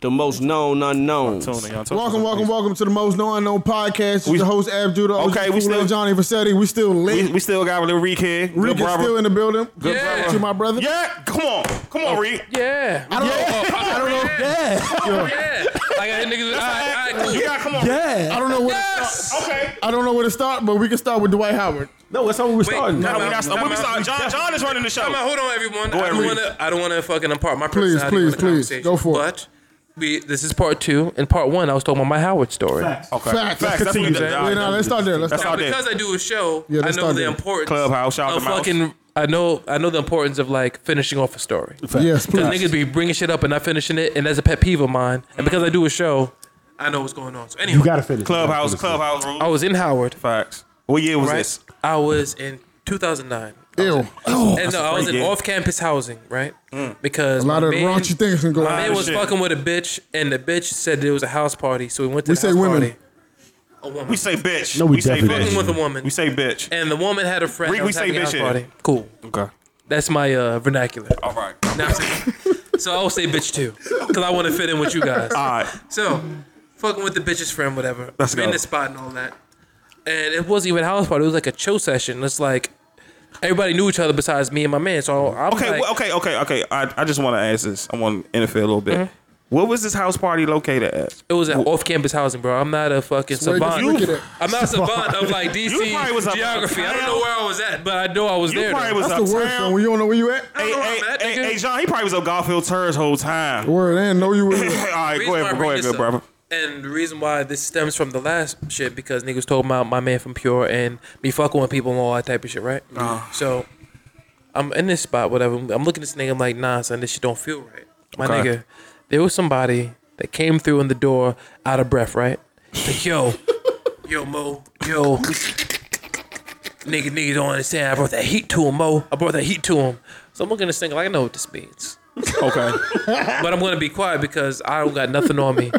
the most known unknowns. Tony, y'all talking Welcome, about welcome, these- welcome to the most known unknown podcast. It's We- your host Ab Judah. Okay, we still- Johnny Vassetti. We still We, lit. we still got Lil Reek here. Lil Rick is Brother. still in the building. Good Yeah. brother to my brother. yeah, come on, come Oh, on, Reek. Yeah. I don't know. I don't know. yeah. Like I hit niggas. All right, all right. You gotta come on. I don't know where. To Yes. start. Okay. I don't know where to start, but we can start with Dwight Howard. No, that's how we were Wait, starting. no, Now we got Time when we out. start. John, John is running the show. Time out. Hold on, everyone. ahead, I don't Reed. want to. I don't want to fucking impart my Please, personality please, on the please. conversation. Go for it. But we, this is part two. In part one, I was talking about my Howard story. Okay. Facts. Facts. That's what we Continue did. that. All Wait, right. no, let's start there. Let's That's start. Now, how it because I do a show, Yeah, I let's know start the there. importance. Clubhouse, shout out of to Mouse. fucking. I know. I know the importance of like finishing off a story. Yes, please. Because niggas be bringing shit up and not finishing it, and that's a pet peeve of mine. And because I do a show, I know what's going on. So anyway, You gotta finish. Clubhouse, You gotta finish. clubhouse rules. I was in Howard. Facts. What year was Oh. Right. this? Oh, I was in 2009. Ew. and no, I was in pretty good. off-campus housing, right? Because A lot my of man- raunchy things can go My on. man was Mm. shit. fucking with a bitch, and the bitch said there was a house party, so we went to We the say house women. party. A woman. We say bitch. No, we say definitely bitch. with a woman. We say bitch. and the woman had a friend. Rick, that we was say having a bitch house here. party. Cool. Okay. That's my uh, vernacular. All right. Now, so I'll say bitch too, because I want to fit in with you guys. All right. So, fucking with the bitch's friend, whatever. Let's Been go. in the spot and all that. And it wasn't even a house party. It was like a chill session. It's like everybody knew each other besides me and my man. So I'm Okay, like, well, okay, okay, okay. I, I just want to ask this. I want to interfere a little bit. Mm-hmm. What was this house party located at? it was an off-campus housing, bro. I'm not a fucking Where the savant. fuck it at? I'm not a savant of like DC You probably was up- geography. I don't know where I was at, but I know I was You there. probably though. was That's the worst uptown. one. When you don't know where you at. Hey, know where hey, I'm at, hey, nigga. hey, John, he probably was up Garfield Terrace whole time. All Word, I didn't know you were. Word, right, The go reason ahead, why I go bring ahead, this good brother. up- And the reason why this stems from the last shit because niggas told my my man from Pure and me fucking with people and all that type of shit, right? So I'm in this spot, whatever. I'm looking at this nigga. I'm like, nah, son, this shit don't feel right. My Okay. nigga, there was somebody that came through in the door out of breath, right? Like, yo, yo, Mo, yo. Nigga, nigga don't understand. I brought that heat to him, Mo. I brought that heat to him. So I'm looking at this thing like I know what this means Okay. but I'm gonna be quiet because I don't got nothing on me.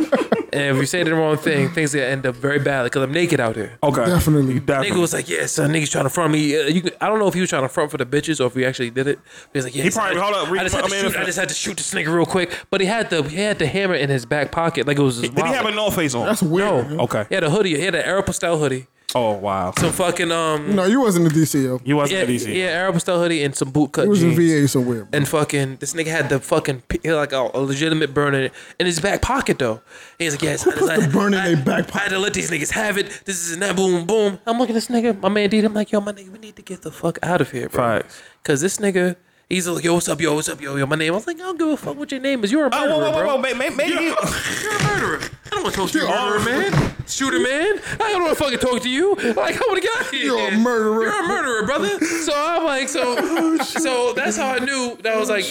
and if you say the wrong thing, things gonna end up very badly because I'm naked out here. Okay. Definitely. You Nigga was like, "Yeah, son, niggas trying to front me." Uh, you could, I don't know if he was trying to front for the bitches or if he actually did it. He was like, "Yeah, He son, probably- I, hold up, read I just my- had to I mean, shoot. if- I just had to shoot this nigga real quick." But he had the he had the hammer in his back pocket like it was his Did he have a no face on? That's weird. No. man. okay. He had a hoodie. He had an Arab style hoodie. Oh wow. Some fucking um. No, you wasn't in the DC, yo. You wasn't Yeah, at DC. yeah, Arab style hoodie and some bootcut You was in jeans. VA somewhere. And fucking, this nigga had the fucking p- he had like a, a legitimate burn in, in his back pocket though. He's like, yes, I, put I- the burn in I- their back I had to let these niggas have it. This is that boom boom. I'm looking at this nigga, my man did. I'm like, yo, my nigga, we need to get the fuck out of here, bro. Facts. Cause this nigga, he's like, yo, what's up, yo, what's up, yo, yo, my name. I was like, I don't give a fuck what your name is. You're a Oh, whoa, whoa, murderer, whoa, whoa, bro. may- may- maybe he- You're a murderer. I don't want to talk to you, You're a murderer man, shooter man. I don't want to fucking talk to you. Like, I want to get out of here. You're a murderer. Oh, You're a murderer, brother. So I'm like, so, so that's how I knew that I was like.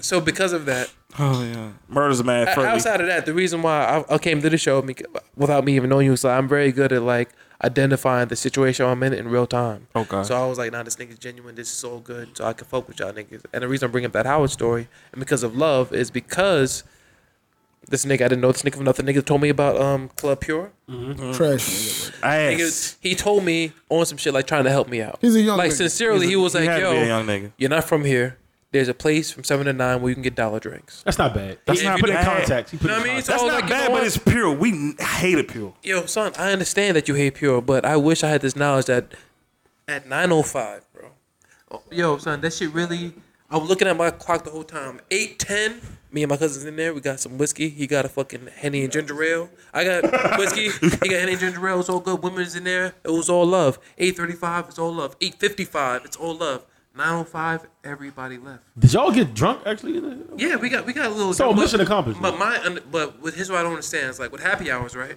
So because of that, Oh yeah. Murder's a mad friendly. outside of that, the reason why I, I came to the show me, without me even knowing you, so I'm very good at like identifying the situation I'm in in real time. Okay. So I was like, nah, this nigga's genuine. This is so good. So I can fuck with y'all niggas. And the reason I'm bringing up that Howard story and because of love is because this nigga, I didn't know this nigga from nothing. Nigga told me about um Club Pure. Trash. Ass. Nigga, he told me on some shit like trying to help me out. He's a young Like nigga. sincerely, he was he like, had to yo, be a young nigga. you're not from here. There's a place from seven to nine where you can get dollar drinks. That's not bad. That's If not you put it in do- context. You put know it in what I mean? context. So I That's was not like, you know bad, what? but it's pure. We hate it pure. Yo, son, I understand that you hate Pure, but I wish I had this knowledge that at 9.05, bro. Oh, Yo, son, that shit really... I was looking at my clock the whole time. 8.10, me and my cousins in there, we got some whiskey. He got a fucking Henny and ginger ale. I got whiskey. he got Henny and ginger ale. It's all good. Women's in there. It was all love. 8.35, it's all love. 8.55, it's all love. 9.05, everybody left. Did y'all get drunk actually? in the- Yeah, we got we got a little. So, but- mission accomplished. But my un- but with here's what I don't understand is like with happy hours, right?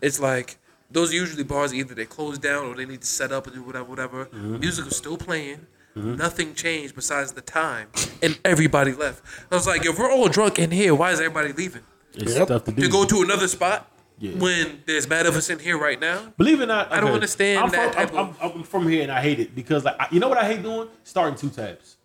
It's like those are usually bars either they close down or they need to set up and do whatever, whatever. Music was still playing. Nothing changed besides the time, and everybody left. I was like, if we're all drunk in here, why is everybody leaving It's stuff to do. to go to another spot Yeah. when there's bad of us in here right now? Believe it or not, I don't okay, understand I'm that From, type I'm, of- I'm- I'm from here and I hate it because, like, I, you know what I hate doing? Starting two tabs.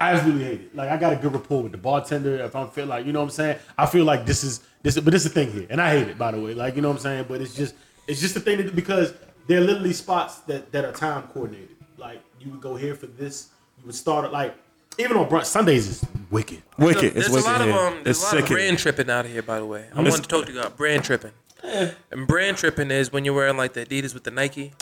I absolutely hate it. Like, I got a good rapport with the bartender. If I'm feel like, you know what I'm saying? I feel like this is this, but this is the thing here, and I hate it by the way. Like, you know what I'm saying? But it's just it's just the thing to do because they're literally spots that that are time coordinated. Like, you would go here for this. You would start at like Even on brunch Sundays is wicked. Wicked. It's there's wicked a lot of here. um, there's it's a lot sick of here. brand tripping out here. By the way, I wanted to talk to you about brand tripping. And brand tripping is when you're wearing like the Adidas with the Nike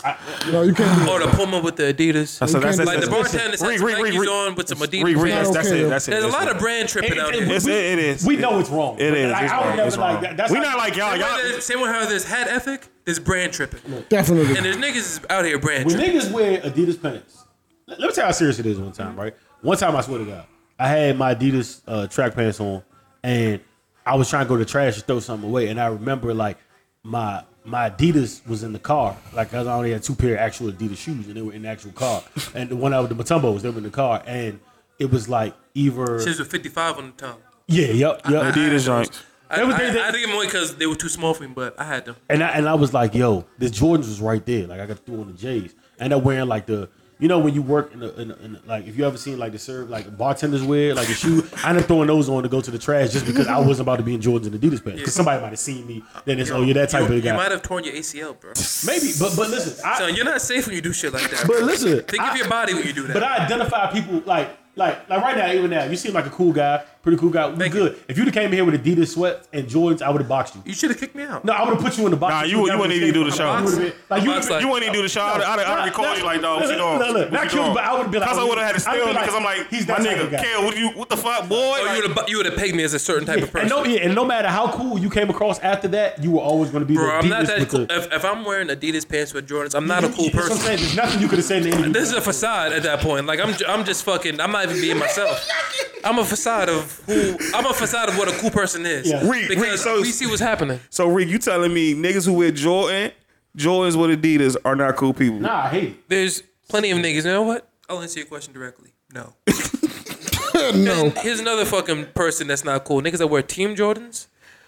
No, you can't do that. or Oh, the Puma with the Adidas. So that's, Like that's, like the that's- bartenders had Reed, some Reed, Reed, Nikes Reed. on with some Adidas. Reed, Reed, on. that's, that's Okay. it. That's it. There's a that's lot it. of brand tripping out And- and here. It's, it, it is. uh, We know it's wrong. It is. Like, It's I would wrong. never It's like wrong. that. That's we how- not like y'all. Same way Y'all. there's- Same way how there's hat ethic, there's brand tripping. Definitely. Uh-huh. And there's niggas is out here brand When tripping. niggas wear Adidas pants, let, let me tell you how serious it is one time, right? One time, I swear to God, I had my Adidas uh, track pants on, and I was trying to go to the trash to throw something away, and I remember like my my Adidas was in the car, like 'cause I only had two pair of actual Adidas shoes, and they were in the actual car, and the one out with the Matumbos, they were in the car, and it was like either Shits with 55 on the tongue. yeah, yep, yep, Adidas joints. I, They were- I, they- they- I think it because they were too small for me, but I had them. And I and I was like, yo, the Jordans was right there. Like I got through on the J's. I ended up wearing like the, you know, when you work in the, in the, in the- like if you ever seen like the serve like bartenders wear like the shoe. I ended up throwing those on to go to the trash just because I wasn't about to be in Jordans and Adidas pants because somebody might have seen me. Then it's oh you're that type you, of You guy. might have torn your ACL, bro. Maybe, but but listen, I, Son, you're not safe when you do shit like that. but bro. listen, Think I- of your body when you do that. But I identify people like like like right now, even now, you seem like a cool guy, pretty cool guy. We Thank good. If you'd have came here with Adidas sweats and Jordans, I would have boxed you. you should have kicked me out. No, I would have put you in the box. Nah, you- you wouldn't even do the show. You would've been- Like you would've Box been- like- You wouldn't even do the show. I'd, I'd, I'd record you like, dog, what you doing? Look, look, not cute, but I would've been like, Because I oh, would have had to I'd be steal like, because I'm like, he's my that type of nigga, guy. Kale, what, you, what the fuck, boy? Or Oh, you Like, would have you would have pegged me as a certain type of And person. no, yeah, and no matter how cool you came across after that, you were always going to be bro, the I'm not deepest that with cool. the- If, if I'm wearing Adidas pants with Jordans, I'm not a cool That's what person. I'm saying. There's nothing you could have said in the interview. This is a facade at that point. Like I'm, ju- I'm just fucking. I'm not even being myself. I'm a facade of who. I'm a facade of what a cool person is. Yeah. Reed, Because Reed, so- we see what's happening. So, Rick, you telling me niggas who wear Jordan, Jordans with Adidas are not cool people? nah, I hate it. There's plenty of niggas. You know what? I'll answer your question directly. No. no. Here's another fucking person that's not cool. Niggas that wear Team Jordans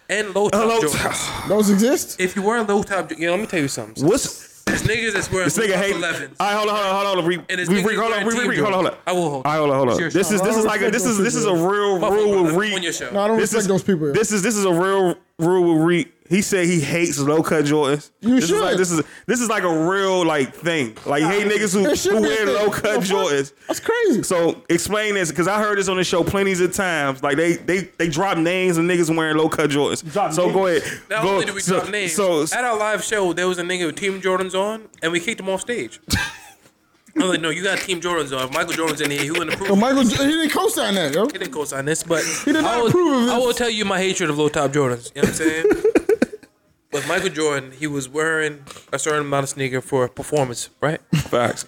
and low Hello, top Jordans. Those exist? If you wear low top, you know, let me tell you something. What's There's niggas that's wearing this nigga hate? Eleven. All right, hold on, hold on, hold on, Rick. And it's Rick, niggas Rick, hold on, wearing Rick, Rick, Team Rick, hold on, hold on. Jordans. I will hold. All right, hold on, hold on. Serious This talk. is this is like a, this is this is a real rule with on your Rick. show. No, I don't This respect is those people. This is this is a real rule with Reek. He said he hates low cut Jordans. You this Is like, should. this is this is like a real like thing. Like hey niggas It who, should who be a wear thing. low cut The fuck? Jordans. That's crazy. So explain this because I heard this on the show plenty of times. Like they they they drop names of niggas wearing low cut Jordans. Drop so go ahead. names? Not go, only did we so, drop names, So at our live show, there was a nigga with Team Jordans on, and we kicked him off stage. I was like, no, you got Team Jordans on. If Michael Jordan's in here, he wouldn't approve. But Michael, J- he didn't co-sign that, yo. he didn't co-sign this, but did not I, will, approve of I this. will tell you my hatred of low-top Jordans. You know what I'm saying? With Michael Jordan, he was wearing a certain amount of sneaker for performance, right? facts.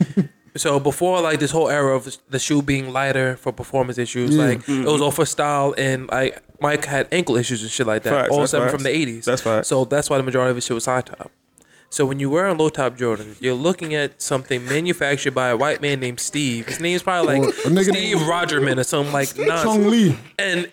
So before like this whole era of the shoe being lighter for performance issues, like it Mm-hmm. was all for style, and like Mike had ankle issues and shit like that. Facts, all that's seven facts. from the eighties. That's facts. So that's why the majority of his shit was high top. So when you wear a low top Jordan, you're looking at something manufactured by a white man named Steve. His name's Or probably a like nigga Steve named- Rogerman or something like Chong nonsense. Lee. And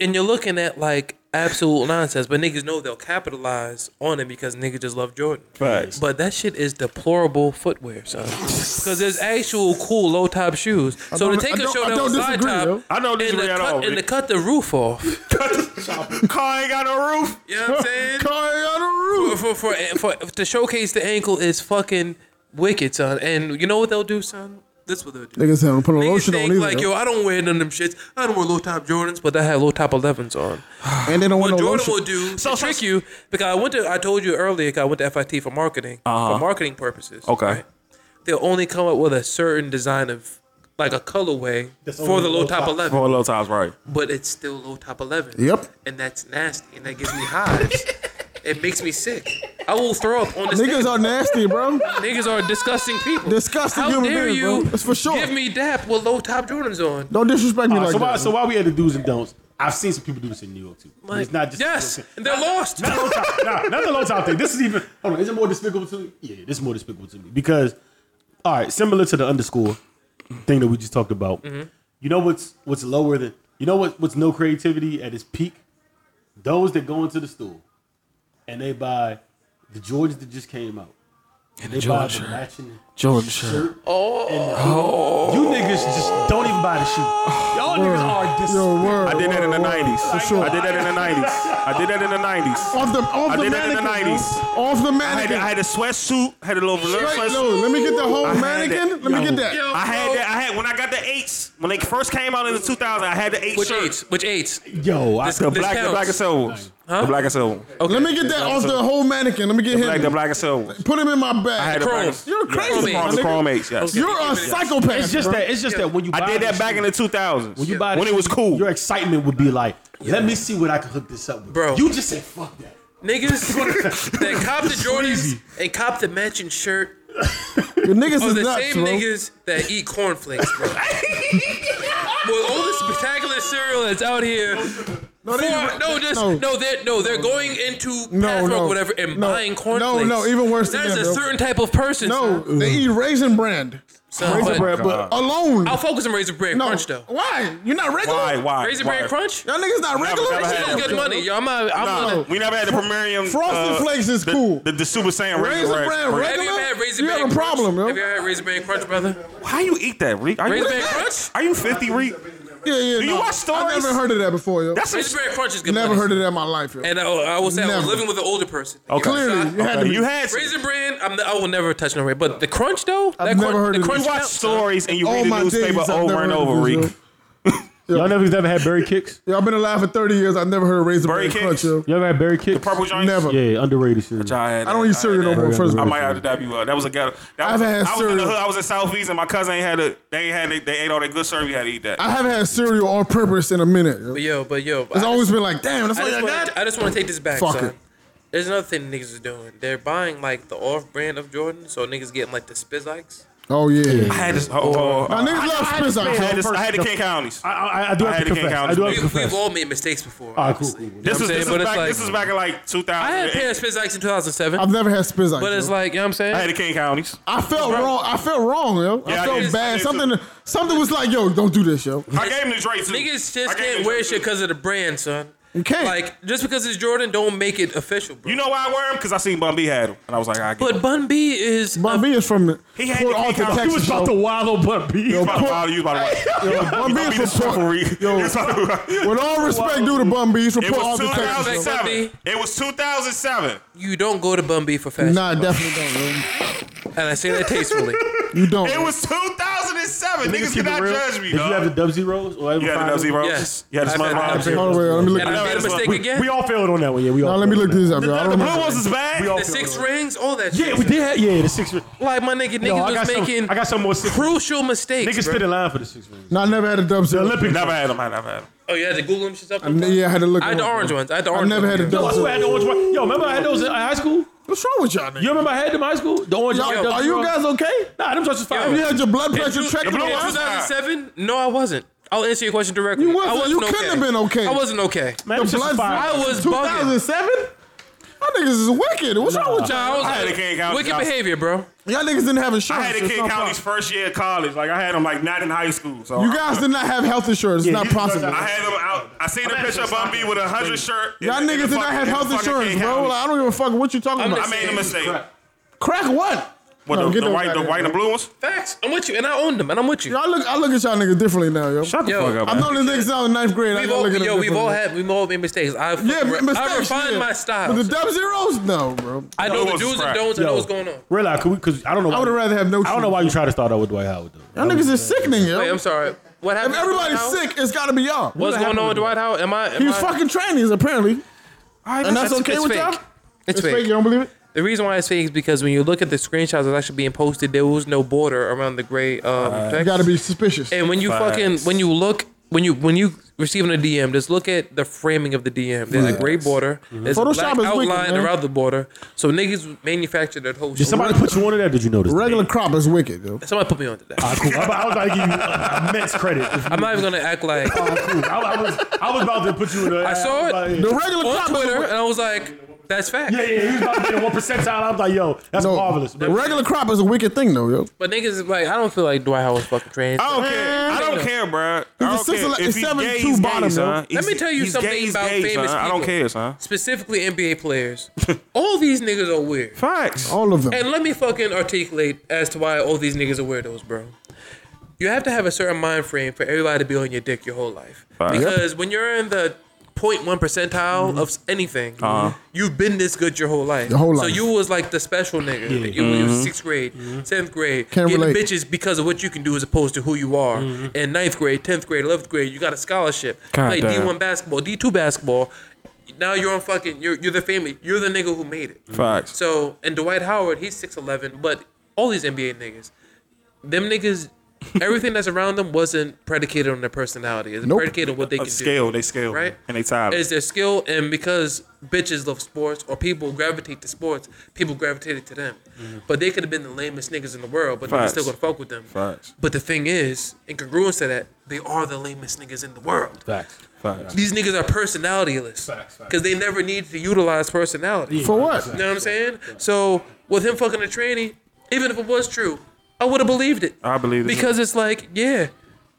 and you're looking at like absolute nonsense, but niggas know they'll capitalize on it because niggas just love Jordan. Facts. But that shit is deplorable footwear, son. Because there's actual cool low top shoes. So to don't- I take a don't- show I that don't was high disagree, top, yo. I don't and disagree to at cut all. and to cut the roof off. Car ain't got no roof. You know what I'm saying? Car on the roof. for, for, for, for to showcase the ankle is fucking wicked, son. And you know what they'll do, son? That's what they'll do. Niggas haven't put a Niggas lotion on think either. like, yo. yo, I don't wear none of them shits. I don't wear low top Jordans, but I had low top 11s on. and they don't want what no Jordan lotion. will do So- to so- trick you because I went to I told you earlier 'cause I went to FIT for marketing for marketing purposes. Okay. They'll only come up with a certain design of like a colorway That's for only the low low top top. eleven, Four low tops, right? but it's still low top eleven. Yep. And that's nasty, and that gives me hives. it makes me sick. I will throw up on this. Niggas are nasty, bro. Niggas are disgusting people. Disgusting How human dare beings, you bro. That's for sure. Give me dap with low top Jordans on. Don't disrespect me Uh, like so, why, that. so So while we had the do's and don'ts, I've seen some people do this in New York too. Like, it's not just yes, and they're lost. Not low top. Nah, not the low top thing. This is even. Hold on. Is it more despicable to me? Yeah, this is more despicable to me because, all right, similar to the underscore thing that we just talked about. You know what's what's lower than you know what what's no creativity at its peak? Those that go into the store and they buy the Jordans that just came out, And they buy the matching Jordan shirt. shirt. Oh. you niggas just don't even buy the shoe. Y'all niggas are dis- Yo, word. I did that in the nineties. sure. I did that in the nineties. I did that in the nineties. Off the off I the did that in the mannequin. 90s. bro. Off the I had, mannequin. I had a sweatsuit. Had a little reverse Straight- sweatsuit. no, let me get the whole I had mannequin. that. Let me get that. Yo. I had that. I had when I got the eights when they first came out in the 2000. I had the eight Which shirt. eights? Which eights? Yo, I, The This black, the counts. black and silver ones. The black and silver. ones. Let me get that off the whole mannequin. Let me get Black, the him. black and silver. ones. Put him in my I had bag. the black. Chrome. and- You're Chrome crazy, my eights. The nigga. Chrome eights. Yes. You're a psychopath. it's just bro. that. It's just that when you buy I did the that back shoe- in the 2000s When you buy the when it was shoe, cool. Your excitement would be like, let me see what I can hook this up with. Bro. You just said fuck that. Niggas that cop the Jordans Sleazy. and cop the matching shirt The niggas are is Oh, the nuts, same bro. niggas that eat cornflakes, bro. With all the spectacular cereal that's out here. No, for- they- no, just no. no. they're no, they're going into No, Pathmark no. or whatever and No, buying cornflakes. no, no, even worse than That is that, a bro. certain type of person. No, No, they eat raisin brand son, but bread, Mm. but- alone. I'll focus on Raisin Bran no, Crunch though. why? You're not regular. why? Why? Raisin why? Bran Crunch. Y'all niggas not regular. never had That's that. good money, yo. I'm not. I'm Nah, not. we never had the premium. Frosted uh, Flakes is the- cool. The, the Super Saiyan Raisin Raisin Bran Bran. Raisin- Have you ever had Raisin You Bran had a problem, Crunch? yo. Have you ever had Raisin Bran Crunch, brother? How you eat that, Reek? Are you, Raisin Bran Crunch? are you 50, Reek? Yeah, yeah. Do you no. watch I stories? never heard of that before, yo. That's some Raisin Bran Crunch is good never money. heard of that in my life, yo. And I, I will say I Never. was Oh, living with an older person. Okay. Clearly, So I- you had to Okay, be. you had some. Raisin Bran, I'm, I will never touch no Raisin. But the crunch though, that I've never crunch, heard the of crunch You watch counts, stories and you All read the oh my newspaper days, I've over never and heard of over, this, Reek. Y'all never, never had berry kicks? Yo, I've been alive for 30 years. I've never heard of Raisin Berry Brand Crunch, Kings? yo. You ever had berry kicks? Purple joints? Never. Yeah, underrated shit. I, had I don't eat that. cereal no had more. that. First of I all. might have to dab you up. That was a ghetto. That I've was, I had was in the cereal. hood. I was in Southeast, and my cousin had to. They had they, they ate all that good cereal. You had to eat that. I haven't had cereal on purpose in a minute. Yo. But yo, but yo, It's I, always been like, damn, that's I all just, I wanna, got. I just want to take this back, Fuck son. it. There's another thing niggas is doing. They're buying like the off-brand of Jordan, so niggas getting like the Spizikes. Oh, I yeah. had this. Oh, oh, oh. Now, niggas love I- I- Spitz. I had I this. I had the King Counties. I, I, I do have I had to to confess. count I do have it. to We, we've confess. all made mistakes before. Uh, All right, cool, obviously. cool, cool. This You was know what I'm this was saying? But it's back. like- this was back in like 2000. I had a pair of Spizikes in 2007, I've never had Spitz. but it's like you know what I'm saying. I had the King Counties. I felt wrong. I felt wrong, yo. Yeah, I I felt did. I bad. did Something, something was like, yo, don't do this, yo. I gave him the Drake too. Niggas I just gave him can't the wear Drake, shit too. because of the brand, son. You can't. Like just because it's Jordan, don't make it official, bro. You know why I wear him? Because I seen Bun B had him, and I was like, I get. but it. Bun B is Bun B is from He had Port the Arthur, kick out. He He Texas. was about yo. to wild on Bud B. Yo, You about to Port- wild- you about to wild. Yo, Bun B Bun B is is from Port. referee. Yo, It's like- with all respect, due to Bun B, he's from It Port was Arthur, Texas. yo. 2007. It was 2007. you don't go to Bun B for fashion, Nah, definitely don't, yo. and I say that tastefully. You don't. It was 2007. Niggas keep it cannot real. judge me, Did you have the dog. dub zeros? Or You had the Dubsy Roses? Yes. You had the I've Smudge had the Roses? Dubsy Hold on, wait, let me look. and know I made a that's what- mistake again. We all failed on that one. Yeah, we all. Now let me failed look on that this up, yo. I The don't blue remember. ones is bad. We all the six failed on rings, all that. that. shit. Yeah, we did. Have, yeah, the six. Rings. Like my nigga, niggas Yo, I was got making some. I got some more six. Rings. crucial mistakes. Niggas bro. stood in line for the six rings. Nah, I never had a dub The zero. Olympic. Never had them. I never had them. Oh, you had the Google them shits up. I kn- Yeah, I had to look. I had it the up, orange yo. ones. I had the I orange. never had a ones. Yo, I dub swear I zero. had the orange one. Yo, remember I had those in high school? What's wrong with y'all, niggas? You remember I had them in high school? The orange. Y'all- and dub are you zero? guys okay? Nah, them joints was You fire. had your blood In pressure two- checked. in blue ones? 2007? No, I wasn't. I'll answer your question directly. You wasn't. I You couldn't have been okay. I wasn't okay. Man, them The shits blood- was fire. I was bugging. 2007? Y'all niggas is wicked. What's wrong with Nah, y'all? I was I had a King County. Wicked behavior, bro. Y'all niggas didn't have I insurance. had It's the King not County's possible. first year of college. Like I had them like not in high school. So You guys did not have health insurance. It's not possible. I had them out. I seen a I'm picture of Bun actually B with a hundred shirt. in Y'all the- in niggas the did not fucking- have in the health fucking insurance, King bro. County. Like, I don't give a fuck what you talking I'm about. I made a mistake. Crack what? What No, the, get the those white, out the of white here. and blue ones? Facts. I'm with you, and I owned them, and I'm with you. Y'all look. I look at y'all niggas differently now, yo. Shut the Yo, fuck up. I've man. known this niggas since I was in ninth grade. I We've don't all, look at them yo, we've all differently. had, we've all made mistakes. I, Yeah, mistakes. I refined yeah. my But style. the dub zeros, no, bro. I know the Those do's and crack. don'ts. I know what's going on. Realize, could we? Because I don't know. I why- would have rather have no. I don't know why you try to start out with Dwight Howard though. Y'all niggas is sickening, yo. Wait, I'm sorry. What happened? If to Dwight everybody's Howard? sick, it's got to be y'all. What's going on with Dwight Howard? Am I? Am He was I- fucking trainees apparently, and that's It's- okay it's with fake. y'all. It's, fake. You don't believe it? The reason why it's fake is because when you look at the screenshots that's actually being posted, there was no border around the gray. Um, text. You got to be suspicious. And when you fucking when you look when you when you receiving a DM, just look at the framing of the DM. There's a gray border. There's Photoshop a is black wicked, outline man. around the border. So niggas manufactured that whole. Did shit. somebody put you on to that? Did you notice? Regular crop is wicked, yo. Somebody put me onto that. Ah, cool. I, I was about to give you immense credit. I'm not even gonna act like Ah, cool. I, I was, I was about to put you in. A, I saw it. I was about- The regular on crop. Twitter, Is, and I was like, That's fact. Yeah, yeah, he was about to be in one percentile. I was like, yo, that's No, marvelous. The regular crop is a wicked thing though, yo. But niggas is like, I don't feel like Dwight Howard's fucking trans. I don't care. I don't care, bro. I a don't six care. ele- If he's he's seven gay, two he's gay, bottom, though. son. Let Let He's- me tell you he's something gay, he's about gay, famous son. I people. don't care, son. Specifically NBA players. all these niggas are weird. Facts. All of them. And let me fucking articulate as to why all these niggas are weirdos, bro. You have to have a certain mind frame for everybody to be on your dick your whole life. Right. Because when you're in the 0.1 percentile of s- anything, Uh-huh. you've been this good your whole life. Mm-hmm. Your whole So life. Mm-hmm. you was like the special nigga. Like, you you Mm-hmm. was sixth grade, seventh grade, Can't getting relate. Mm-hmm. bitches because of what you can do as opposed to who you are. In ninth grade, tenth grade, eleventh grade, you got a scholarship. God Play damn. D1 basketball, D2 basketball. Now you're on fucking. You're you're the family. You're the nigga who made it. Facts. So and Dwight Howard, he's six eleven, but all these NBA niggas, them niggas, everything that's around them wasn't predicated on their personality. It's Nope. predicated on what they Uh, can Scale. They scale. do, right? And they tired. It's their skill, and because bitches love sports or people gravitate to sports, people gravitated to them. But they could have been the lamest niggas in the world, but they're Facts. still gonna fuck with them. Facts. But the thing is, in congruence to that, they are the lamest niggas in the world Facts. Facts. these niggas are personalityless Facts, facts. because they never need to utilize personality. For what? You know what I'm saying? So with him fucking a tranny, even if it was true, I would have believed it. I believe it. because it's like, yeah,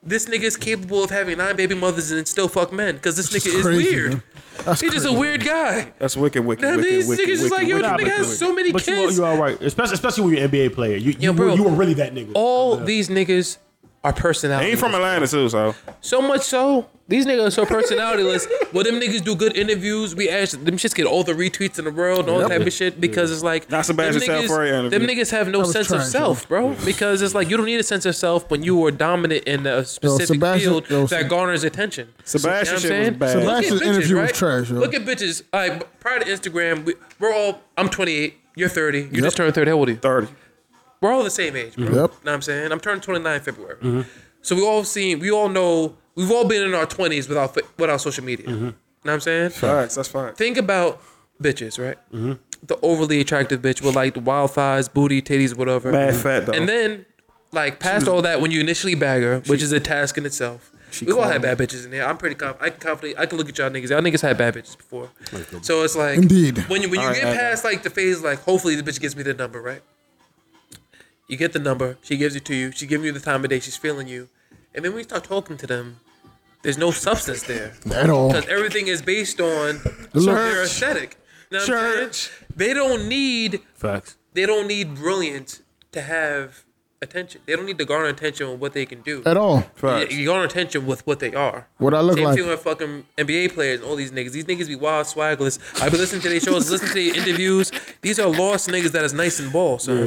this nigga is capable of having nine baby mothers and still fuck men because this nigga is is crazy, weird. man. That's He's just a crazy. wicked guy. That's wicked, wicked, Now, wicked, these wicked, niggas is wicked, like, yo, wicked, the Nah, nigga but- has so many But you, are- kids. you are right, especially especially when you're an NBA player. You you, Yo, were, bro. you were really that nigga. All these niggas are personality. He ain't from Atlanta too, so So much so, these niggas are so personalityless. well, them niggas do good interviews. We ask them shits get all the retweets in the world and all that type of shit because it's like Not Sebastian them niggas, Stalford interview. them niggas have no was sense of trying to. self, bro. Because it's like you don't need a sense of self when you are dominant in a specific Sebastian- field yo, that Seb- garners attention. Sebastian You know what I'm shit was saying? bad. Look at Sebastian's bitches, interview was right? trash, yo. Look at bitches. Like prior to Instagram, we, we're all. I'm 28. You're 30. You just turned 30. How old are you? thirty. We're all the same age, bro. Yep. Know what I'm saying? I'm turning 29 February. So we all seen, we all know, we've all been in our 20s without fa- without social media. Know what I'm saying? Facts. That's facts. Think about bitches, right? The overly attractive bitch with like the wild thighs, booty, titties, whatever. Mad fat, though. And then, like, past all that, when you initially bag her, which is a task in itself. We all had bad bitches in here. I'm pretty confident. I can confidently. I can look at y'all niggas. Y'all niggas had bad bitches before, so it's like Indeed. When you when you um, All right, get all right, past like the phase, like hopefully the bitch gives me the number, right? You get the number. She gives it to you. She gives you the time of day. She's feeling you, and then when you start talking to them, there's no substance there. At all. Because everything is based on their Church. aesthetic. You know what I'm saying? Church. They don't need Facts. they don't need brilliance to have attention. They don't need to garner attention on what they can do. At all. You, Facts. you garner attention with what they are. What I look Same like. thing with fucking NBA players and all these niggas. These niggas be wild swaggless. I've been listening to their shows, listening to their interviews. These are lost niggas that is nice and ball, sir.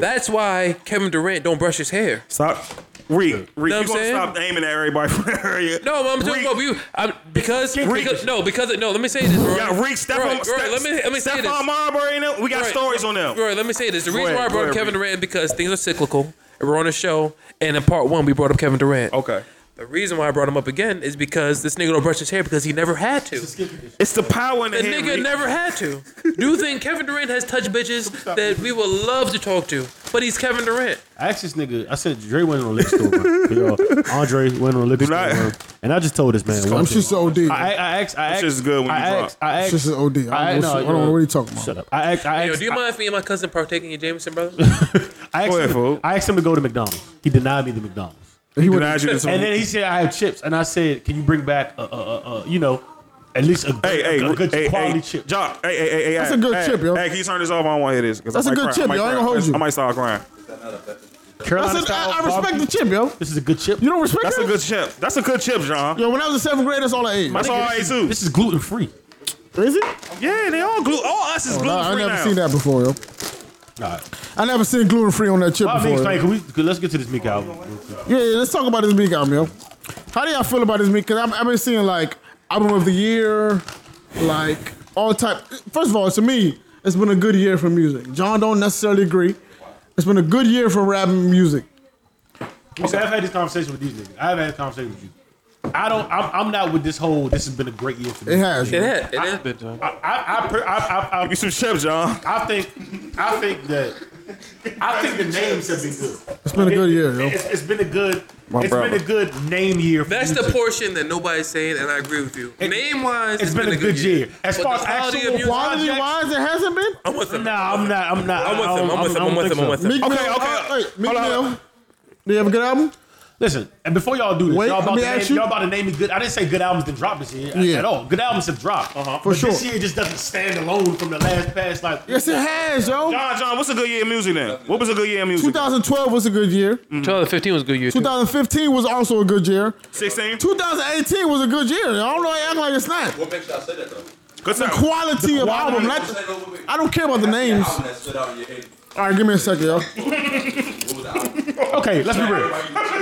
That's why Kevin Durant don't brush his hair. Stop. Reek, Reek, Know you what I'm gonna saying? stop aiming at everybody from the area? No, I'm talking Reek, about you. I'm, because, because no, because no. Let me say this, bro. Yeah, Reek, step Roy, on. Roy, step, let me let me say this. Stephon Marbury and them. We got Roy, stories on them. Roy, let me say this. The reason ahead, why I go brought up ahead, Kevin Reed. Durant because things are cyclical. And we're on a show, and in part one, we brought up Kevin Durant. Okay. The reason why I brought him up again is because this nigga don't brush his hair because he never had to. The It's the power in the, head. nigga Reek. never had to. Do you think Kevin Durant has touched bitches that we would love to talk to? But he's Kevin Durant. I asked this nigga. I said Dre went on a liquor store run. Yo, Andre went on a liquor Do store not- run, and I just told this man. I'm one just thing. so OD. I, I asked. I asked. shit's good when I you drunk. asked. I asked. This is OD. I I- don't know no, what- I don't know yo. what you talking about. Shut up. I asked. I Yo, asked. do you I- mind if me and my cousin partaking in Jameson, brother? I asked, Go ahead, fool. him, I asked him to go to McDonald's. He denied me the McDonald's. He would Denied you this And then he said, "I have chips." And I said, "Can you bring back, uh, uh, uh, uh, you know, at least a, Hey, a- hey, a Reek, good hey, quality hey, chip?" Jock, hey, hey, hey, hey, That's hey, a good hey, chip, yo. Hey, can you turn this off? I don't want to hear this. 'cause That's I a might cry. good chip, I yo. might I cry. ain't gonna hold I you. might start crying. Carolina That's a, I, style I respect the barbecue. chip, yo. This is a good chip. You don't respect That's that? a good chip. That's a good chip, John. Yo, when I was in seventh grade, that's all I ate. That's all I ate too. This is gluten free. Is it? Yeah, they all glue. All us is Oh, gluten Nah, I free never now. seen that before, yo. All right. I never seen gluten free on that chip Well, I mean, before. explain, yo. can we, can- let's get to this Meek album. Yeah, yeah, let's talk about this meat album, yo. How do y'all feel about this meat? Because I've been seeing like album of the year, like all type. First of all, to me, it's been a good year for music. John don't necessarily agree. It's been a good year for rap music. So I've had this conversation with these niggas. I've had this conversation with you. I don't. I'm, I'm not with this whole. This has been a great year for me. It has. It yo. is. It is. I I, I, per- I, I, I, You some chips, John. I think I think that I think the names have been good. It's been a good year, yo. It's, it's been a good. It's brother. been a good name year. For That's the music. portion that nobody's saying, and I agree with you. Name wise, it's been a good year. As far as actual quality- Quality wise, it hasn't been. I'm with him. Nah, I'm not. I'm not. I'm with I him. don't- I'm with I him. don't I'm with him. think I'm so. with him. Meek Okay, Mill. okay. uh, Wait, Meek Hold on. Mill. Do you have a good album? Listen, and before y'all do this, Wait, y'all, let about me to name, ask you- y'all about to name me good. I didn't say good albums didn't drop this year at- Yeah. Uh-huh. at all. Good albums have dropped. For but This sure. year just doesn't stand alone from the last past. Like Yes, it has, yo. John, John, what's a good year of music then? What was a good year of music? 2012 was a good year. Mm-hmm. 2015 was a good year. 2015 was also a good year. 16? 2018 was a good year. I don't know. why you act like it's not. What makes y'all say that though? Good time. Quality of quality- album. Not Say, no, wait, wait. I don't care about the That's names. album that stood out in your head. All right, give me a second, yo. What was the album? okay, let's be real.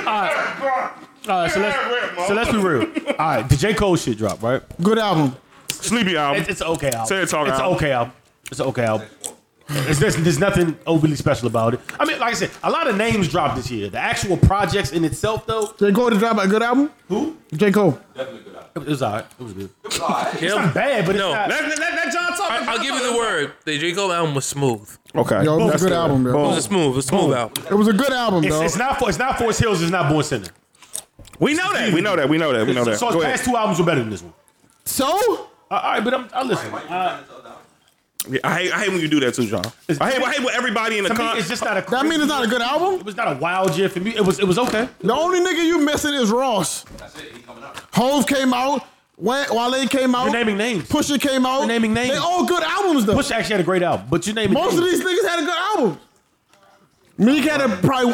All right, so let's so let's be real. All right, the J Cole shit dropped, right? Good album. Sleepy album. It's, it's an okay album. Say it's all It's an album. okay album. It's an okay album. It's, there's, there's nothing overly special about it. I mean, like I said, a lot of names dropped this year. The actual projects in itself, though, J. Cole to drop a good album? who? J. Cole. Definitely a good album. It was all right. It was good. It's It's not bad, but it's No. not. Let, let, let John talk. I'll give you the word. The J. Cole album was smooth. Okay. Yo, it was That's a good album, yo. It was a smooth, it was a smooth album. It was a good album, It's, though. it's not for it's not Forest Hills. It's not Born Center. We know that. We know that. We know that. We know that. So Go his ahead. past two albums were better than this one. So? All right, but I'm, I listen. Uh, Yeah, I hate, I hate when you do that too, John. I hate, I hate when everybody in the to me, con. it's just not a. That crazy- means it's not a good It album? was not a wild year for me. It was it was okay. The only nigga you missing is Ross. That's it. He coming out. Hove came out. Wa- Wale came out. You're naming names. Pusha came out. You're naming names. They all good albums, though. Bush actually had a great album, but you name it. Most of these niggas had a good album. Meek had a probably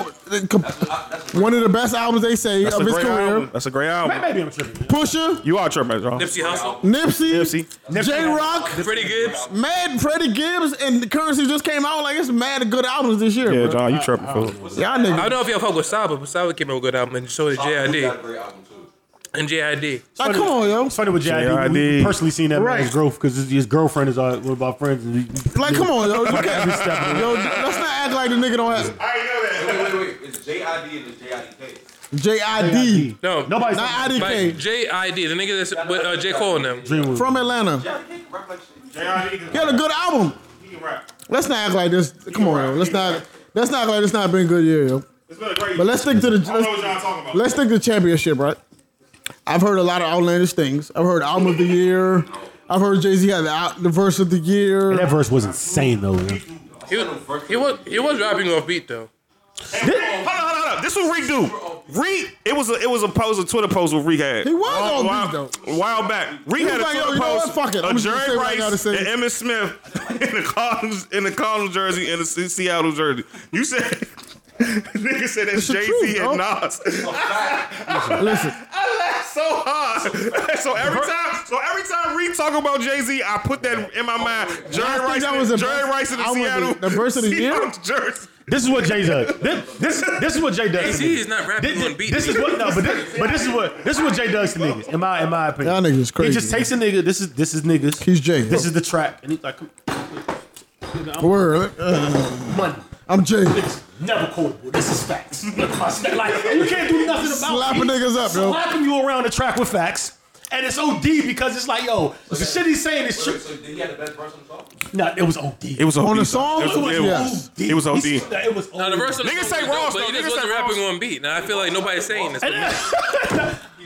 one of the best albums they say That's a of his great career. album. That's a great album. Maybe I'm tripping. man. Pusha, You are tripping, John. Nipsey Hussle, Nipsey, Nipsey. J Rock, Freddie Gibbs. Mad Freddie Gibbs, and the Currency just came out. Like it's mad good albums this year. Yeah, bro. John, you tripping, fool. Y'all niggas. I don't know if y'all fuck with Saba, but Saba came out with a good album, and so did He got a JID. great album too. And JID. Like, come on, yo. It's funny with JID. JID. We personally seen that Right. man's growth because his, his girlfriend is all one of our friends. And we, we- Like, come on, yo. You every can't- step. of the way. yo, let's not act like the nigga don't have Wait, wait, wait, wait. It's JID and it's JIDK. JID, No, Nobody's not Like, IDK, JID, the nigga that's with uh, J. Cole and them. dream from Atlanta. JIDK rap like shit. He had a good album. Let's not act like this. Come on, yo. Let's not. Let's not act like it's not been a good year, yo. But let's stick to the. let's- Let's think the championship, right? I've heard a lot of outlandish things. I've heard album of the year. I've heard Jay Z had the, out- the verse of the year. That verse was insane though. man. He was, he was he was rapping off beat though. Hold on, hold on, hold on. This was Reek do. Reek, it was a it was a post, a Twitter post with Reek had. He was on a while, beat, a while back. Reek was had a like, yo, Twitter you know post. what? Fuck it. I'm of just gonna Jerry say what I gotta Rice say. and Emmitt Smith in the Cardinals in the Cardinals jersey and the Se- Seattle jersey. You said nigga said that's the Jay truth, Z bro. and Nas. Listen, I laugh so hard. so every time, so every time Reek talk about Jay Z, I put that in my mind. Jerry I think Rice, that was the Jerry best Rice in the album, Seattle, the verse of the year? Seattle jersey. This is what Jay does. This, this, this is what Jay does. to AC niggas. is not rapping This, on beat. this is what no, but this, but this is what this is what Jay does to niggas. In my in my opinion, Y'all niggas crazy, He just takes a nigga. This is this is niggas. He's Jay. This is the track, and he's like, come word. Uh, on, money. I'm Jay. Never quotable. This is facts. Look, my stat- like you can't do nothing about Slapping it. niggas up, yo. Slapping you around the track with facts. And it's OD because it's like, yo, the shit he's saying is true. Wait, so did he have the best verse on the song? Nah, it was OD. It was On OD. the song? It was, it was- Yes. it was OD. He's- It was OD. Now the verse of the Niggas song say was Ross, though. dope, but he Niggas just wasn't say rapping Ross. on beat. Now I feel like nobody's saying this.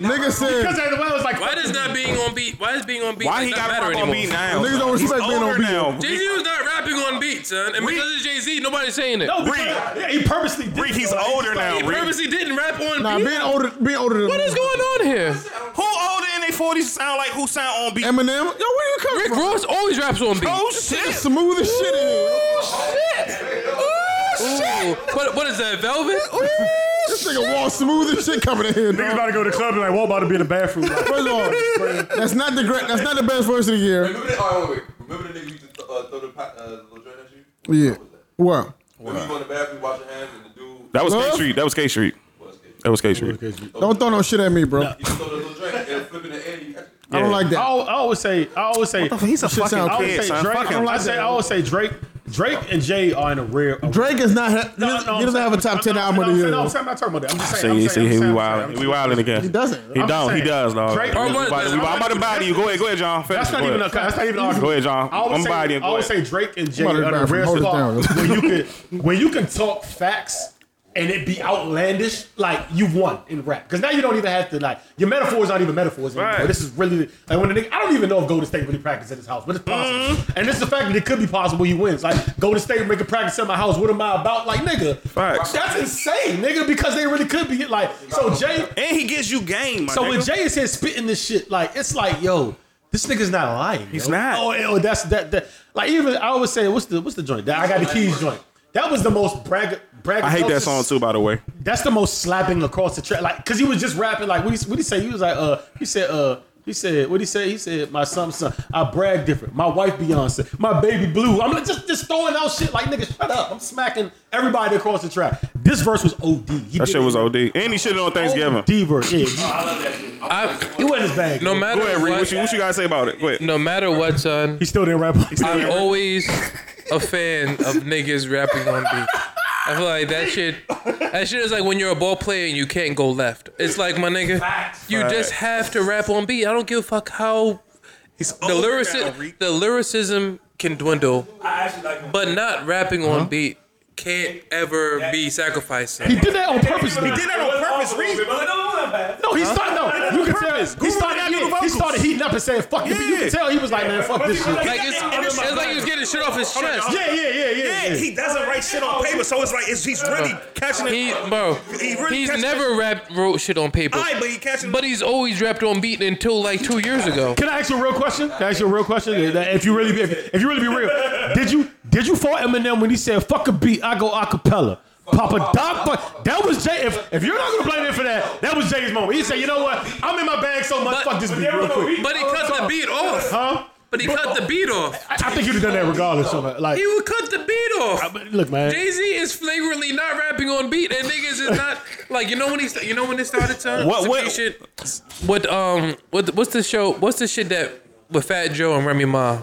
Nigga Because said, the way it was like, Why does not being on beat? Why is being on beat? Why he not got matter rap on anymore? beat now? Niggas don't respect He's being on older beat. now. Jay Z was not rapping on beat, son, and because of Jay Z, nobody's saying it. no, because, Reek. yeah, he purposely did Reek, it. he's Like, older like, now. he Reek. purposely didn't rap on Nah, beat. being older, being older. Than what is going on here? Who older in their forties sound like who sound on beat? Eminem? Yo, where you come Rick from? Ross always raps on beat. Oh It's shit! smooth as shit in here. Ooh, what, what is that, Velvet? This nigga walk smooth as shit coming in here. Niggas dog. about to go to the club and like, what about to be in the bathroom? Like, First of all, that's not the great. That's not the best verse of the year. Remember that? Oh, wait, wait. Remember the nigga who used to uh, throw the pa- uh, little joint at you? Yeah. What? Remember you go in the bathroom, wash your hands, and the dude That was Huh? K Street. That was K Street. That was K Street. Don't throw no shit at me, bro. you throw the little joint and flip it in the air. You catch it. I don't like I that. al- I always say, I always say, He's a Shit fucking sound I crazy. always kid, say son. Drake. Fuck him. I say, I always say Drake. Drake and Jay are in a rare. Drake is not. Ha- he doesn't, he doesn't have a top ten album of the year. No, I'm saying- I'm not talking about that. I'm just saying. See, I'm see, saying, here I'm we saying, wild. I'm We saying. wilding again. he doesn't. He I'm don't. He saying. does, dog. Drake- We I'm about- gonna- we about- I'm about to body you. Go ahead, go ahead, John. Finish. That's not Go even a. ahead. That's not even an argument. Go ahead, John. I always I'm say, bodying. I Go always ahead. say Drake and Jay I'm are about to in a grab- rare hold it spot down. when you can when you can talk facts and it be outlandish. Like you won in rap because now you don't even have to like your metaphors aren't even metaphors anymore. Right. This is really like when the nigga. I don't even know if Golden State really practiced at his house, but it's possible. Mm-hmm. And it's the fact that it could be possible he wins. Like Golden State make a practice at my house. What am I about? Like nigga, Facts. that's insane, nigga. Because they really could be like so Jay. And he gives you game. My So when nigga. Jay is here spitting this shit, like it's like, yo, this nigga's not lying. He's yo. not. Oh, yo, that's that that. Like even I always say, what's the what's the joint? That I got the keys joint. That was the most brag. brag I hate that song too, by the way. That's the most slapping across the track. Like, cause he was just rapping. Like, what he what he say? He was like, uh, he said, uh. He said, "What he said? He said, my son, son, I brag different. My wife, Beyonce, my baby, Blue. I'm like, just, just throwing out shit like nigga, shut up. I'm smacking everybody across the track. This verse was OD. He That did shit it was OD. And he shit on Thanksgiving. OD verse, yeah. He I, wasn't his bag. no Go matter ahead, Reed. What you, what, what you gotta say about it? Go ahead. no matter what, son, He still didn't rap. I'm always a fan of niggas rapping on beat. I feel like that shit. That shit is like when you're a ball player and you can't go left. It's like my nigga, you just have to rap on beat. I don't give a fuck how the lyricism, the lyricism can dwindle, but not rapping Uh-huh. on beat can't ever be sacrificed. He did that on purpose. He did that on purpose, Reed. No, he started. No, you can tell. He started. Guru didn't do Yeah, the he started vocals. heating up and saying, "Fuck it." but You can Yeah. tell he was like, "Man, fuck this shit." Like it's, it's like he was getting shit off his chest. yeah, yeah, yeah, yeah. yeah. he doesn't write shit on paper, so it's like it's, he's really catching Uh, He, bro, He really he's catch- never rapped wrote shit on paper. Aight, but he catching- But he's always rapped on beat until like two years ago. Can I ask you a real question? Can I ask you a real question? If you really, be, if, if you really be real, did you did you fall Eminem when he said "fuck a beat, I go acapella"? Papa Doc, but that was Jay. If, if you're not gonna blame him for that, that was Jay's moment. He said, "You know what? I'm in my bag so much. But- fuck this beat, real quick." But he cut the beat off. huh? But he cut the beat off. I, I think you'd have done that regardless. Of it. Like, He would cut the beat I- off. but look, man. Jay Z is flagrantly not rapping on beat, and niggas is not like you know when he sta- you know when it started to What- to what- be shit. What um what what's the show? What's the shit that with Fat Joe and Remy Ma?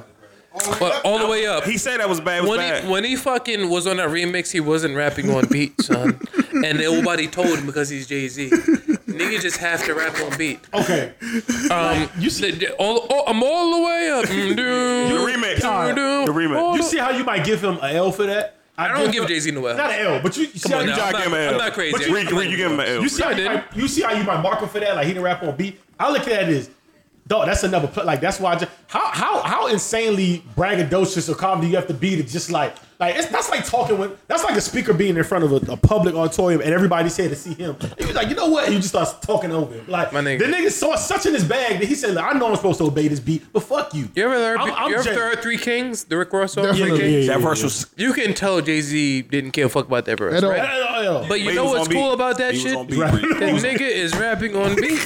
But all the way up. He said that was bad. It was when bad. he when he fucking was on that remix, he wasn't rapping on beat, son. and nobody told him because he's Jay Z. Nigga just have to rap on beat. okay, Oh, Um, you said all, all, I'm all the way up. Mm, the do, remix. Alright. do, The remix. all You the- see how you might give him an L for that? I don't give Jay Z no L. Not an L, but you, you see Come how on you, now. John I'm not- gave him an L. I'm not crazy. But you- I'm not Reed, you give him an L. you see how I you, didn't. might, you see how you might mark him for that. Like he didn't rap on beat. I look at that as, dog. That's another pl- like. That's why. I just, how how how insanely braggadocious or comedy you have to be to just like like it's that's like talking with that's like a speaker being in front of a, a public auditorium and everybody's here to see him. And you're like, you know what? And you just start talking over him. Like My nigga. the nigga saw such in his bag that he said, like, I know I'm supposed to obey this beat, but fuck you. You ever heard, I'm- I'm you ever Jay- heard Three Kings? The Rick Ross song? Definitely. Three Kings? Yeah, yeah, That verse was. You can tell Jay Z didn't care a fuck about that verse, At all. right? L, L, L. But you He know was what's on beat. cool about that He was shit? on beat, Reed. That nigga is rapping on beat.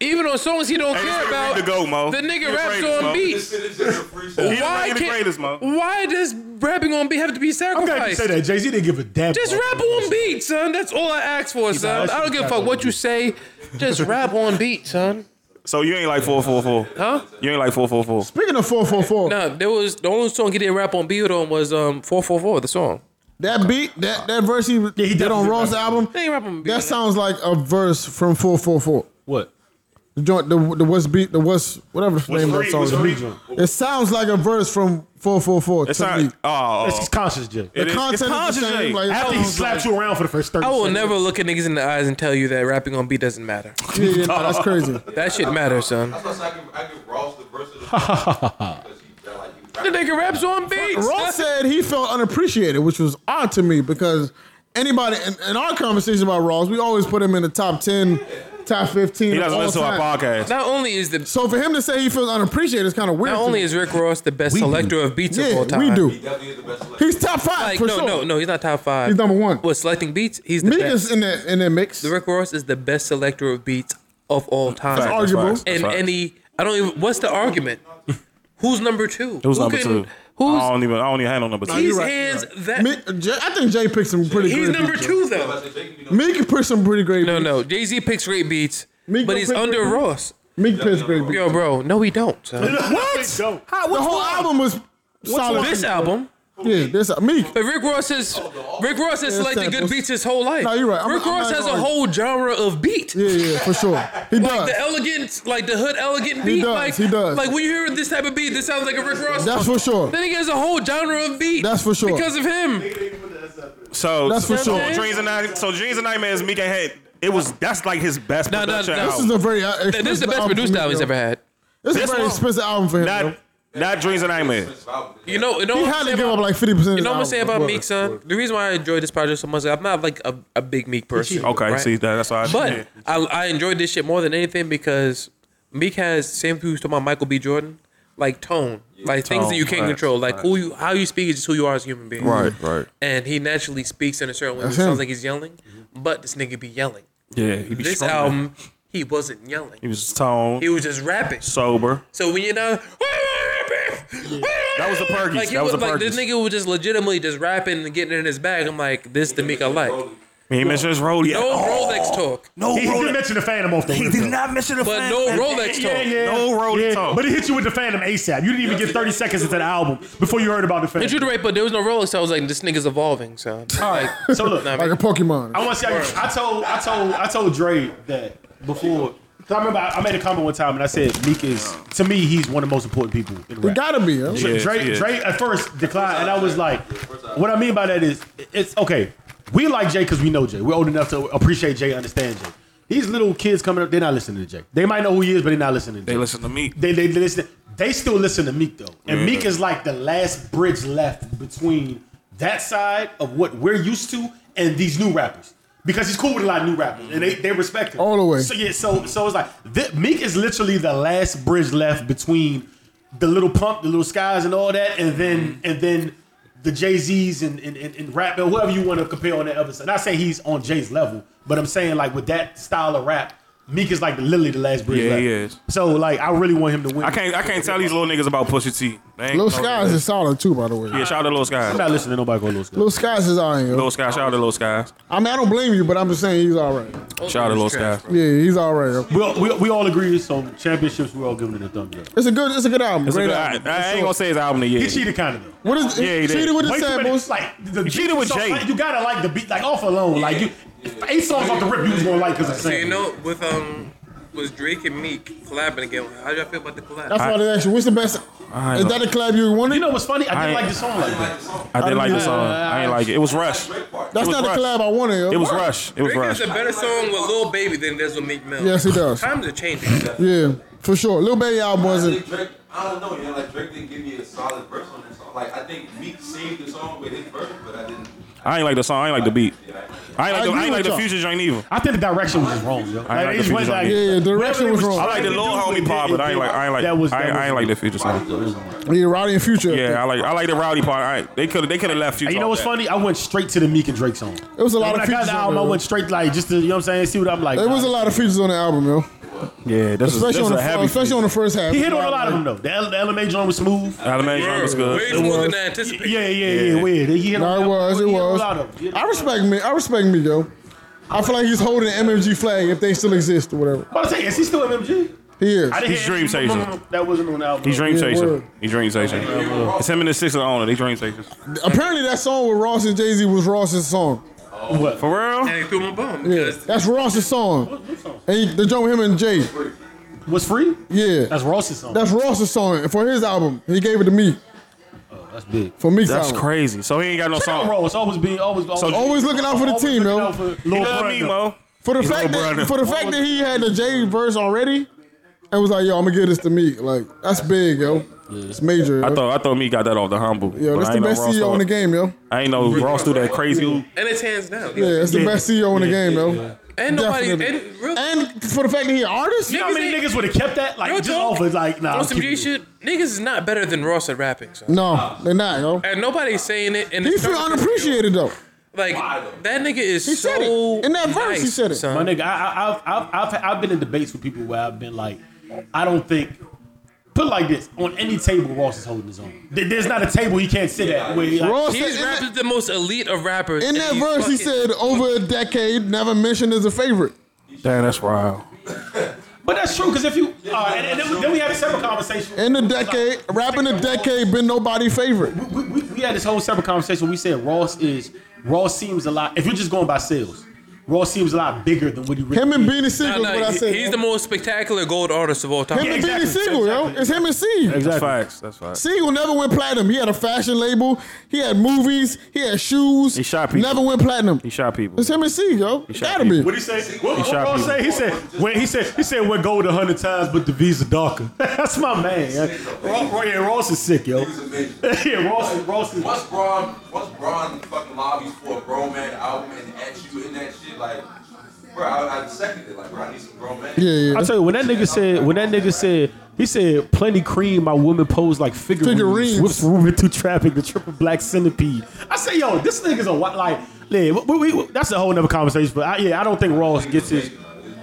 Even on songs he don't Hey, this care nigga about, Reed the GOAT, Mo. the He nigga the raps greatest, Mo. on beat. This shit is just a free show. He the- Why he the can't- greatest, Mo. Why does rapping on beat have to be I'm glad you sacrificed? say that. Jay Z didn't give a damn. Just about rap that. on beat, son. That's all I ask for, son. that I don't shit give a is fuck not what on you say. Just rap on beat, son. So you ain't like four four four. Huh? You ain't like four four four. Speaking of four four four, No, there was the only song he did rap on beat on was um four four four. The song. that beat, that that verse he, he did on definitely Ross rapped. album, They ain't rap on beat. that sounds like a verse from four four four. What? The joint, the the West beat, the West whatever the name of that Reed- song. was is. Reed- It sounds like a verse from four four four. It's not. It's Oh, his conscious, Jay. it is- content it's is the conscious. same, Jay. like- After he sounds slapped you around for the first 30 I will seconds. never look at niggas in the eyes and tell you that rapping on beat doesn't matter. Yeah, yeah, no, that's crazy. That shit matters, son. That's why I said I give, I give Ross the verse of the because he felt like he was The nigga raps on beat. Ross said he felt unappreciated, which was odd to me because anybody in, in our conversation about Ross, we always put him in the top ten, top fifteen. He doesn't of all listen to our time. podcast. Not only is the So for him to say he feels unappreciated is kind of weird. not to only me. is Rick Ross the best do. selector of beats of yeah, all time. we He do. definitely is the best selector. He's top five Like for no, sure. no, no. He's not top five. He's number one. Well, selecting beats, he's the Meek best. is in that in that mix. Rick Ross is the best selector of beats of all time. That's arguable. facts, that's and facts. any I don't even what's the argument? Who's number two? Who's Who number can- two? Who's I don't even. I don't even have no number two. his Oh, you're right, hands you're that Meek- uh, Jay, I think Jay picked some pretty. he's great number beats, two I though. said, Jake, you know, though. Meek picked some pretty great. No, beats. no. Jay Z picks great beats, Meek but don't he's pick under great Ross. Meek picked great. beats. Yo, bro, no, he don't. son. What? The whole album was Solid. This album. Yeah, this Meek. But Rick Ross has Rick Ross has Yeah, selected samples. good beats his whole life. No, you're right. I'm- Rick I'm Ross not has a gonna argue. whole genre of beat. Yeah, yeah, for sure. He Like does. the elegant, like the hood elegant beat. does, like, he does. Like when you hear this type of beat, this sounds like a Rick Ross. That's for sure. Then he has a whole genre of beat. That's for sure. Because of him. So That's for so sure. Dreams and Night, so Dreams and Nightmares, Meek and Head. It was that's like his best No, no, production no. This is album. a very uh, expensive This is the best album for produced Meek, album he's yo. ever had. This is This a very one. expensive album for him. yo. not not Dreams and Nightmares. You know, you know He what I'm had to saying give about- up like fifty percent. You know what I'm saying about Meek, son? The reason why I enjoyed this project so much, I'm not like a, a big Meek person. Okay, right? see that, that's why. I But yeah. I, I enjoyed this shit more than anything because Meek has same people who's talking about Michael B. Jordan, like tone, like things that you can't right, control, like who you how you speak is just who you are as a human being. Right, right. And he naturally speaks in a certain way. It That's him. sounds like he's yelling, but this nigga be yelling. yeah, he be This strong. album, he wasn't yelling. He was tone, He was just rapping. sober. So when you know, that was the Perkins. Like, he That was was the like this Perkins. nigga was just legitimately just rapping and getting it in his bag. I'm like, this the Meek I like. He mentioned his Rolex. No Rolex talk, No He, he did Rolex. mention the Phantom off the He rip, did though. not mention the but fact no that- Rolex Yeah, talk. yeah. No Rolex talk. But he hit you with the Phantom ASAP. You didn't even get 30 seconds into the album before you heard about the Did you Phantom. right? But there was no Rolex. I was like, this nigga's evolving. So All right. So look, Like a Pokemon. I want to see. How you, I told, I told, I told Dre that before. 'cause I remember I, I made a comment one time and I said Meek is to me he's one of the most important people It in rap. gotta be. yo. Dre, Yeah, Dre, yeah. Dre at first declined, and I was like, what I mean by that is, it's okay. We like Jay because we know Jay. We're old enough to appreciate Jay, understand Jay. These little kids coming up, they're not listening to Jay. They might know who he is, but they're not listening to Jay. They listen to Meek. They, they, they listen. They still listen to Meek though, and Meek is like the last bridge left between that side of what we're used to and these new rappers. Because he's cool with a lot of new rappers, and they, they respect him All the way. So yeah, so so it's like thi- Meek is literally the last bridge left between the little pump, the little skies, and all that, and then and then the Jay Z's and and, and and rap and whoever you want to compare on that other side. Not saying he's on Jay's level, but I'm saying like with that style of rap, Meek is like literally the last bridge. Yeah, left. he is. So like, I really want him to win. I can't I can't tell these little niggas about Pusha T. They ain't Lil know Skies that. is solid too, by the way. Yeah, shout out to Lil I'm Skies. not listening to nobody call Lil Skies. Lil Skies is alright, yo. Lil Skies, shout out to Lil Skies. I mean, I don't blame you, but I'm just saying he's alright. Shout out to Lil Skies. Yeah, he's alright, yo. We all, we, we all agree it's on championships. We're all giving it a thumbs up. It's a good, it's a good album. It's a Great good- I, album. I For ain't sure. gonna say his album of the year. He cheated kind of though. What is Yeah, he it? did. Cheated with the Way too many- samples. like the, the cheated with so, Jay. like, you gotta like the beat, like off alone. Like you, eight songs off the rip, you was gonna like because it's So you know, with um, was Drake and Meek collabing again? How y'all feel about the collab? That's why they ask you, what's the best? I Is that a collab you wanted? You know what's funny? I I- didn't like the song like that. I didn't like the song. I ain't like it. It was Rush. That's was not the Rush. collab I wanted, yo. It was Rush. It was Drake Rush. has a better song with Lil Baby than there's with Meek Mill. Yes, he does. Times are changing. Yeah, for sure. Lil Baby album wasn't. Drake, I don't know, yeah, like Drake didn't give me a solid verse on that song. Like I think Meek saved the song with his verse, but I didn't. I ain't like the song. I ain't like the beat. I ain't like the, agree I ain't like with the y'all. future joint either. I think the direction was just wrong, yo. I ain't like the it went features on it. Yeah, yeah, the direction whatever was it wrong. I like the trying little to do, homie it- part, but I it- ain't like I ain't like that was- I, ain't, that I ain't was- like the future song. Yeah, Roddy and Future. I Yeah, I like I like the rowdy part. I they could they could have left you. And you know what's funny? I went straight to the Meek and Drake song. It was a lot when of I got features the on album. I there, went straight like just to you know what I'm saying. See what I'm like. There was a lot of features on the album, yo. Yeah, this is Especially this on is the a heavy. especially on the first half. He hit on a lot of them though. The, L- the LMA joint was smooth. Alabama joint was Way good. smoother than I anticipated. Yeah, yeah, yeah, weird. He hit No, on it was, it he hit on was. A lot of them. I respect me. I respect me, yo. I feel like he's holding the MMG flag if they still exist or whatever. But I say, is he still MMG? He is. I didn't He's hear- Dream Chaser. That wasn't on the album. He dream Yeah, chaser. word. He dream chaser. It's him and the six of the owner. They dream chasers. Apparently, that song with Ross and Jay Z was Ross's song. What? For real? And he threw him a bone Yeah, because that's Ross's song. And he, the joint with him and Jay. Was free? Yeah, That's Ross's song. that's Ross's song for his album. He gave it to me That's big. for me. That's crazy. So he ain't got no Shout out song. Ross. Always being always always, Always looking out for the always team, looking yo. out for You Lil love me, Brother. Mo. For the He's fact Lil that Brother. for the fact that he had the Jay verse already, and was like, "Yo, I'm gonna get this to me." Like that's big, yo. It's major. Yo, I thought I thought me got that off the humble. yo but that's I the ain't know best Ross CEO in thought- the game, yo. I ain't know Ross do that crazy. and it's hands down. Yeah, it's the Yeah. best CEO in the game, yo. And nobody. And, Definitely. real, And for the fact that he an artist, You know how many niggas would have kept that? Like Real just talk. off of like nah. on I'm some G keeping it. shit, niggas is not better than Ross at rapping. son. no, they're not, yo. And nobody's saying it. And He it's feel not- unappreciated though. Like that nigga is He so said it. In that verse, he nice, said it. son. My nigga, I, I, I've, I've, I've, I've been in debates with people where I've been like, I don't think. Put it like this: on any table, Ross is holding his own. There- There's not a table he can't sit at. Where he like, Ross said, He's in rapping that, the most elite of rappers. in and that he's verse, he fucking- said over a decade, never mentioned as a favorite. Damn, that's wild. But that's true because if you all right, and, and then, then we had a separate conversation In the decade, rap in the decade been nobody favorite. We, we, we had this whole separate conversation. where We said Ross is Ross seems a lot. If you're just going by sales, Ross seems a lot bigger than what he really. Him and is. Beanie Siegel is what I he- said. he's the most spectacular gold artist of all time. him and exactly, Beanie Siegel, yo. exactly. It's him and Siegel. That's facts. That's facts. Siegel never went platinum. He had a fashion label. He had movies. He had shoes. He shot people. Never went platinum. He shot people. It's him and Siegel. yo. It shot gotta people. be. What he say? What, what shot Ross people. say? He said when he said he said went gold a hundred times, but the V's are darker. That's my man. Yeah. Ross, Ross- yeah, Ross is sick, yo. He's amazing. yeah, Ross, is- Ross is. What's Braun? What's Braun fucking lobbies for a grown man album and at you in that shit? Like, bro, I, I second it. Like, bro, I need some grown man. Yeah, yeah. I tell you when that nigga said when that nigga said he said plenty cream my woman pose like figurines, Figurines. whips moving through traffic the triple black centipede I say yo this nigga's a what like yeah, we, we, we- that's a whole nother conversation but I, yeah I don't think Ross gets his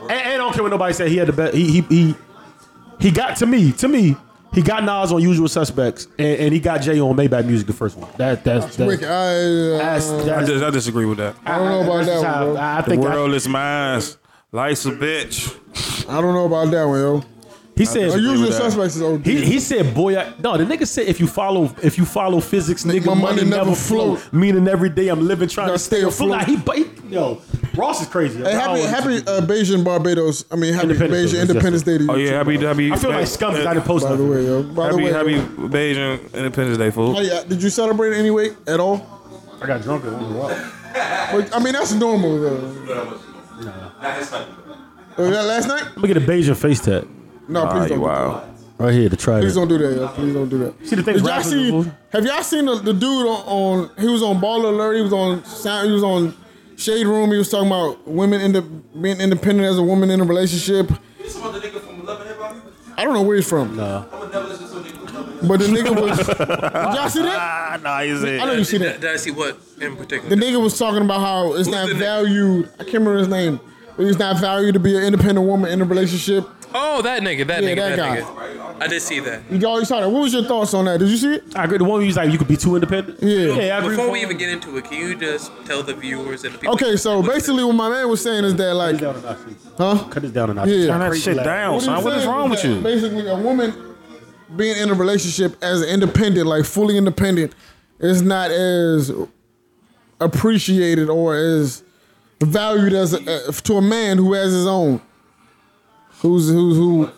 and, and I don't care what nobody said he had the best he he he, he got to me to me he got Nas on Usual Suspects and, and he got Jay on Maybach Music the first one that that's that's, Wick, that's, I, uh, that's, I, dis- I disagree with that. I don't know about that how- one, bro. I, I The think I, world is mine. Life's a bitch. I don't know about that one, yo. he said Our usual that. suspects is OD. He, he said, "Boy, I, no." The nigga said, "If you follow, if you follow physics, nigga, my money, never, flow. Meaning every day I'm living trying Gotta to stay stay afloat. afloat. Like, he, but he, yo, Ross is crazy. hey, I happy don't- happy uh, Bayesian Barbados. I mean, happy Independence Day, Bayesian Independence Day to you. Oh yeah, happy happy. I feel like scum. I didn't post By the nothing. way, yo. By the Happy way, happy yo. Beijing Independence Day, fool. Hey, uh, did you celebrate it anyway at all? I got drunk at one of the But, I mean, that's normal though. Not his type. Uh, that last night? Let me get a Bayesian face tat No, please don't. do that. wow. right here to try Please it. don't do that, yo. Please don't do that. See, the thing Did is, y'all rappers see? is- Have y'all seen the, the dude on, on? He was on Ball Alert. He was on Sound. He was on Shade Room. He was talking about women in the, being independent as a woman in a relationship. This about the nigga from Love and Hip Hop. I don't know where he's from, I would never listen to a nigga from Love and Hip but the nigga was. Did y'all see that? Ah, nah, you I know you said. see that. Did I see what in particular? The nigga was talking about how it's not the nigga? valued. I can't remember his name, but it's not valued to be an independent woman in a relationship. oh, that nigga, that Yeah, nigga, that that, guy. nigga. I did see that. You always saw that. What was your thoughts on that? Did you see it? I agree. The one where you was like, you could be too independent. Yeah. yeah I Before agree. with we Ross. even get into it, can you just tell the viewers and the people? Okay, so basically what my man was saying is that like, Cut this down a notch, please. huh? Cut this down a notch. Yeah. Turn that shit down, son. What is saying wrong is with that you? Basically, a woman being in a relationship as an independent, like fully independent, is not as appreciated or as valued as a, uh, to a man who has his own. Who's who's who?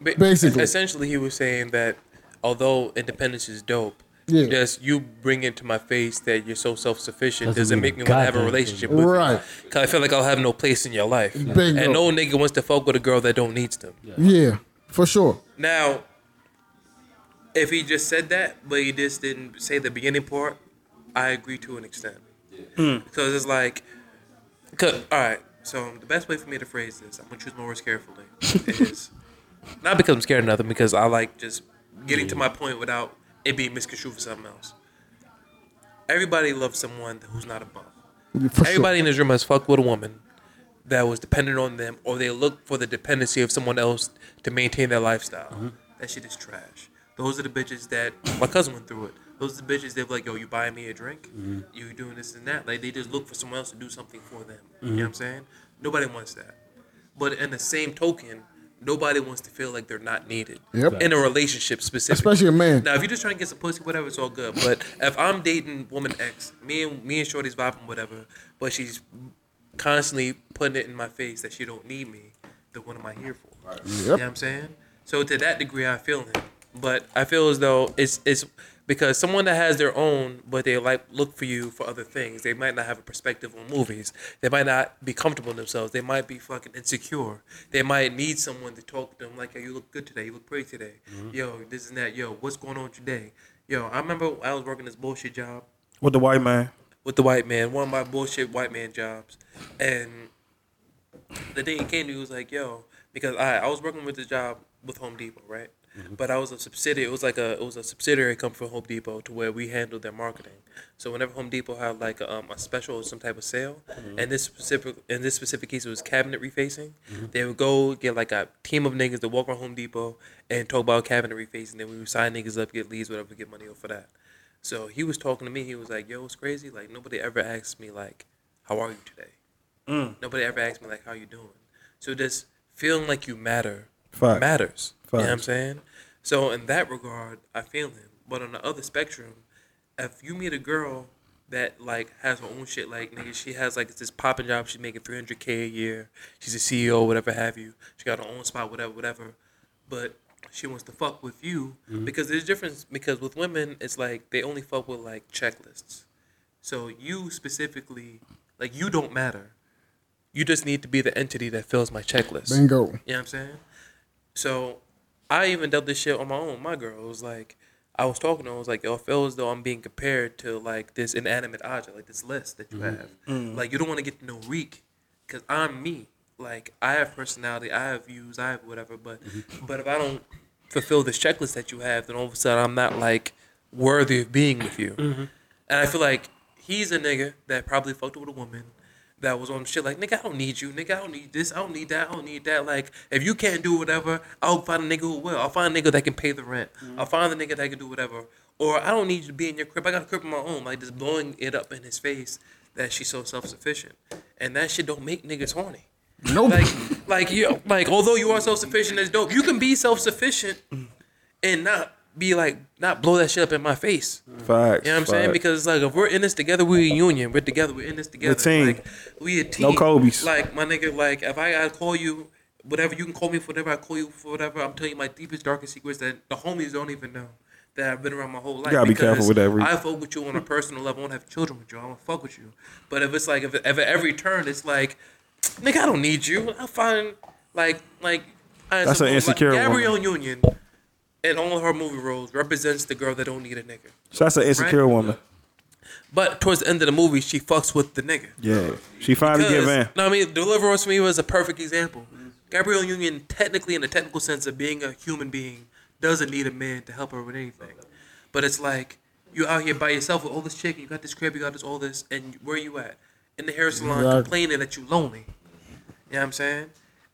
Ba- Basically. essentially, he was saying that although independence is dope, Yeah. just you bring it to my face that you're so self sufficient Doesn't doesn't mean make me want to have a goddamn relationship thing. with Right. you. Cause I feel like I'll have no place in your life, Bingo. and no nigga wants to fuck with a girl that don't needs them. Yeah, for sure. Now, if he just said that, but he just didn't say the beginning part, I agree to an extent. Because it's like, 'cause- all right, so the best way for me to phrase this, I'm going to choose my words carefully, is not because I'm scared of nothing, because I like just getting to my point without it being misconstrued for something else. Everybody loves someone who's not a bum. For sure. Everybody in this room has fucked with a woman that was dependent on them, or they look for the dependency of someone else to maintain their lifestyle. Mm-hmm. That shit is trash. Those are the bitches that my cousin went through it. Those are the bitches that were like, yo, you buying me a drink? Mm-hmm. You doing this and that? Like they just look for someone else to do something for them. You Mm-hmm. know what I'm saying? Nobody wants that. But in the same token, nobody wants to feel like they're not needed. Yep. In a relationship specifically. Especially a man. Now, if you're just trying to get some pussy, whatever, it's all good. But if I'm dating woman X, me and me and Shorty's vibing, whatever, but she's constantly putting it in my face that she don't need me, then what am I here for? You know what I'm saying? So to that degree, I feel it. But I feel as though it's it's because someone that has their own, but they like look for you for other things. They might not have a perspective on movies. They might not be comfortable in themselves. They might be fucking insecure. They might need someone to talk to them like, "Hey, you look good today. You look pretty today. Yo, this and that. Yo, what's going on today? Yo, I remember I was working this bullshit job With the white man. with the white man, one of my bullshit white man jobs. And the thing it came to me was like, yo, because I I was working with the job with Home Depot, right? But I was a subsidiary. It was like a it was a subsidiary come from Home Depot to where we handled their marketing. So whenever Home Depot had like um, a special or some type of sale, and this specific in this specific case it was cabinet refacing, they would go get like a team of niggas to walk around Home Depot and talk about cabinet refacing. Then we would sign niggas up, get leads, whatever, get money for that. So he was talking to me. He was like, "Yo, it's crazy. Like nobody ever asked me like, how are you today? Nobody ever asked me like, how you doing? So just feeling like you matter Facts. matters. You know what I'm Facts. saying? So in that regard, I feel him. But on the other spectrum, if you meet a girl that like has her own shit, like nigga, she has like this popping job, she's making 300k a year, she's a CEO, whatever have you, she got her own spot, whatever, whatever, but she wants to fuck with you Mm-hmm. because there's difference because with women it's like they only fuck with like checklists. So you specifically, like you don't matter. You just need to be the entity that fills my checklist. Bingo. You know what I'm saying? So I even dealt this shit on my own. My girl It was like, I was talking to her, I was like, yo, I feel as though I'm being compared to like this inanimate object, like this list that you have. Like, you don't want to get to know Reek because I'm me. Like, I have personality, I have views, I have whatever. But, but if I don't fulfill this checklist that you have, then all of a sudden I'm not like worthy of being with you. And I feel like he's a nigga that probably fucked with a woman that was on shit like, nigga, I don't need you. Nigga, I don't need this. I don't need that. I don't need that. Like, if you can't do whatever, I'll find a nigga who will. I'll find a nigga that can pay the rent. I'll find a nigga that can do whatever. Or I don't need you to be in your crib. I got a crib of my own. Like, just blowing it up in his face that she's so self sufficient. And that shit don't make niggas horny. Nope. Like, like you, like although you are self sufficient, that's dope. You can be self sufficient and not be like, not blow that shit up in my face. Facts. You know what I'm saying? facts. Because it's like if we're in this together, we're a union. We're together. We're in this together. team. Like we a team. Kobe's. Like my nigga. Like if I gotta call you, whatever you can call me for whatever I call you for whatever. I'm telling you my deepest darkest secrets that the homies don't even know that I've been around my whole life. gotta be because careful with that, Reed. I fuck with you on a personal level. I won't have children with you. I won't fuck with you. But if it's like if, if at every turn it's like, nigga, I don't need you. I find like like I That's an insecure like, woman. Gabrielle Union. In all her movie roles, represents the girl that don't need a nigga. So that's an insecure Right? woman. But towards the end of the movie, she fucks with the nigga. Yeah. She finally give in. Because- No, I mean, Deliverance for me was a perfect example. Gabrielle Union, technically, in the technical sense of being a human being, doesn't need a man to help her with anything. But it's like, you out here by yourself with all this chicken, you got this crib, you got this, all this, and where you at? In the hair salon Exactly. complaining that you lonely. You know what I'm saying?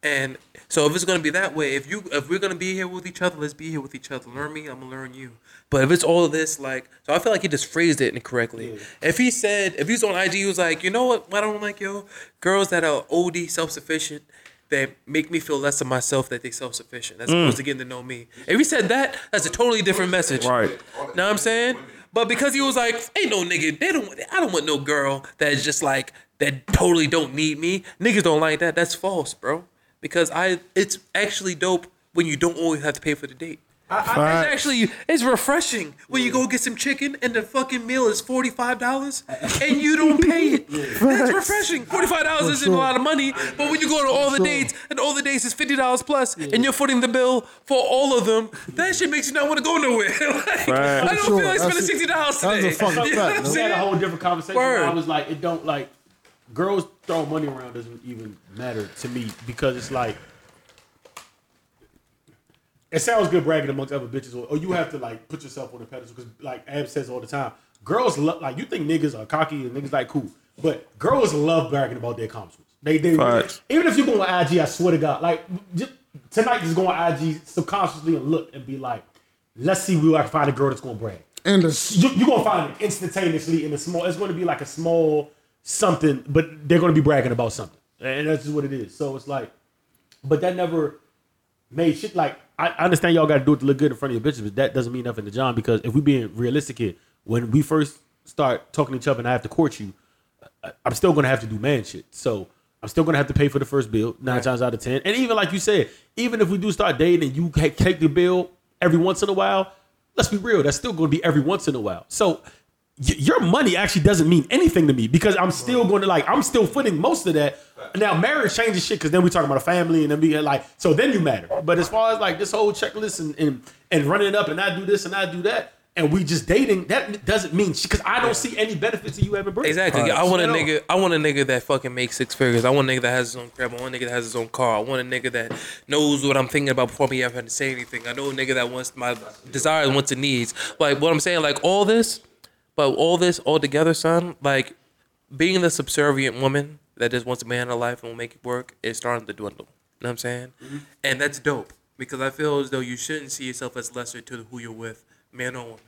And so if it's gonna be that way, if you if we're gonna be here with each other, let's be here with each other. Learn me, I'm gonna learn you. But if it's all of this, like, so I feel like he just phrased it incorrectly. If he said, if he's on IG, he was like, you know what? Why don't like yo girls that are OD self sufficient that make me feel less of myself that they self sufficient as opposed to getting to know me. If he said that, that's a totally different message. Right. Know what I'm saying? But because he was like, ain't no nigga, they don't I don't want no girl that is just like that totally don't need me. Niggas don't like that. That's false, bro. Because I it's actually dope when you don't always have to pay for the date. Facts. It's actually it's refreshing when you go get some chicken and the fucking meal is forty five dollars and you don't pay it. That's refreshing. Forty five dollars isn't a lot of money, but when you go to all the dates and all the dates is fifty dollars plus and you're footing the bill for all of them, that shit makes you not want to go nowhere. like, I don't Sure, feel like spending that's a- sixty dollars that's a today. fucked You know up what fact, I'm We had a saying? whole different conversation. Word. where I was like, it don't like girls throwing money around doesn't even matter to me because it's like it sounds good bragging amongst other bitches, or, or you have to like put yourself on the pedestal because like Ab says all the time, girls love like you think niggas are cocky and niggas like cool, but girls love bragging about their accomplishments. They they Facts. even if you go on IG, I swear to God, like just, tonight just go on IG subconsciously and look and be like, let's see where I can find a girl that's gonna brag And the you, you're gonna find it instantaneously in a small. It's gonna be like a small something, but they're gonna be bragging about something, and that's just what it is. So it's like, but that never made shit. Like I, I understand y'all got to do it to look good in front of your bitches, but that doesn't mean nothing to John because if we being realistic here, when we first start talking to each other and I have to court you, I- I'm still gonna have to do man shit. So I'm still gonna have to pay for the first bill nine times out of ten. And even like you said, even if we do start dating and you ca- take the bill every once in a while, let's be real, that's still gonna be every once in a while. So y- your money actually doesn't mean anything to me because I'm still going to like I'm still footing most of that. Now marriage changes shit because then we talking about a family and then we like so then you matter. But as far as like this whole checklist and and, and running it up and I do this and I do that and we just dating that doesn't mean because I don't see any benefits of you having bread. Exactly. I want a At all. nigga. I want a nigga that fucking makes six figures. I want a nigga that has his own crib. I want a nigga that has his own car. I want a nigga that knows what I'm thinking about before me ever had to say anything. I know a nigga that wants my desires, wants and needs. Like what I'm saying. Like all this, but all this all together, son. Like being the subservient woman that just wants a man in her life and will make it work is starting to dwindle. You know what I'm saying? Mm-hmm. And that's dope because I feel as though you shouldn't see yourself as lesser to who you're with, man or woman.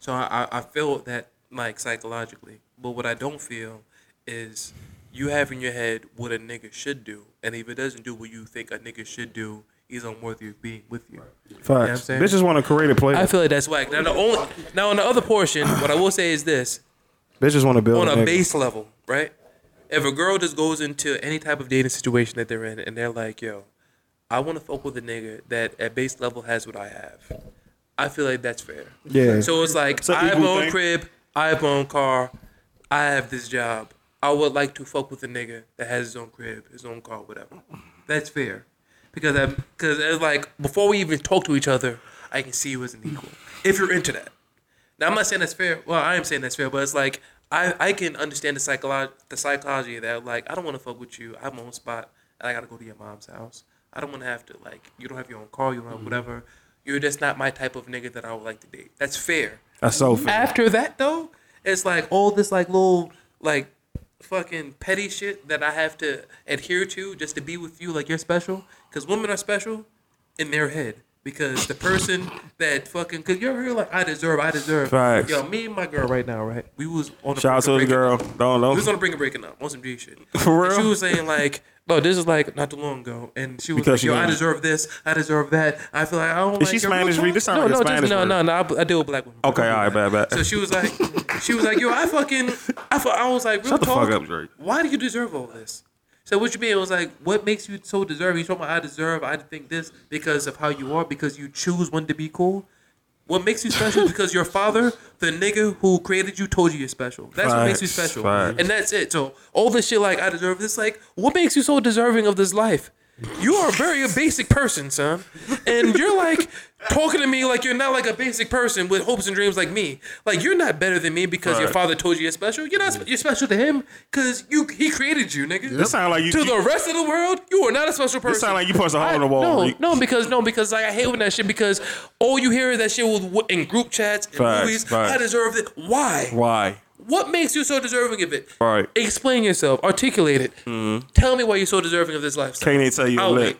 So I, I, I feel that like psychologically. But what I don't feel is you have in your head what a nigga should do, and if it doesn't do what you think a nigga should do, he's unworthy of being with you. what I'm Facts. saying? Bitches want a creative player. I feel like that's whack. Now the only now on the other portion, what I will say is this: Bitches want to on build a nigga. base level, right? If a girl just goes into any type of dating situation that they're in, and they're like, "Yo, I want to fuck with a nigga that at base level has what I have," I feel like that's fair. Yeah. So it's like an I have equal my own thing. crib, I have my own car, I have this job. I would like to fuck with a nigga that has his own crib, his own car, whatever. That's fair, because I because it's like before we even talk to each other, I can see you as an equal. If you're into that, now I'm not saying that's fair. Well, I am saying that's fair, but it's like I, I can understand the psychology the psychology of that like I don't want to fuck with you. I have my own spot, and I gotta go to your mom's house. I don't want to have to like you don't have your own car, you don't have whatever. You're just not my type of nigga that I would like to date. That's fair. That's so fair. After that though, it's like all this like little like fucking petty shit that I have to adhere to just to be with you like you're special cuz women are special in their head because the person that fucking cuz you're here like I deserve I deserve Facts. yo me and my girl right now right we was on the Shout out brink of to the breaking- girl. Don't we was know. on the brink of breaking up on some G shit For And she real? was saying like no, this is like not too long ago, and she was Because like, "Yo, she- I deserve this, I deserve that. I feel like I don't." Is like she your real Spanish, Reed? talk." This sound no, like a no, Spanish just, no, word. no, no, I, I deal with black women. Okay, all right, bad, bad. So she was like, she was like, yo, I fucking, I, fu- I was like, real Shut the talk, fuck up, Drake. Why do you deserve all this? So what you mean? It was like, what makes you so deserving? You told me I deserve. I think this because of how you are, because you choose when to be cool. What makes you special? is because your father, the nigga who created you, told you you're special. That's what makes you Facts, special, facts. and that's it. So all this shit, like I deserve this. Like, what makes you so deserving of this life? You are a very basic person, son, and you're like talking to me like you're not like a basic person with hopes and dreams like me. Like you're not better than me because your Right. father told you you're special. You're not. spe- You're special to him because you he created you, nigga. This sound like you- to you- the rest of the world. You are not a special person. It sound like you punched a hole I- in the wall. No, Reed. no, because no, because like I hate when that shit because all you hear is that shit with, in group chats and Facts, movies. facts. I deserve it. Why? Why? What makes you so deserving of it? Right. Explain yourself. Articulate it. Tell me why you're so deserving of this lifestyle. Can't even tell you a I'll lick.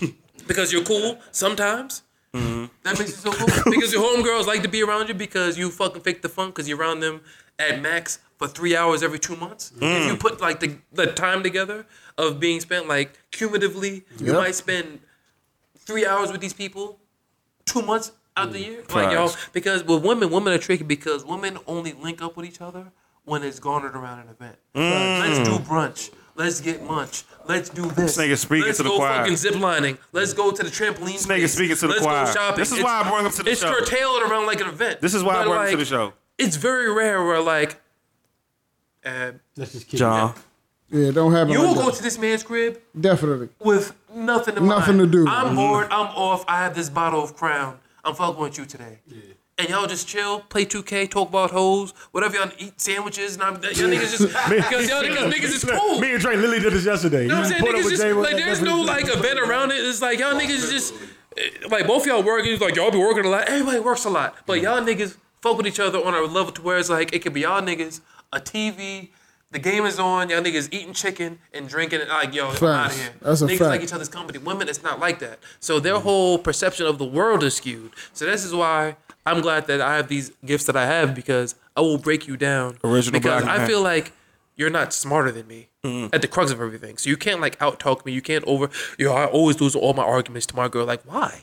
wait. because you're cool sometimes. That makes you so cool. because your homegirls like to be around you because you fucking fake the funk because you're around them at max for three hours every two months. If you put like the, the time together of being spent like cumulatively, you Yep. might spend three hours with these people, two months out the year. Like y'all, Facts. because with women, women are tricky because women only link up with each other when it's garnered around an event. Let's do brunch. Let's get munch. Let's do This this. nigga speaking Let's to the go choir. fucking zip lining. Let's go to the trampoline. This nigga space. speaking to the Let's choir. Go shopping. This is It's- why I brought him to the it's show. curtailed around like an event. This is why I But, brought him to like, the show. It's very rare where like. Uh, Let's just keep John. Yeah, don't happen. you like will go that. to this man's crib Definitely. with nothing to Nothing mind. to do. Mm-hmm. I'm bored. I'm off. I have this bottle of Crown. I'm fucking with you today. And y'all just chill, play 2K, talk about hoes, whatever y'all eat sandwiches, and I'm, y'all niggas just because y'all niggas, niggas is cool. Me and Drake literally did this yesterday. You know what I'm saying? Niggas just, like, there's no, like, event around it. It's like, y'all niggas just, eh, like, both y'all work. It's like, y'all be working a lot. Everybody works a lot. But y'all niggas fuck with each other on a level to where it's like, it could be y'all niggas, a TV, the game is on, y'all niggas eating chicken and drinking, and like, yo, I'm out Facts. of here. That's a niggas fact. like each other's company. Women, it's not like that. So their Mm-hmm. whole perception of the world is skewed. So this is why I'm glad that I have these gifts that I have because I will break you down. Original Because black I man. Mm-hmm. feel feel like you're not smarter than me at the crux of everything. So you can't like out talk me. You can't over. Yo, I always lose all my arguments to my girl. Like why?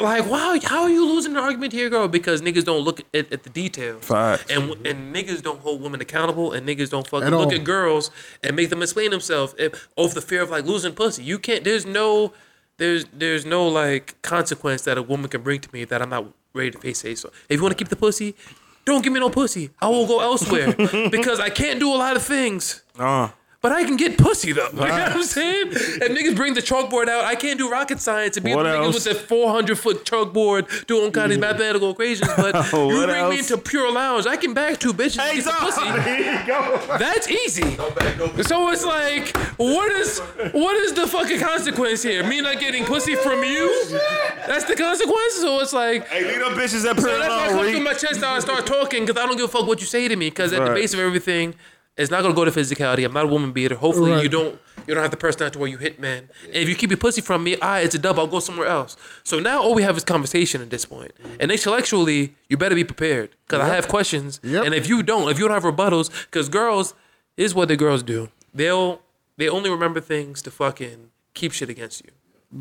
like wow, how are you losing an argument here, girl? Because niggas don't look at, at the details. Facts. And w- and niggas don't hold women accountable, and niggas don't fucking At look all. at girls and make them explain themselves if, over the fear of like losing pussy. You can't. There's no. There's there's no like consequence that a woman can bring to me that I'm not ready to face. face. So if you want to keep the pussy, don't give me no pussy. I will go elsewhere because I can't do a lot of things. Uh, But I can get pussy though. You know what I'm saying? If niggas bring the chalkboard out, I can't do rocket science and be What the niggas else? with the 400 foot chalkboard doing kind of these mathematical equations. But you What bring me else? into pure lounge, I can bag two bitches and get some pussy. That's easy. So it's like, what is what is the fucking consequence here? Me not getting pussy from you? That's the consequence. So it's like, Hey, leave them bitches up so here that's why I alone, come Reed. through my chest out and start talking because I don't give a fuck what you say to me because at the Right. base of everything, it's not gonna go to physicality. I'm not a woman beater. Hopefully you Right. don't you don't have the personality where you hit man. And if you keep your pussy from me, ah, it's a dub. I'll go somewhere else. So now all we have is conversation at this point. And intellectually, you better be prepared because I have questions. Yep. And if you don't, if you don't have rebuttals, because girls. Here's what the girls do. They'll they only remember things to fucking keep shit against you.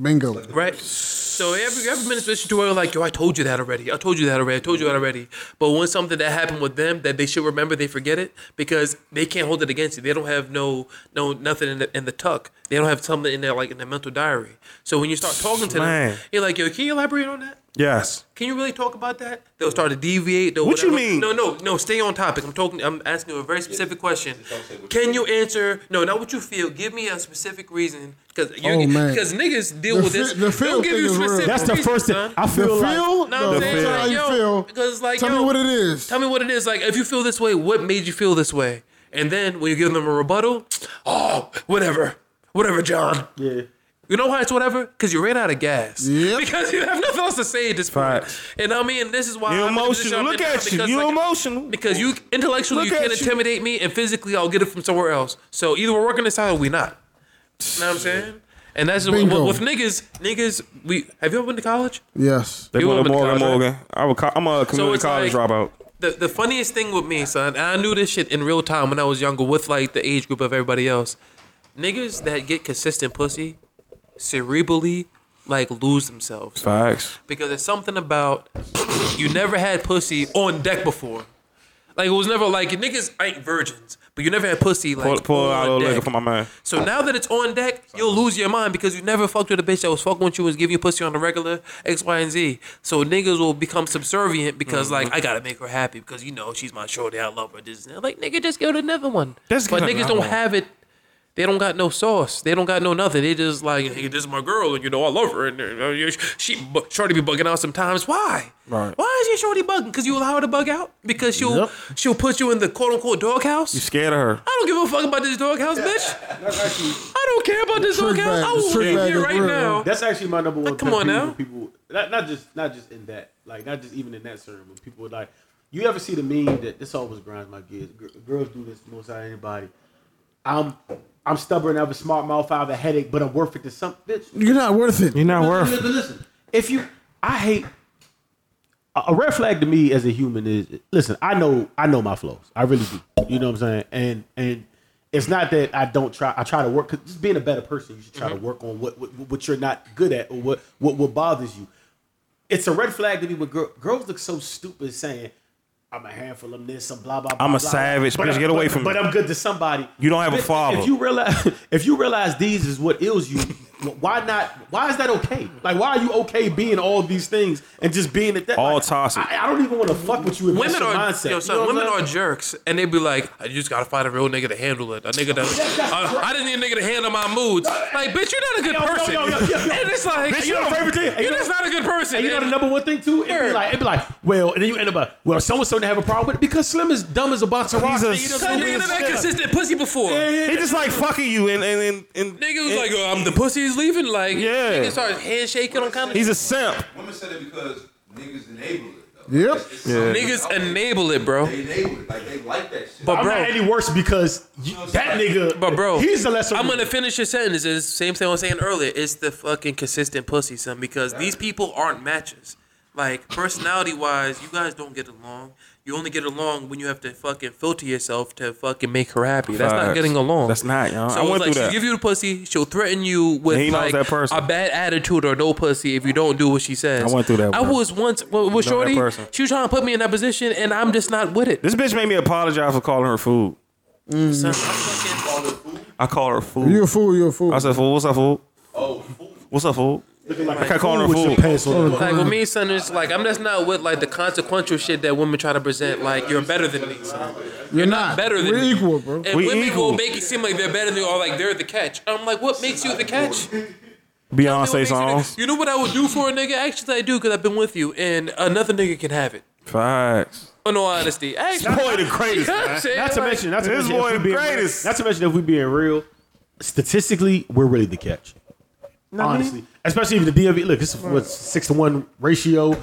Bingo. Right? So every every administration to where you're like, yo, I told you that already. I told you that already. I told you that already. But when something that happened with them that they should remember, they forget it because they can't hold it against you. They don't have no no nothing in the in the tuck. They don't have something in their like in their mental diary. So when you start talking to Man. them, you're like, yo, can you elaborate on that? Yes. Can you really talk about that? They'll start to deviate. They'll What you whatever. mean? No, no, no. Stay on topic. I'm talking. I'm asking you a very specific question. Can you answer? No, not what you feel. Give me a specific reason. Because Oh, man. because niggas deal The with fe- this. the feel They'll give thing you is real. specific. That's the reasons, first thing. son. I The feel like feel? No, the I'm saying feel. like, How you yo, feel. because it's like, Tell yo, me what it is. Tell me what it is. Like, if you feel this way, what made you feel this way? And then when you give them a rebuttal, oh, whatever, whatever, John. yeah. You know why it's whatever? Because you ran out of gas. Yep. Because you have nothing else to say at this point. Facts. And I mean, this is why You I'm in the position emotional. I'm Look in now at you. because, You like, emotional. Because you intellectually Look you can't at you. intimidate me, and physically I'll get it from somewhere else. So either we're working this out or we not. You know what I'm saying? And that's what, Bingo. with niggas. Niggas, we have you ever been to college? Yes. They You put went with a Morgan college, Morgan. I would co- I'm a community it's college like- dropout. The, the funniest thing with me, son, and I knew this shit in real time when I was younger with like the age group of everybody else. Niggas that get consistent pussy cerebrally like lose themselves. Facts. because there's something about you never had pussy on deck before. Like it was never like niggas ain't virgins, but you never had pussy like Pull, pull on out a little deck. liquor for my man. So now that it's on deck, you'll lose your mind because you never fucked with a bitch that was fucking with you was giving you pussy on the regular X, Y, and Z. So niggas will become subservient because Mm-hmm. like I gotta make her happy because you know she's my shorty, I love her. This and that. like nigga, just get another one. Just but get niggas another don't one. have it. They don't got no sauce. They don't got no nothing. They just like, hey, this is my girl, and you know I love her, and uh, you- she bu- shorty be bugging out sometimes. Why? Right. Why is your shorty bugging? Because you allow her to bug out? Because she'll Yep. she'll put you in the quote unquote doghouse. You scared of her. I don't give a fuck about this doghouse, bitch. I don't care about this Trick doghouse. bag, I will trick leave bag you is right real. now. That's actually my number one. Like, come pet on peeve now. with People, not, not just not just in that, like not just even in that certain, but people would like, you ever see the meme that this always grinds my gears. Gr- girls do this the most out of anybody. I'm I'm stubborn. I have a smart mouth. I have a headache, but I'm worth it to some bitch. You're not worth it. You're not Listen, worth it. listen, listen. If you, I hate. a- A red flag to me as a human is listen. I know I know my flaws. I really do. You know what I'm saying? And and it's not that I don't try. I try to work. Cause just being a better person, you should try Mm-hmm. to work on what, what what you're not good at or what what what bothers you. It's a red flag to me. But girl, girls look so stupid saying. I'm a handful of this, some blah blah. blah I'm blah, a savage, blah, bitch, I'm- get away but- from But me. I'm good to somebody. You don't have a Bitch, father. If you realize if you realize these is what ills you, why not? Why is that okay? Like, why are you okay being all these things and just being at that? All like, toxic. I, I don't even want to fuck with you. If Women are mindset. yo, son, You know what women I'm are saying? jerks, and they be like, "I just gotta find a real nigga to handle it. A nigga that uh, I, I didn't need a nigga to handle my moods. Like, bitch, you're not a good Yo, yo, person. yo, yo, yo, yo. And it's like, Bitch, you know yo, the favorite thing? And you You're know- just not a good person. And you know And- the number one thing too? It'd be Sure. like, it'd be like, well, and then you end up like, well, so and so didn't have a problem with it because Slim is dumb as a box of rocks. a and he doesn't Son, do nigga this never had shit. consistent pussy before. He just like fucking you and and and, and Nigga was like, oh, I'm the pussy is leaving. Like, Yeah. nigga started handshaking on kind of he's a simp. Women said it because niggas enable it. Though. Yep. It's- it's something niggas out there. enable it, bro. They enable it. Like they like that shit. But I'm bro, not any worse because you, that nigga. But bro, he's the lesser. I'm evil. gonna finish your sentence. It's the same thing I was saying earlier. It's the fucking consistent pussy, son. Because these people aren't matches. Like personality wise, you guys don't get along. You only get along when you have to fucking filter yourself to fucking make her happy. That's not Facts. getting along. That's not, yo. I it's went like, through she that. give you the pussy, she'll threaten you with And he knows like that person. a bad attitude or no pussy if you don't do what she says. I went through that I one. was once well, with You know that Shorty. person. She was trying to put me in that position, and I'm just not with it. This bitch made me apologize for calling her food. Mm. son. I fucking- I call her food. You're a fool. You're a fool. I said, fool, what's up, fool? Oh, What's up, fool? I kept calling her With your fool. pants on. Like with me, son, it's like I'm just not with like the consequential shit that women try to present. Like you're better than me, son. You're not. Better than We're me. equal, bro. And We women equal. will make it seem like they're better than you, or like they're the catch. I'm like, what makes you the catch? What makes Beyonce you the- songs. You know what I would do for a nigga? Actually, I do because I've been with you, and another nigga can have it. Facts. In all honesty, actually, Boy, the greatest, You know what I'm man. saying? Not to Like, mention, not to This mention, boy if we being greatest. Real, not to mention, if we being real, statistically, we're really the catch. Honestly, especially if the DMV look, this is what's six to one ratio.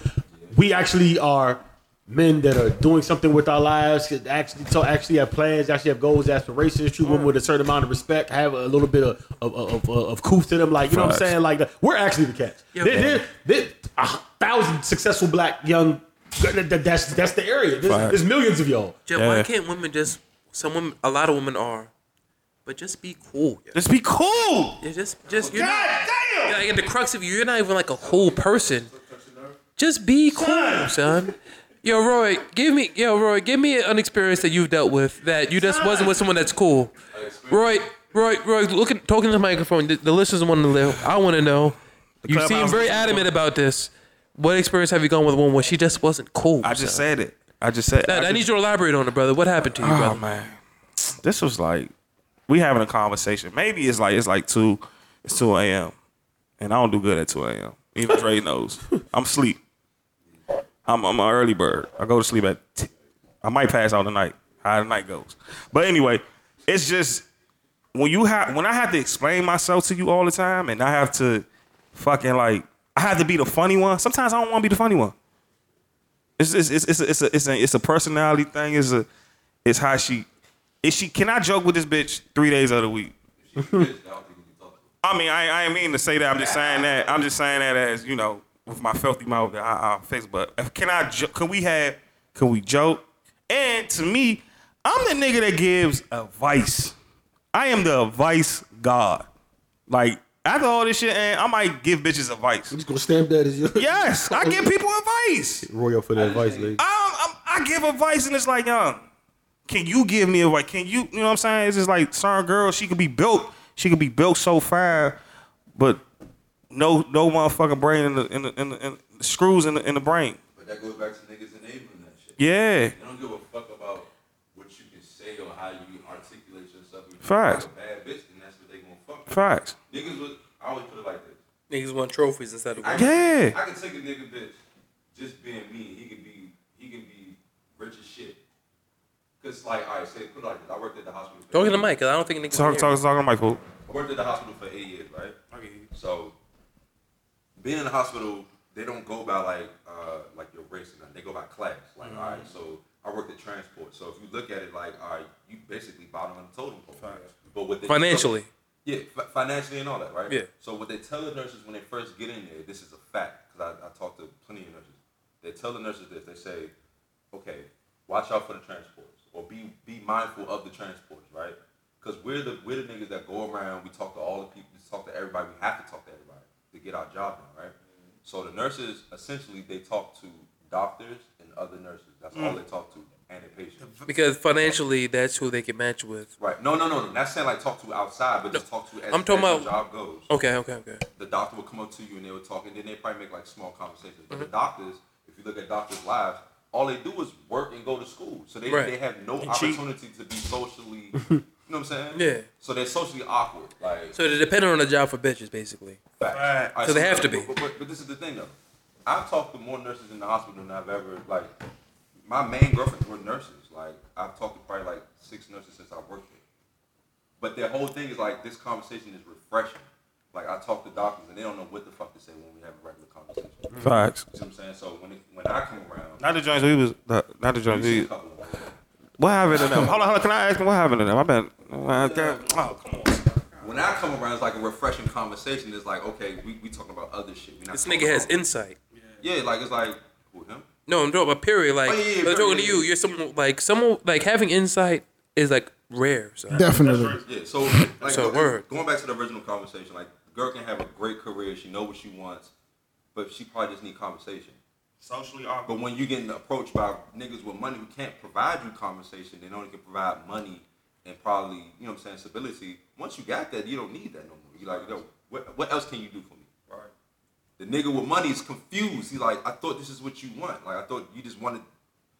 We actually are men that are doing something with our lives. that Actually, so actually have plans, actually have goals, aspirations. Treat women with a certain amount of respect, have a little bit of of of, of, of couth to them. Like you know what I'm Facts. saying? Like we're actually the catch. Yeah. There- there- there- a thousand successful black young. that- that- That's that's the area. There's, Facts. there's millions of y'all. Jeff, Yeah. why can't women just Some women, a lot of women are, but just be cool. yo. Just be cool. Yeah, just, just you're not, God damn. like at the crux of you, you're not even like a cool person. Just be cool, son. Yo, Roy, give me, yo, Roy, give me an experience that you've dealt with that you just wasn't with someone that's cool. Roy, Roy, Roy, looking, talking to the microphone. The, the listeners want to live. I want to know. You clubhouse seem very listeners adamant about this. What experience have you gone with a woman where she just wasn't cool? I just said it. I just said. I That, I just- need you to elaborate on it, brother. What happened to you, Oh brother? man, this was like we having a conversation. Maybe it's like it's like two, it's two a.m. and I don't do good at two a.m. Even Dre knows I'm sleep. I'm I'm an early bird. I go to sleep at. T- I might pass out tonight. How the night goes. But anyway, it's just when you have when I have to explain myself to you all the time, and I have to fucking like I have to be the funny one. Sometimes I don't want to be the funny one. It's it's it's it's a, it's a it's a it's a personality thing. It's a it's how she is she can I joke with this bitch three days of the week? I mean I I ain't mean to say that. I'm just saying that. I'm just saying that as you know with my filthy mouth that I, I fix. But if, can I jo- can we have can we joke? And to me, I'm the nigga that gives advice. I am the advice god. Like after all this shit, and I might give bitches advice. He's gonna stamp that as your Yes, I give people advice. royal for the advice, lady. I'm, I'm, I give advice and it's like, um, can you give me advice? Can you, you know what I'm saying? It's just like certain girl, she could be built, she could be built so far, but no, no motherfucking brain in the in the, in the, in the screws in the, in the brain. But that goes back to niggas enabling that shit. Yeah, They don't give a fuck about what you can say or how you articulate yourself. If you Facts. fuck a bad bitch, then that's what they gonna fuck. with. facts. Niggas would. I always put it like this. Niggas want trophies instead of I Yeah. Can, I can take a nigga bitch just being mean. He can be he can be rich as shit. Cause like, alright, say put it like this. I worked at the hospital. For Talking eight to Mike, 'cause I don't think niggas. Talk, hear. talk, talk on my fool. I worked at the hospital for eight years, right? Okay. So being in the hospital, they don't go by like uh like your race and that. They go by class. Like, all Mm-hmm. right, so I worked at transport. So if you look at it like, all right, you basically bottom on the totem pole. But what they Financially. yeah, fi- financially and all that, right? Yeah. So what they tell the nurses when they first get in there, this is a fact because I, I talked to plenty of nurses. They tell the nurses this. They say, okay, watch out for the transports, or be be mindful of the transports, right? Because we're the we're the niggas that go around. We talk to all the people. We talk to everybody. We have to talk to everybody to get our job done, right? So the nurses essentially they talk to doctors and other nurses. That's all they talk to, and the patients. Mm. Because financially, that's who they can match with. Right? No, no, no, no. Not saying like talk to outside, but just talk to as, I'm talking as your about- job goes Okay, okay, okay. the doctor would come up to you and they would talk, and then they probably make like small conversations. But Mm-hmm. the doctors, if you look at doctors' lives, all they do is work and go to school, so they, Right. they have no cheat. opportunity to be socially. you know what I'm saying? Yeah. So they're socially awkward. Like So they're dependent on a job for bitches, basically. Facts. Right. All So they have but- to be. But, but, but this is the thing, though. I've talked to more nurses in the hospital than I've ever like. My main girlfriends were nurses. Like I've talked to probably like six nurses since I worked there. But their whole thing is like this conversation is refreshing. Like I talk to doctors and they don't know what the fuck to say when we have a regular conversation. You see Facts. what I'm saying? So when it, when I come around, Not the joints. We was not not the joints. you see a We, couple of them. what happened to them? Hold on, hold on. Can I ask them what happened to them? I been. Oh, come on. When I come around, it's like a refreshing conversation. It's like okay, we we talking about other shit. We not This talking nigga has about- insight. yeah, like it's like who him. No, I'm talking about period. Like, Oh, yeah, yeah, I'm talking period, to yeah, you. yeah. You're someone like someone like having insight is like rare. So Definitely. Yeah, so like So, go- word. going back to the original conversation, like the girl can have a great career, she know what she wants, but she probably just need conversation. Socially awkward. But when you're getting approached by niggas with money who can't provide you conversation, they only can provide money and probably, you know what I'm saying, stability. Once you got that, you don't need that no more. You're like, yo, what, what else can you do for me? Right. The nigga with money is confused. He's like, I thought this is what you want. Like, I thought you just wanted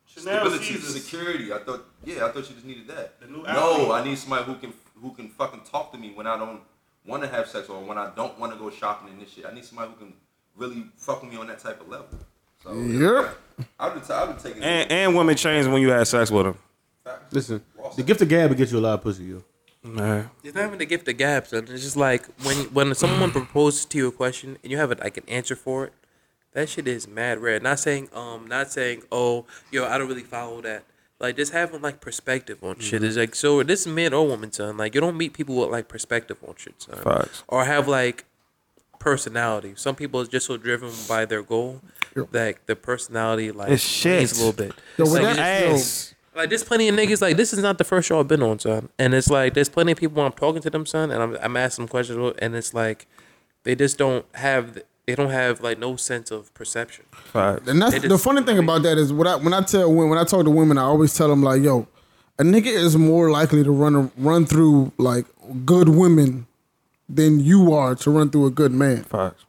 stability, security. I thought, yeah, I thought you just needed that. new no, I need somebody who can who can fucking talk to me when I don't want to have sex or when I don't want to go shopping and this shit. I need somebody who can really fuck with me on that type of level. So Yep. I would, I would take it. And and women change when you have sex with them. Listen, the gift of gab will get you a lot of pussy, yo. Man. it's not even the gift of gab, son. It's just like when when someone proposes to you a question and you have a, like an answer for it. That shit is mad rare. Not saying um, not saying oh, yo, I don't really follow that. Like just having like perspective on shit Mm-hmm. is like so. This is man or woman, son. Like you don't meet people with like perspective on shit, son. Facts. Or have like personality. Some people is just so driven by their goal that the personality like It's shit. means a little bit. Yo, with Like, that you- yo, ass. Like, there's plenty of niggas. Like, this is not the first show I've been on, son. And it's like, there's plenty of people when I'm talking to them, son, and I'm, I'm asking them questions, and it's like, they just don't have, they don't have like no sense of perception. And that's It is- the funny thing about that is what I, when I tell when, when I talk to women, I always tell them like, "Yo, a nigga is more likely to run a, run through like good women than you are to run through a good man." Facts.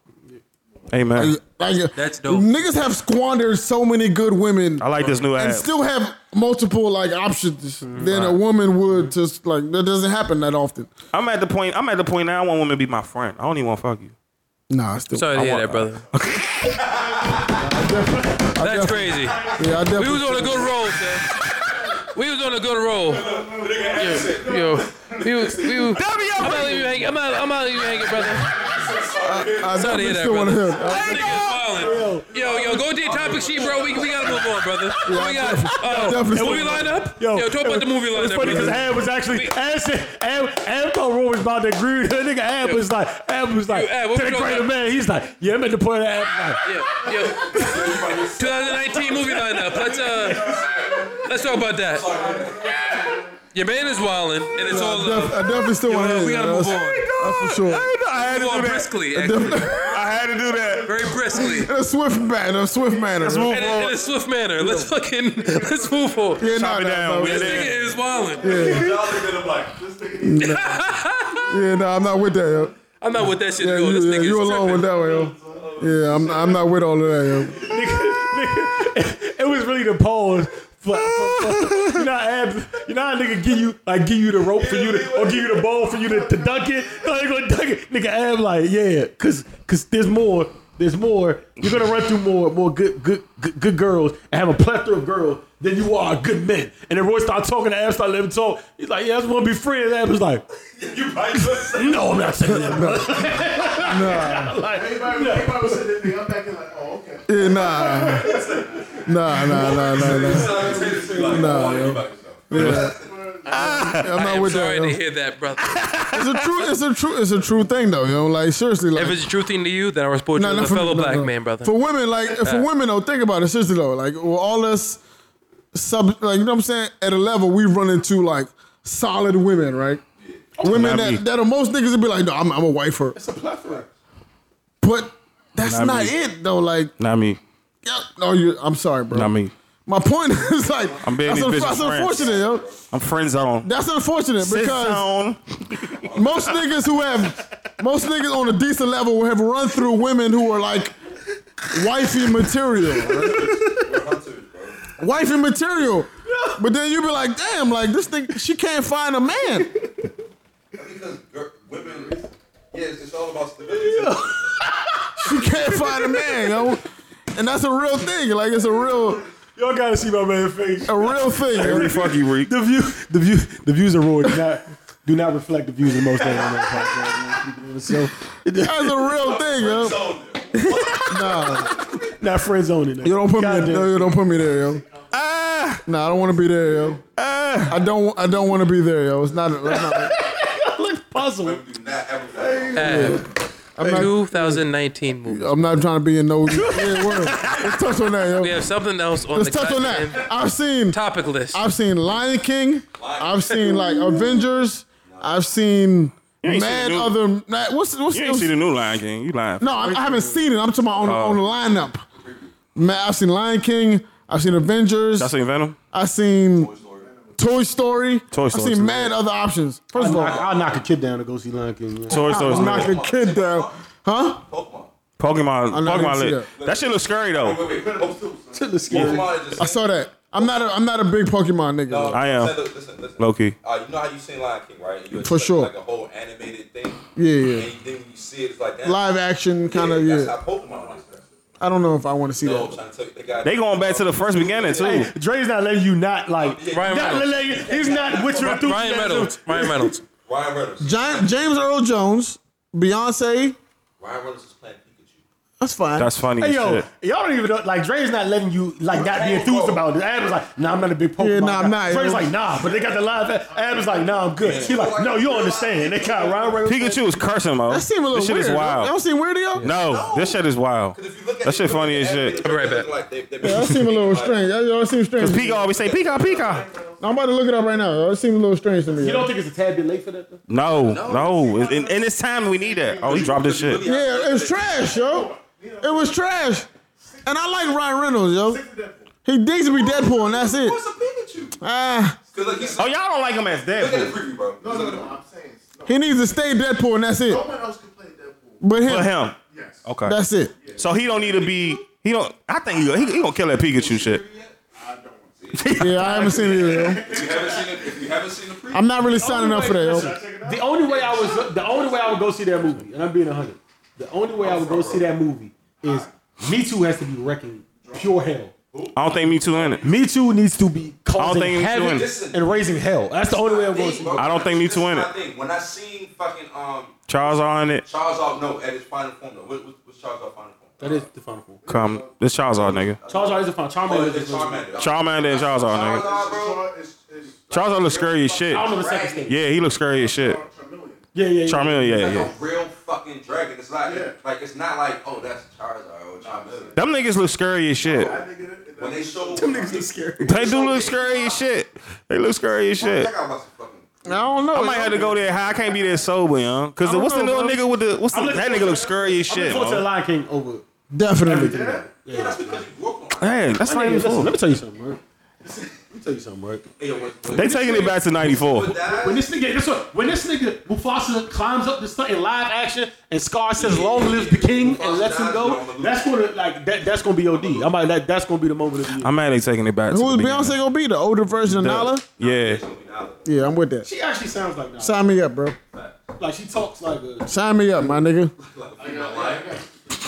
Amen. Like, That's dope. Niggas have squandered so many good women I like this new and ad. still have multiple like options than a woman would. Just like that doesn't happen that often. I'm at the point. I'm at the point now. I want women to be my friend. I don't even want to fuck you. Nah, I still. Sorry to hear want- that, brother. That's crazy. Yeah, I We definitely. was on a good roll, son. We was on a good roll. Yo, yo. We was, we was, I'm not leaving you hanging. I'm not, I'm not leaving you hanging, brother. I Sorry to definitely hear that, still want to uh, brother. hear. it. This nigga is wildin'. Yo, yo, go to your topic sheet, bro. We, we gotta move on, brother. we got uh, definitely. movie lineup. Yo, talk about the movie lineup. It's funny because brother. Ab was actually Ab said Ab, Ab thought Roy was about to agree. with her. nigga Ab was like Ab was like Yo, Ab, what to we the talking greater about? man. He's like yeah, I'm at the point of Ab. Like, Yeah, yeah. 2019 movie lineup. Let's uh, let's talk about that. Your man is wildin', and it's all uh, Def- love. I definitely still want to Yo, hear. we it. gotta move on. That's for sure. I had Move on to do that. briskly, actually. I had to do that. very briskly. In a swift manner, a swift manner. In a, in a swift manner. Let's fucking let's move forward. Yeah, nah, Chop it nah, down, nah, we This Yeah. nigga is wildin'. Yeah, no, I'm not with that, yo. I'm not with that shit. Yeah, yo. you, This yeah, nigga you is alone with tripping. that one, yo. Yeah, I'm, I'm not with all of that, it was really the pause. For, for, for, you know, how Ab, you know how nigga give you like give you the rope for you to or give you the ball for you to, to dunk it. No, you gonna dunk it, nigga. Ab like yeah, cause cause there's more, there's more. You're gonna run through more more good good good, good girls and have a plethora of girls than you are good men. And then Roy started talking to Ab, started letting him talk. He's like, yeah, I just wanna be friends. Ab was like, You might just say no, I'm not saying that. Bro. yo. Yeah, nah. Nah, nah, nah, nah, nah. something like Nah, yo. about yourself. I'm I not am with that, sorry yo. to hear that, brother. It's a true, it's a true, it's a true thing, though, yo. Like seriously, like. if it's a true thing to you, then I respect nah, you not as a for me, fellow no, black no. man, brother. For women, like for women, though, think about it seriously, though. Like with all us sub, like you know what I'm saying. At a level, we run into like solid women, right? Women Not me. that that are most niggas would be like, no, I'm, I'm a wifer. It's a plethora. But that's Not not, me. it though. Like, Not me. yeah, no, you. I'm sorry, bro. Not me. My point is like, I'm being that's, these bitches that's friends. unfortunate, yo. I'm friend zone. That's unfortunate Friend because zone. most niggas who have most niggas on a decent level will have run through women who are like wifey material, right? wifey material. But then you be like, damn, like this thing, she can't find a man. Because girl, women, yeah, it's, it's all about stability. She can't find a man, yo. And that's a real thing. Like it's a real, Y'all gotta see my man face. a real thing. yo. Every fuck you, Reek. the view, the view, the views of Roy do not, do not reflect the views of most of them. So, That's a real thing, yo. not friend zoning. You don't put me Goddamn. there. No, you don't put me there, yo. Ah, Nah, I don't want to be there, yo. I don't. I don't want to be there, yo. It's not. It's not Look puzzled. Do not ever. Hey. Uh, not- 2019 movie. I'm not trying to be in no. Yeah, word. Let's touch on that, yo. We have something else on Let's the touch on goddamn that. I've seen. topic list. I've seen Lion King. I've seen like Avengers. I've seen ain't mad seen the other. Mad, what's what's you ain't see the new Lion King. You lying? No, I, I haven't seen it. I'm talking about on, on the lineup. Man, I've seen Lion King. I've seen Avengers. That's what you Venom. I've seen Toy Story. Toy I've Story's seen good. mad other options. First of all, I'll knock a kid down to go see Lion King. yeah. Toy Story's I'm lit. knocking kid down. Huh? Pokemon. Pokemon. know, Pokemon I didn't see lit. That. shit looks scary though. Wait, wait, Pokemon. Look scary. Pokemon is I just. saw that. I'm not a I'm not a big Pokemon nigga. though. I am. Listen, listen, listen. Low key. Uh, you know how you seen Lion King, right? You For expect, sure. Like a whole animated thing. Yeah, yeah. And then when you see it, it's like that. Live action kind of That's yeah. how Pokemon is. I don't know if I want to see No, I'm that. trying to tell you, they got. They going back to the first beginning too. Hey, Dre's not letting you not like. Ryan not Reynolds. letting you- he's not with your enthusiasm. Ryan Reynolds. Ryan Reynolds. Ryan Reynolds. Giant James Earl Jones, Beyonce, Ryan Reynolds is playing Pikachu. That's fine. That's funny. Hey as yo, shit. y'all don't even know. Like Dre's not letting you like not be enthused about it. Adam was like, "Nah, I'm not a big Pokemon." Yeah, nah, I'm guy. not. Dre's like, "Nah," but they got the live. Adam was like, "Nah, I'm good." He like, "No, you don't understand." They got Ryan Reynolds. Pikachu is cursing, mo. that seems a little this shit weird. is wild. That don't seem weird to y'all? no, this shit is wild. If you look at That it, shit you look funny at as the shit. animated I'll be right versions, back. Like, they, they Yeah, that seems a little strange. Y'all, y'all seem strange. Pika always say Pika Pika. I'm about to look it up right now. Y'all seem a little strange to me. You don't think it's a tad bit late for that? Though? No, no. It- And, and it's time we need that. Oh, he dropped this shit. Yeah, it was trash, yo. It was trash. And I like Ryan Reynolds, yo. He digs to be Deadpool, and that's it. What's a Pikachu? Ah, Cause like he's Oh, y'all don't like him as look at Deadpool. the preview, bro. No, no, no. he needs to stay Deadpool, and that's it. Someone else can play Deadpool. But But him, him. Okay. that's it. So he don't need to be. He don't. I think he, he, he gonna kill that Pikachu shit. Yeah, I haven't seen it either, yo. If you haven't seen it, if you haven't seen the preview, I'm not really signing up for that, yo. The only way I was, the only way I would go see that movie, and I'm being hundred. The only way I would go see that movie is Me Too has to be wrecking pure hell. I don't think me too in it. Me Too needs to be causing think Me Too in havoc it. and raising hell. That's the only way I'm going to see. I don't think Me This Too is in my it. thing. When I seen fucking um Charles R in it. Charles off no at his final form though. What, what, what's Charles off final form? That is the final four. Come, this Charles R nigga. Charles R is the final. Oh, Charmander it's is the final. Charmander. Charmander and Charles R nigga. Charles, bro. It's, it's Charles R looks scary as shit. I don't know the second stage. Yeah, he looks scary as shit. Charmeleon. Yeah, yeah, yeah. Charmander, yeah, Like yeah. a real fucking dragon. It's like, like it's not like, oh, that's Charizard or Charmander. Them niggas look scary as shit. When they show, They do look scary as shit. They look scary as shit. That guy was fucking. I don't know. I might have to go there high. I can't be there sober, young. Cause the, what's the little nigga with the what's the, that nigga looks scurry as I'm shit. looking forward to the Mo. Lion King over. Definitely. Yeah, that's because you grew up on. Hey, that's not even Listen, cool. let me tell you something, right? Let me tell you something, right? Hey, yo, when, when They taking it back to '94. When this nigga, this one, when this nigga Mufasa climbs up the stunt in live action, and Scar says "Long live the king" and lets him go, that's gonna like that. That's gonna be OD. I'm like that. That's gonna be the moment of the year. I'm mad they taking it back. to Who's the Beyonce beginning. gonna be? The older version of Nala? Yeah, Yeah, I'm with that. She actually sounds like that. Sign me up, bro. Like she talks like a. Sign me up, my nigga.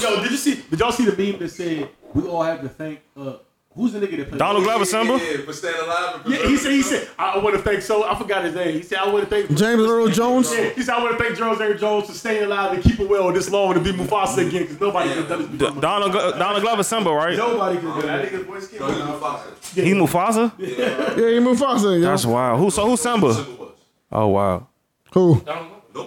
Yo, did you see? Did y'all see the meme that said we all have to thank? uh Who's the nigga that played? Donald Glover, Simba. Yeah, for staying alive. And Yeah, he said. He said. I want to thank. So I forgot his name. He said. I want to thank. James Earl Jones? Yeah, he said, I want to thank Gerald Aaron Jones for staying alive and keeping well this long to be Mufasa again because nobody could have done this before. D- Donald Glo- Donald Glover, Simba, right? Nobody could have done that. His voice came Bro, out. you Mufasa. He Mufasa. Yeah, you Mufasa, That's yo. wild. Who so who's Simba? Simba was. Oh wow. Who?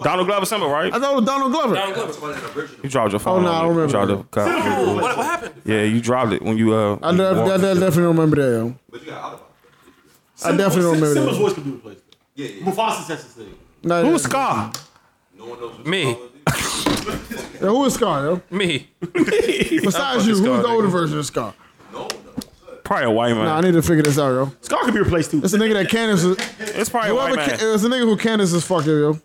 Donald Glover, Simba, right? I thought it was Donald Glover. Donald Glover. Somebody in the original. You dropped your phone. Oh, no, on I me. don't You remember. dropped the cop. Oh, what, what happened? Yeah, you dropped it when you uh. I, when you def- I walked. def- definitely don't remember that, yo. But you got out of it. I definitely don't remember Simba's that. voice could be replaced. Yeah, yeah. Mufasa says his thing. Nah, Who's Scar? No one knows. What Me. Yeah, who is Scar, yo? Me. Besides you, who's Scar, the older nigga. version of Scar? No, Probably a white Nah, I man. need to figure this out, yo. Scar could be replaced too. It's a nigga that Candace is. It's probably a Whoever white Ca- man. it's a nigga who Candace is fucking, yo.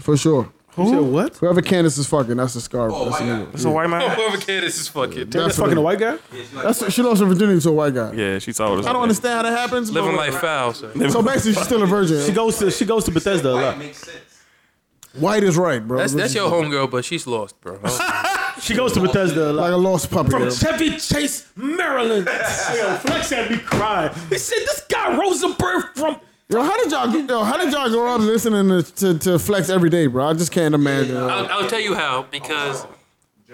For sure. You said what? Whoever Candace is fucking, that's the Scar. that's the my nigga. It's a white man. Whoever cares, this is fucking. That's Fucking a white guy? That's she lost her virginity to a white guy. Yeah, she told us. I don't understand how that happens. Living but- like foul, sir. So basically, she's still a virgin. She goes to she goes to Bethesda a That lot. makes sense. White is right, bro. That's, This that's is your homegirl, but she's lost, bro. She goes to Bethesda a lot. Like a lost puppy. yo. Chevy Chase, Maryland. Yo, Flex had me crying. He said, This guy rose a bird from. Yo, how did y'all yo, how did y'all grow up listening to, to, to Flex every day, bro? I just can't imagine. I'll, I'll tell you how because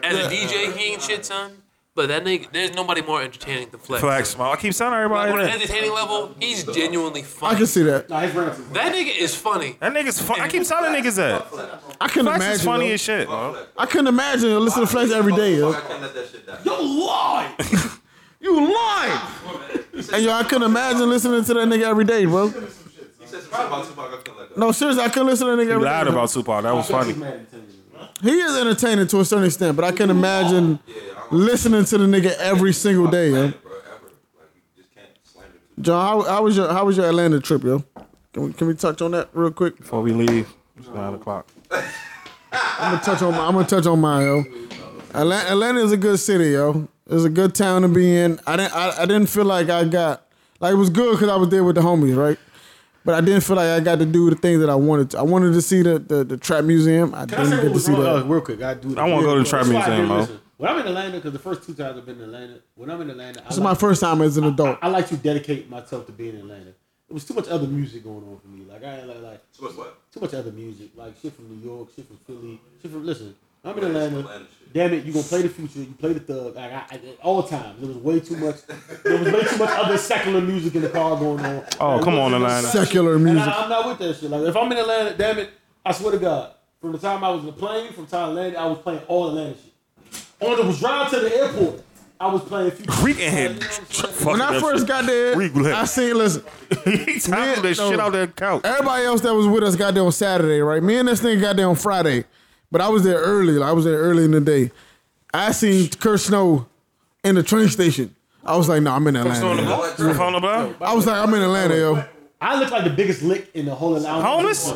as a DJ, he ain't shit, son. But that nigga, there's nobody more entertaining than Flex. Black smile. I keep telling Like, everybody on an that. entertaining level, he's genuinely funny. I can see that. Nah, his rants is- that nigga is funny. That nigga's fun. I keep telling niggas that. I couldn't Flex imagine. is funny yo. as shit. bro. I couldn't imagine yo, listening to Flex every day, yo. I can't let that shit die. Yo, lie. You lying. And yo, I couldn't imagine listening to that nigga every day, bro. He said some shit about Tupac. I can't let that. No, seriously, I couldn't listen to that nigga You every day. lied bro. about Tupac. That was funny. He is entertaining to a certain extent, but I can imagine listening to the nigga every single day, yo. Bro, ever. Like you just can't slander. Tupac. John, how, how was your how was your Atlanta trip, yo? Can we, can we touch on that real quick? Before we leave, it's nine o'clock. I'm gonna touch on my, I'm gonna touch on mine, yo. Atlanta, Atlanta is a good city, yo. It's a good town to be in. I didn't I, I didn't feel like I got like it was good because I was there with the homies, right? But I didn't feel like I got to do the things that I wanted to. I wanted to see the the, the trap museum. I Can I didn't say what get to was see wrong? that. Uh, real quick, I do. I want to go to the trap That's why I museum, didn't bro. listen. When I'm in Atlanta, because the first two times I've been in Atlanta, when I'm in Atlanta, I This is my like- first time as an adult. I like to dedicate myself to being in Atlanta. It was too much other music going on for me. Like I ain't like, like What's what? too much other music. Like shit from New York, shit from Philly, shit from listen. I'm in Atlanta. Damn it, you gonna play the future? You play the thug? Like, I, I, all times, there was way too much. There was way too much other secular music in the car going on. Oh, come on, Atlanta. Secular And music. I, I'm not with that shit. Like if I'm in Atlanta, damn it, I swear to God, from the time I was in the plane, from the time I landed, I was playing all Atlanta shit. On the drive to the airport, I was playing future. Creek and him. When I first got there, Regal head. I seen, listen, he tackled that no. shit out that couch. everybody else that was with us got there on Saturday, right? Me and this nigga got there on Friday, but I was there early. Like, I was there early in the day. I seen Kurt Snow in the train station. I was like, no, I'm in Atlanta. yo. What's on the block? I was like, I'm in Atlanta, yo. I look like the biggest lick in the whole Atlanta. Homeless?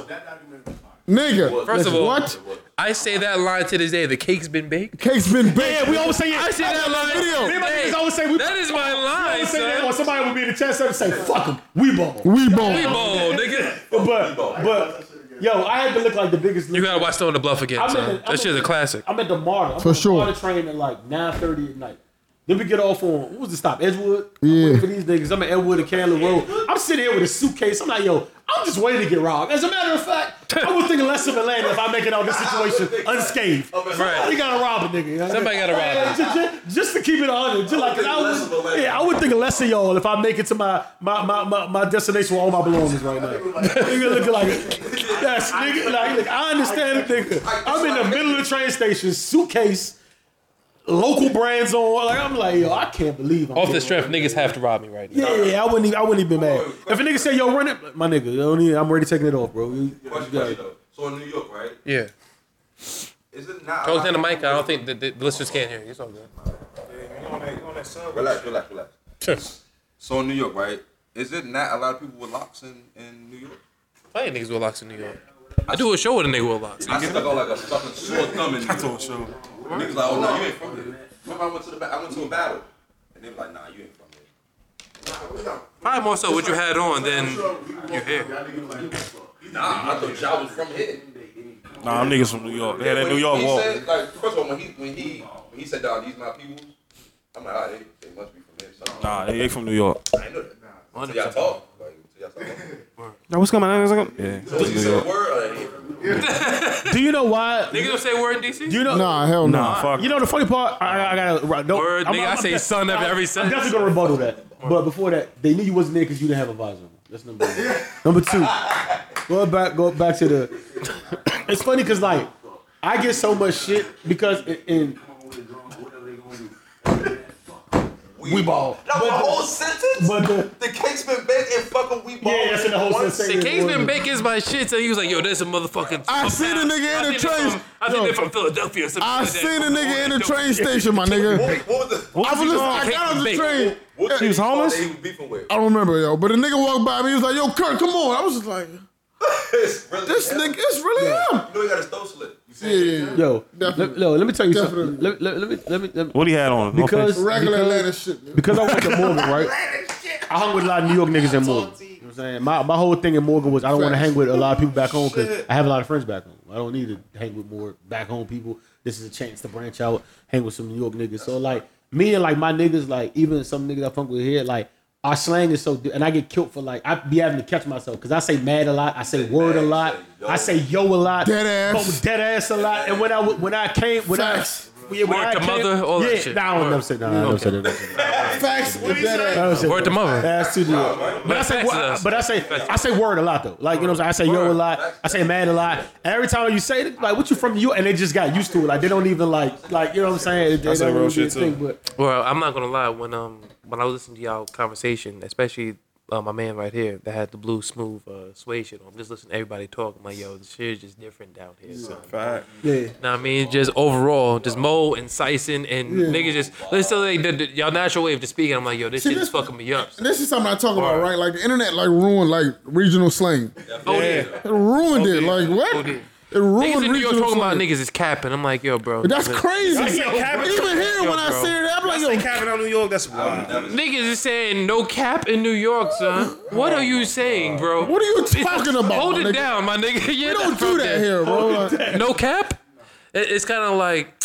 Nigga. First listen, of all- what? I say that line to this day. The cake's been baked. Cake's been baked. Yeah, we always say it. I see that line. Me and my Oh, Hey, niggas always say we. That is my line, always say that when son. somebody would be in the chat and say, "Fuck them, we ball." We We ball. ball, nigga. But but yo, I had to look like the biggest. You Lick. gotta watch Stone the Bluff again, I'm in the- son. I'm That shit's in- a classic. I'm at the Marta. I'm For on the sure. Marta train at like 9:30 at night. Then we get off on what was the stop? Edgewood. I'm Yeah. waiting For these niggas, I'm at Edgewood and Candler Road. I'm sitting here with a suitcase. I'm like, yo, I'm just waiting to get robbed. As a matter of fact, I would think less of Atlanta if I make it out of this situation unscathed. Somebody gotta rob a nigga. you know what I Somebody mean? gotta rob Hey, him. ju- ju- Just, to keep it on, just like 'cause I think less of would, Atlanta. yeah, I would think less of y'all if I make it to my my my, my, my destination with all my belongings right now. nigga looking like yes, nigga. Like, look, I understand the nigga. I'm in the middle of the train station, suitcase, local brands on. Like I'm like, yo, I can't believe I'm Off the getting- strength, niggas have to rob me right now. Yeah, yeah, yeah, I wouldn't even I wouldn't even be mad. If a nigga say, yo, run it, my nigga, yo, nigga, I'm already taking it off, bro. You- you Question, got question it. though. So in New York, right? Yeah. Is it not? Close down the mic. I don't think the, the the listeners can't hear you. It's all good. Relax, relax, relax. So in New York, right? Is it not a lot of people with locks in, in New York? Plenty of niggas with locks in New York. I do a show with a nigga with locks. I stuck out like a fucking sore thumb in New York. Niggas like, oh no, you ain't from here. Remember, I went to the ba- I went to a battle, and they were like, nah, you ain't from here. Probably more so what you had on than your hair. Nah, I thought y'all was from here. Nah, them niggas from New York. They had that New he York wall. Said, like, first of all, when he when he when he said, "Dog, these my people," I'm like, ah, they, they must be from here. So Nah, they they from New York. I ain't know that. Nah. So y'all talk. Like, so y'all start talking. Now what's coming? What's coming? Yeah. So you said word. Or they ain't from here? Do you know why? Niggas don't say word in DC? Do you know? Nah, hell no. Nah, fuck. You know the funny part? I, I gotta. right, Don't, Word, nigga, I say de- son after every I'm sentence. definitely gonna rebuttal that. But before that, they knew you wasn't there because you didn't have a visor. on. That's number one. number two, go back, go back to the. It's funny because like I get so much shit because in, in we ball, That was a whole sentence. but the, the cake's been baked and fucking we ball. yeah, that's in the whole One sense. The king's been baking is my shit, so he was like, yo, there's a motherfucking. I seen a nigga in the train. I Yo. think they're from Philadelphia or something. I like that. seen a nigga in the train station, my nigga. What, what was the? I was listening. I got on the train. What He was homeless? They was beefing with. I don't remember, yo. But a nigga walked by me. He was like, "Yo, Kurt, come on." I was just like, It's really "This him. nigga, it's really him." You know he got his throat slit. You see? Yeah, yeah, yeah. Yo, let, Definitely. yo, let me tell you something. Definitely. Let, let, let me let me let me What he had on? because Regular because- Atlanta shit. nigga. because I went to Morgan, right? I hung with a lot of New York niggas in Morgan. You know what I'm saying? My, my whole thing in Morgan was I don't want to hang with a lot of people back home because I have a lot of friends back home. I don't need to hang with more back home people. This is a chance to branch out, hang with some New York niggas. So like me and like my niggas, like even some niggas I fuck with here, like our slang is so, di- and I get killed for like I be having to catch myself because I say mad a lot, I say word a lot, I say yo a lot, Dead ass. oh, dead ass a lot. And when I w- when I came, when Facts. I yeah, when Word I to came, mother, all that yeah, shit. Nah, I don't never say nah, I never say that. Facts. is that ass. Word to mother. That's too deep. But I say, Facts wo- is- but I say, I say word a lot though. Like you know, what I'm saying? I say yo a lot. I say mad a lot. And every time you say it, like what you from you, and they just got used to it. Like they don't even like, like you know what I'm saying? They, say don't real really shit, think, too. but Well, I'm not gonna lie. When um when I was listening to y'all conversation, especially uh, my man right here that had the blue smooth uh, suede shit on, just listening to everybody talk. I'm like, yo, the shit is just different down here. Son. Fact. yeah, Know what I mean, just overall, just Mo and Sison and niggas just let's say like the, the, y'all natural way of just speaking. I'm like, yo, this See, shit is this- fucking me up. son. This is something I talk about, right? Like the internet, like ruined like regional slang. Oh yeah, It ruined it. Like Oh, what? yeah. It ruined niggas in New York regional talking about slang. niggas is capping. I'm like, yo, bro, That's crazy. Even said cap- here, when I bro. see it, I'm like, yo, Cabin out New York. That's wild. Niggas is saying no cap in New York, son. What are you saying, bro? What are you talking about, Hold my it nigga? down, my nigga. Yeah, we don't that's from do that there. here, bro. Like, No cap. It- It's kind of like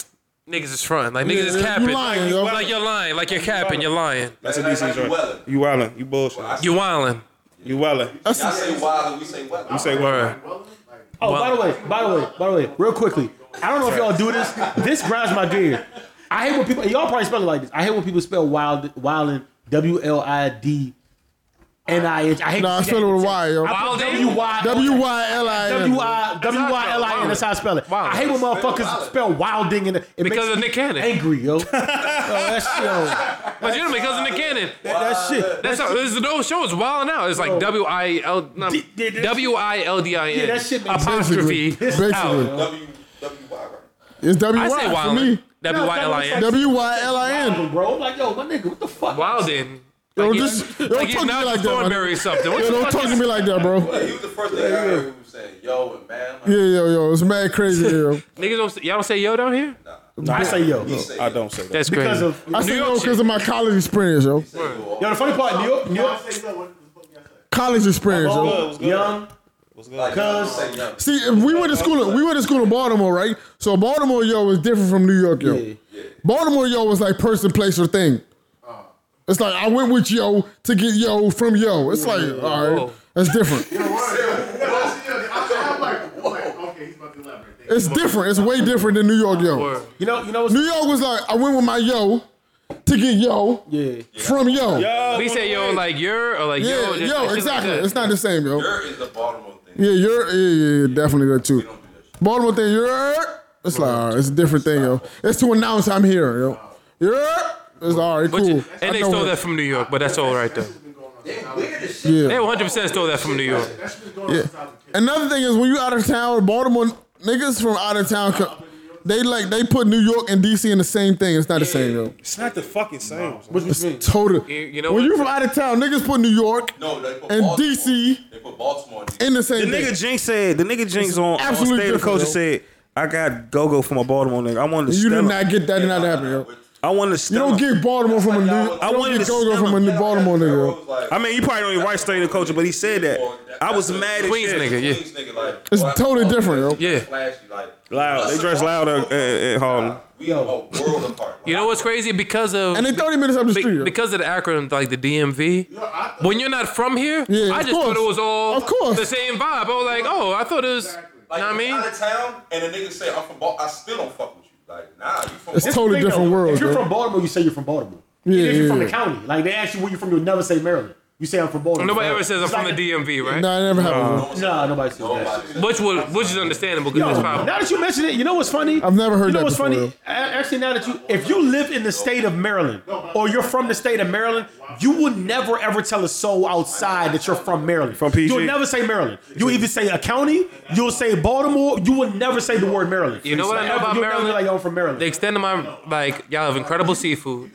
niggas is front. Like niggas is Yeah, you capping. lying, yo. like you're lying. Like you're capping. You're lying. That's Like, like, like, you wildin'. You wildin'. You bullshit. You wildin'. You wildin'. Y'all say wild and we say well. You say what? Word. Oh, by the way, by the way, by the way, real quickly, I don't know if y'all do this. This grinds my gear. I hate when people. Y'all probably spell it like this. I hate when people spell wild wildin w l i d n i h. I hate. Nah, I to see that. spell it with a Y, yo. I put W Y W Y L I N. W I W Y L I N. That's how I spell it. Wildin'. I hate when motherfuckers spell wilding and it Because makes of Nick Cannon. me angry, yo. yo that's yo. But you know, because of Nick Cannon. That shit. That's how, this, the whole show is wilding out. It's like W I L no, D- d- d- W I L D I N Yeah, that shit makes apostrophe Basically. out. W W Y right. It's W I say Y for wildin. me. W I L I N. W Y L I N. Bro, I'm like, yo, my nigga, what the fuck? Wildin. Yo, Like, just- you- yo, like you're talk to me not like that, Thornberry man. or something. What Yo, the don't fuck talk is- to me like that, bro. Hey, he was the first thing I heard who was saying, yo, and man, like, Yeah, yo, yo, it's mad crazy, yo. Niggas don't say, y'all don't say yo down here? I say yo. I don't say that. That's Because crazy. of I New say York yo shit. because of my college experience, yo. yo, the funny part, New York, New York, College experience, yo. young, Cause say yo. See, if we went to school. We went to school in Baltimore, right? So Baltimore, yo, is different from New York, yo. Baltimore, yo, is like person, place, or thing. It's like I went with yo to get yo from yo. It's like all right, that's different. It's different. It's way different than New York, yo. Word. you know, you know what's New York was like I went with my yo to get yo yeah. from yo. Yeah, We say yo like you're or like yo, yo. just- it's just like exactly. that. It's not the same, yo. Your is the Baltimore thing. Yeah, you're yeah, yeah, yeah definitely that too. Baltimore thing, you're it's like all right, it's a different thing, yo. It's to announce I'm here, yo. You're it's all right, But cool. you- I and they know stole her. that from New York, but that's all right though. They Yeah. 100 percent stole that from New York. Another thing is when you out of town, Baltimore niggas from out of town, come, they like they put New York and DC in the same thing. It's not the same, yo. It's not the fucking same. It's total. You- you know when what? you from out of town, niggas put New York No, they put and Baltimore. DC They put Baltimore in in the The same nigga thing. Jinx said. The nigga Jinx on, on absolutely state of different, culture yo. said. I got go go from a Baltimore nigga. I wanted to. You Stella. did not get that. Did not happen, yo. I wanted to. You don't get Baltimore from a New. I I don't wanted get to Gogo sell from a him. New Baltimore nigga. yo. I mean, you probably don't even write state of culture, but he said that. I was mad at Queens shit. nigga, yeah, Queens nigga, like, It's oh, I- totally oh, different, yo. yeah. Flashy, like, Loud. They dress loud at, at, at Harlem. we are a world apart. You know what's crazy? Because of And they 30 minutes up the street. be- yo. because of the acronym like the DMV. When you're not from here, Yeah, I of just thought course. it was all Of course. the same vibe. I was like, oh, I thought it was. Like, know what I mean? out of town, and a nigga say I'm from Baltimore, I still don't fuck with you. Like, nah, you from It's Baltimore. totally Thing, different though, world. If you're yo. from Baltimore, you say you're from Baltimore. Yeah, Even if you're yeah, from the yeah. county, like they ask you where you're from, you'll never say Maryland. You say I'm from Baltimore. Nobody ever says I'm It's from the like- DMV, right? Nah, it never happened. yo. Nah, nobody says that. Which was which is understandable Yo, because it's now probably that you mention it, you know what's funny? I've never heard You know that what's before, funny? yo. A- Actually, now that you, if you live in the state of Maryland or you're from the state of Maryland, you will never ever tell a soul outside that you're from Maryland. From PG? you'll never say Maryland. You'll either say a county, you'll say Baltimore. You will never say the word Maryland. You know what I know about You'll never Maryland? be Like yo, I'm from Maryland. the extent of my like y'all have incredible seafood,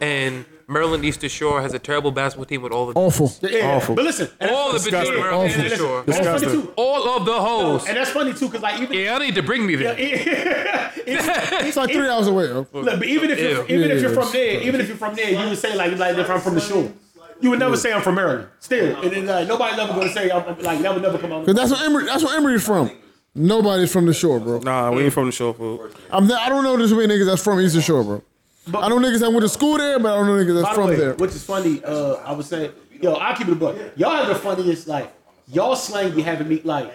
and Maryland Eastern Shore has a terrible basketball team with all the Awful. Yeah, Awful. But listen, and all the that's- Virginia yeah, Maryland Eastern and listen, Shore, and that's funny too. all of the hoes. And that's funny too, because like even Yeah, I need to bring me there. It's like three hours away. Yo. Look, but even if you're, Ew. even if you're Yeah, from there, even if you're from there, you would say like like if I'm from the shore, you would never say I'm from Maryland. Still, and then like nobody never gonna say I'm I'm- like that would never come out. Cause that's where Emory. That's where Emory's from. Nobody's from the shore, bro. Nah, we ain't from the show food. I'm not, I don't know this many niggas that's from Eastern Shore, bro. I know niggas that went to school there, but I don't know niggas By that's the from way, there. which is funny. Uh, I would say, yo, I keep it a buck. Y'all have the funniest like y'all slang be having me like.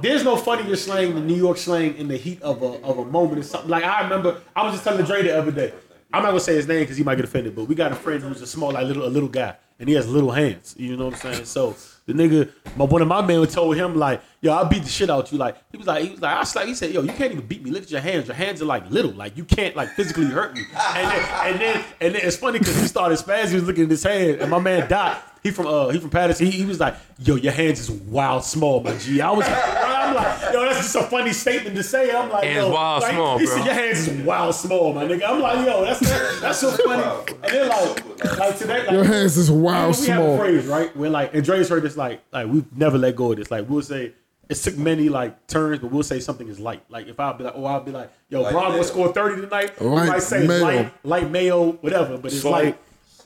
There's no funnier slang than New York slang in the heat of a of a moment or something. Like I remember, I was just telling Dre the other day. I'm not gonna say his name because he might get offended, but we got a friend who's a small, like little, a little guy, and he has little hands. You know what I'm saying? So the nigga, my one of my men told him like, "Yo, I will beat the shit out you." Like he was like, he was like, I slapped. He said, "Yo, you can't even beat me. Look at your hands. Your hands are like little. Like you can't like physically hurt me." And then, and then, and then it's funny because he started spazzing. He was looking at his hand, and my man Dot, he from uh, he from Patterson. He, he was like, "Yo, your hands is wild small, my G." I was, I'm like, "Yo, that's just a funny statement to say." I'm like, Hands yo, wild like, small, he bro. Said, your hands is wild small, my nigga. I'm like, yo, that's that's so funny. And then like, like today, like, Your hands is wild we have a small. phrase, right? Where like, and Dre's heard this, like, like we've never let go of this. Like, we'll say it took many like turns, but we'll say something is light. Like, if I'll be like, oh, I'll be like, yo, Light Bron mayo. will score thirty tonight. We Light might say mayo. light, light mayo, whatever. But it's like,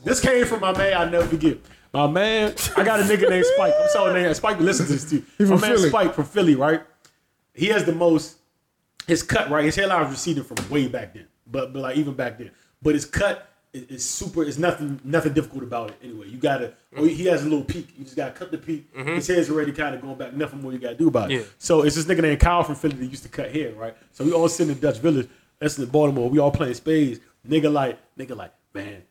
this came from my man. I never forget. My man, I got a nigga named Spike. I'm sorry, name Spike. Listen to this too. from My man Philly. Spike from Philly, right? He has the most his cut, right? His hairline was receding from way back then, but but like even back then. But his cut it- it's super. It's nothing. Nothing difficult about it. Anyway, you gotta. Oh, he has a little peak. You just gotta cut the peak. His hair's already kind of going back. Nothing more you gotta do about it. Yeah. So it's this nigga named Kyle from Philly that used to cut hair, right? So we all sitting in Dutch Village. That's in Baltimore. We all playing spades. Nigga like, nigga like, man,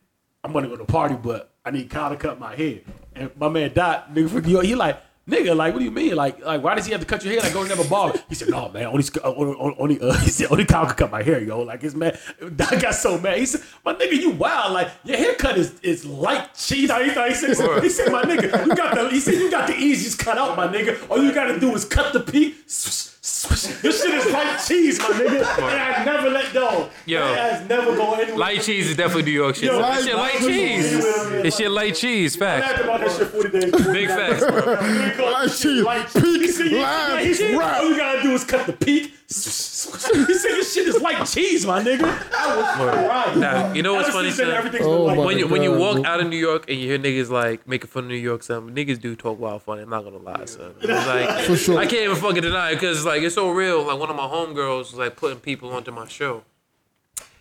I'm gonna go to the party, but I need Kyle to cut my hair. And my man Dot, nigga from New York, he like, nigga, like, what do you mean? Like, like, why does he have to cut your hair? Like, go to never ball. He said, no, man, only, sc- uh, only, only, uh, he said, only Kyle can cut my hair, yo. Like, his man, Dot got so mad. He said, my nigga, you wild. Like, your haircut is is light cheese. He, thought- he said, he said, my nigga, you got the, he said, you got the easiest cut out, my nigga. All you gotta do is cut the peak. Swish, swish. This shit is light cheese, my nigga. And I never let go. Yo. It has never gone anywhere. Light cheese is definitely New York shit. Yo, this shit light light cheese. cheese. This shit light cheese. I Facts. laughed about that shit 40 days. Big facts, bro. Light cheese. Peak live rap. All you gotta do is cut the peak. he said, "This shit is like cheese, my nigga." I was crying. Nah, you know what's Ever funny, since then, son? everything's been Oh like my that. When you, when you God, walk bro. out of New York and you hear niggas like making fun of New York, some niggas do talk wild funny. I'm not gonna lie, son. It's like For sure. I can't even fucking deny it because like it's so real. Like one of my homegirls was like putting people onto my show.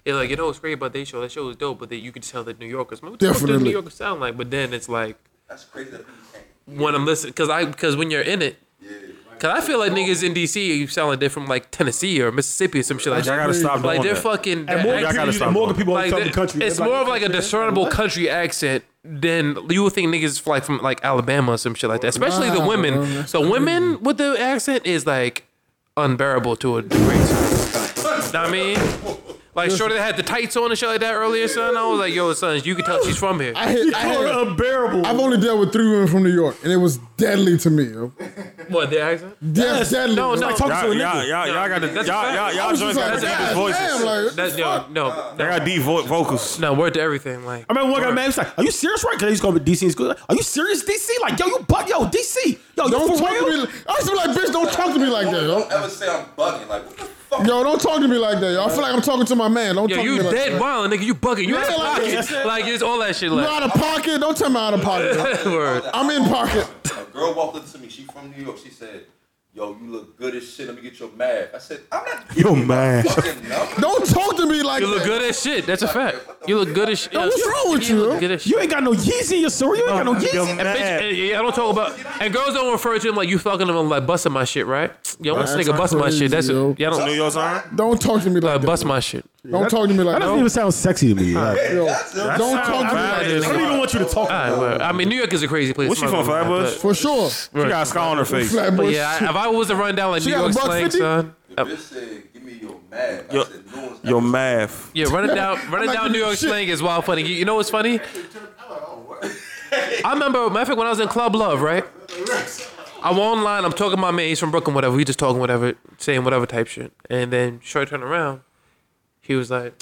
They're like, you know what's great about their show? That show was dope, but that you could tell that New Yorkers. Man, what the fuck does Definitely. New Yorkers sound like? But then it's like That's crazy that people can't. when I'm listening, because I because when you're in it, because I feel like niggas in DC, you sound like they're from like Tennessee or Mississippi or some shit like Y'all that. gotta stop Like doing they're that. fucking. And more their gotta people, stop and more doing people like like, the that- country. It's more of like a discernible country accent than you would think niggas like from like Alabama or some shit like that. Especially the Wow, bro, women. that's The women with the accent is like unbearable to a degree. Know what I mean, like shorty that had the tights on and shit like that earlier, son. I was like, yo, son, you can tell she's from here. I hit, I had, unbearable. I've only dealt with three women from New York, and it was deadly to me. Yo. What the accent? Yes, deadly. No, bro. no. Like, talk Y'all, to a y'all, y'all, y'all, nigga. No, got the y'all, that's a y'all, fact. y'all was just joints got like, the deepest God voices. damn, like, That's yo, no, They no, got deep vo- vocals. no. Word to everything, like. I remember one guy, man, he was like, "Are you serious, right?" Because he's going to DC in school. Are you serious, DC? Like, yo, you butt, yo, DC, yo, you don't for talk real? to me. I was like, bitch, don't talk to me like that. Don't Yo. ever say I'm bugging. Like, what the fuck? Yo, don't talk to me like that. Yo. I feel like I'm talking to my man. Don't Yo, talk to you me like dead that. wild, nigga. You bugging. You Yeah, out of like, pocket. that's Like, it's all that shit. You Like, out of pocket? Don't tell me out of pocket. yo. word. I'm in pocket. A girl walked up to me. She from New York. She said, "Yo, you look good as shit. Let me get your math." I said, "I'm not Yo, man. fucking number." Don't talk to me like You look that. good as shit. That's a fact. You look good as shit. what's wrong with you? look good as shit. You ain't got no Yeezy in your story. You ain't got no Yo, Yeezy. Bitch, man. eh, yeah, I don't talk about and girls don't refer to him like you fucking them like busting my shit, right? Yo, this That's nigga bust my crazy, shit. That's yo. yeah, I New don't York time? Don't talk to me like uh, that. bust my shit. Don't talk to me like That that. doesn't even sound sexy to me. Like, Yo, Don't talk to me like bad. that. She I don't even want you to All talk. right, word. I mean, New York is a crazy place. What's she I'm not from, gonna lie, Flatbush? but- For sure. got a scar on her face. But Flatbush. yeah, I, if I was to run down like New got a York buck slang, 50? son. uh, Bitch said, "Give me your math." I Yo, said, "No one's your ever- math. Yeah, running down, running not down giving New you York shit. slang is wild funny. You, you know what's funny? I remember, matter of fact, when I was in Club Love, right? I'm online. I'm talking to my man. He's from Brooklyn, whatever. We just talking, whatever, saying whatever type shit. And then Short turned around. He was like,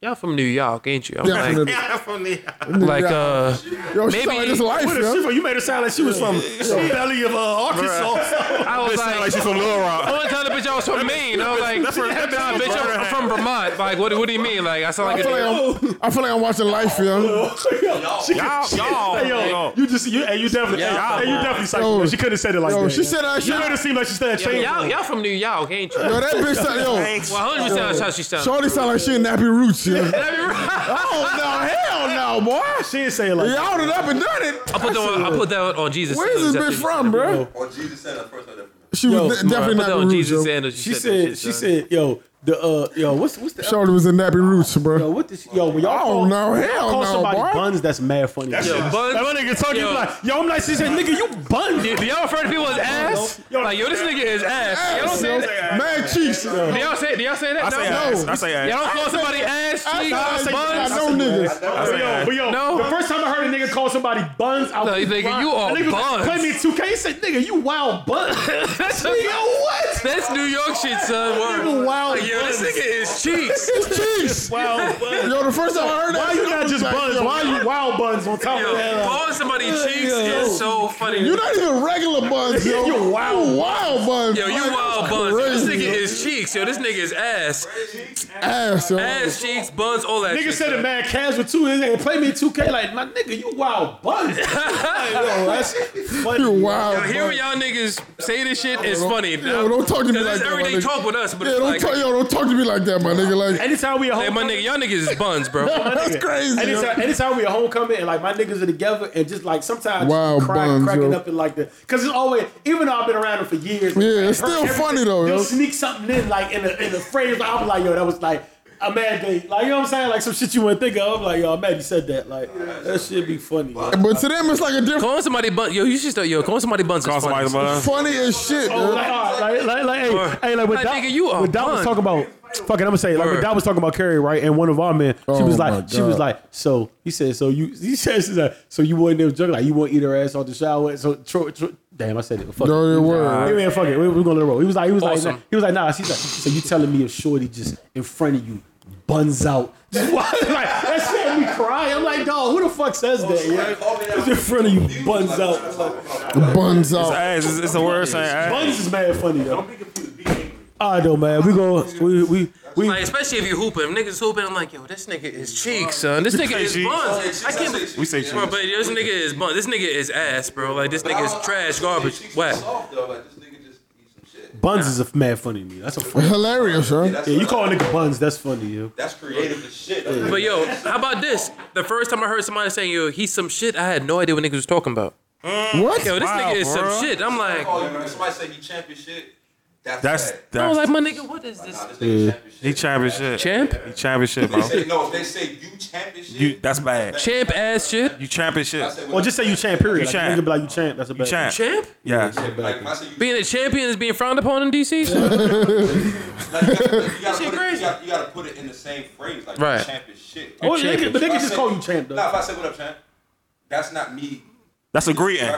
"Y'all from New York, ain't you?" I'm Definitely. like, like, uh, Yo, she maybe- sound like this life, yo. You made her sound like she was from the belly of uh, Arkansas. I was like, Like she's from Little Rock. I want to tell the bitch I was from Maine. I was like, nah, bitch, I'm, I'm from Vermont. Like, what, what do you mean? Like, I sound I like feel a like I'm, I feel like I'm watching life, yo. Y'all, y'all. Hey, yo, you just you, hey, you definitely, Yeah. hey, you definitely psycho. Yo. she could have said it like Yo, that. she said that She shit. made it Yo, seem like she said that change. y'all, y'all from New York, ain't you? that bitch sound, yo. Thanks. Well, 100% that's how she sounds. Shorty sound like she in nappy roots, yo. I oh, no, hell no, boy. She didn't say it like. Y'all done up and done it. put that on, I put that on Jesus. Where's this bitch Sandals. from, bro? Or Jesus said that first. I definitely- She was de- I put definitely that on nappy roots, Jesus yo. sandals. She that said, shit, she son. said, yo, the uh, yo, what's what's the Shorty was in nappy roots, yo, bro. what this yo? When y'all Oh, call, no, when y'all hell call no, somebody boy. buns, that's mad funny. Yo, That buns. one nigga talking, Yo. yo. like, yo, I'm like, she said, nigga, you buns. Do y'all refer to people as ass? Yo. like, yo, this nigga is ass. y'all don't say yo. that. Mad cheeks. yo. Do y'all say, do y'all say that? I say no. ass. I say Y'all ass. don't call somebody ass, I cheeks, say- I buns? know niggas. I say Yo, ass. but yo, No. the first time I heard a nigga call somebody buns, I No, was nigga, crying. you are That nigga was buns. Like, Play me 2K. He said, nigga, you wild buns. That's, yo, what? that's New York shit, son. Word. wild Yo, this buns. nigga is cheeks. It's cheeks. Wild buns. Yo, the first time I heard that, Why you not just like, buns? yo, Why you wild buns on top Yo, of that? calling somebody cheeks is Yo, so funny. You're not even regular buns, yo. You wild. You wild buns. Yo, you Like, wild that's buns. Yo, This crazy, nigga yo. is cheeks. Yo, this nigga is ass. ass, yo. Ass, cheeks, buns, all that Nigga shit. said the man Cavs with two his and play me 2K like my nigga, you wild buns. like, yo, that's funny. You wild. Yo, buns. hearing y'all niggas say this shit is funny. Yo, don't talk to me Cause like it's that. my everyday nigga. talk with us, but Yeah, it's don't like, talk. Yo, don't talk to me like that, my nigga. Like Anytime we a hey, homecoming, my nigga, y'all niggas is buns, bro. that's crazy. yo. Anytime, anytime we a homecoming and like my niggas are together and just like sometimes Wild cry, buns, cracking yo. up and like the because it's always even though I've been around them for years. Yeah, it's still like, everything, funny, though, They'll yo. sneak something in like in a in a phrase. I'll be like, yo, that was like a mad day. Like you know what I'm saying? Like some shit you wouldn't think of. I'm like yo, I'm mad you said that. Like that shit be funny. yo. But to them, it's like a different Calling somebody buns. Yo, you should start. Yo, calling somebody buns. Call is funny. somebody bun. funny as shit, Oh, yo. like, all right, like, like, like, hey, Word. hey, like, what Like, Dot, nigga, you a what Dot was bun. talking about, fucking, I'm gonna say, like, what Word. Dot was talking about Carrie, right? And one of our men, she was Oh, my like, God. she was like, so, he said, so you, he said, she's like, so you wouldn't have drunk, like, you wouldn't eat her ass off the shower. So, Troy, Troy, damn, I said it. Fuck Dirty it. word. Yeah, man, fuck it. We, we're gonna let it roll. He was like, he was Awesome. like, nah, he was like, nah. She's like, so you telling me if Shorty just in front of you buns out? Just why- like that shit had me crying. I'm like, dog, who the fuck says that? Yeah, just in front of you buns out. Like, Buns out. Ass, it's, it's a word saying ass. buns is mad funny though. I know, man. We go, we we we. Like, especially if you hooping. If niggas hooping, I'm like, yo, this nigga is cheeks, son. This nigga is Cheeks. buns. I can't believe. We say shit. Bro, but this nigga is buns. This nigga is ass, bro. Like, this nigga is trash, garbage, whack. Soft though, like this nigga just eat some shit. Buns is a mad funny to me. That's a funny. Hilarious, yo. That's Yeah, you what call I- a nigga buns? That's funny, yo. That's creative as shit. But yo, how about this? The first time I heard somebody saying, yo, he's some shit, I had no idea what niggas was talking about. What? Yo, this Wow, nigga is bro. some shit. I'm like, Oh, you- somebody say he champion shit. That's That's bad. I was like, that's my nigga, what is this? Nah, this he nigga champion shit. champion shit. Champ? He champion shit, bro. They say no. If they say you champion shit, You that's bad. Champ ass shit? You champion shit. I say, Well, just say you champ. Period. You like, champ. Nigga be like you champ. That's a bad. You champ. Champ? Yeah. Like, if I say you, Being a champion is being frowned upon in DC? like, you, gotta, you, gotta Shit put it, you, crazy. gotta, you gotta put it in the same phrase, like Right. you champion shit. Oh, Like, they could- but they if I can just say- call you champ though. Nah, if I say what up, champ, that's not me. That's a greeting.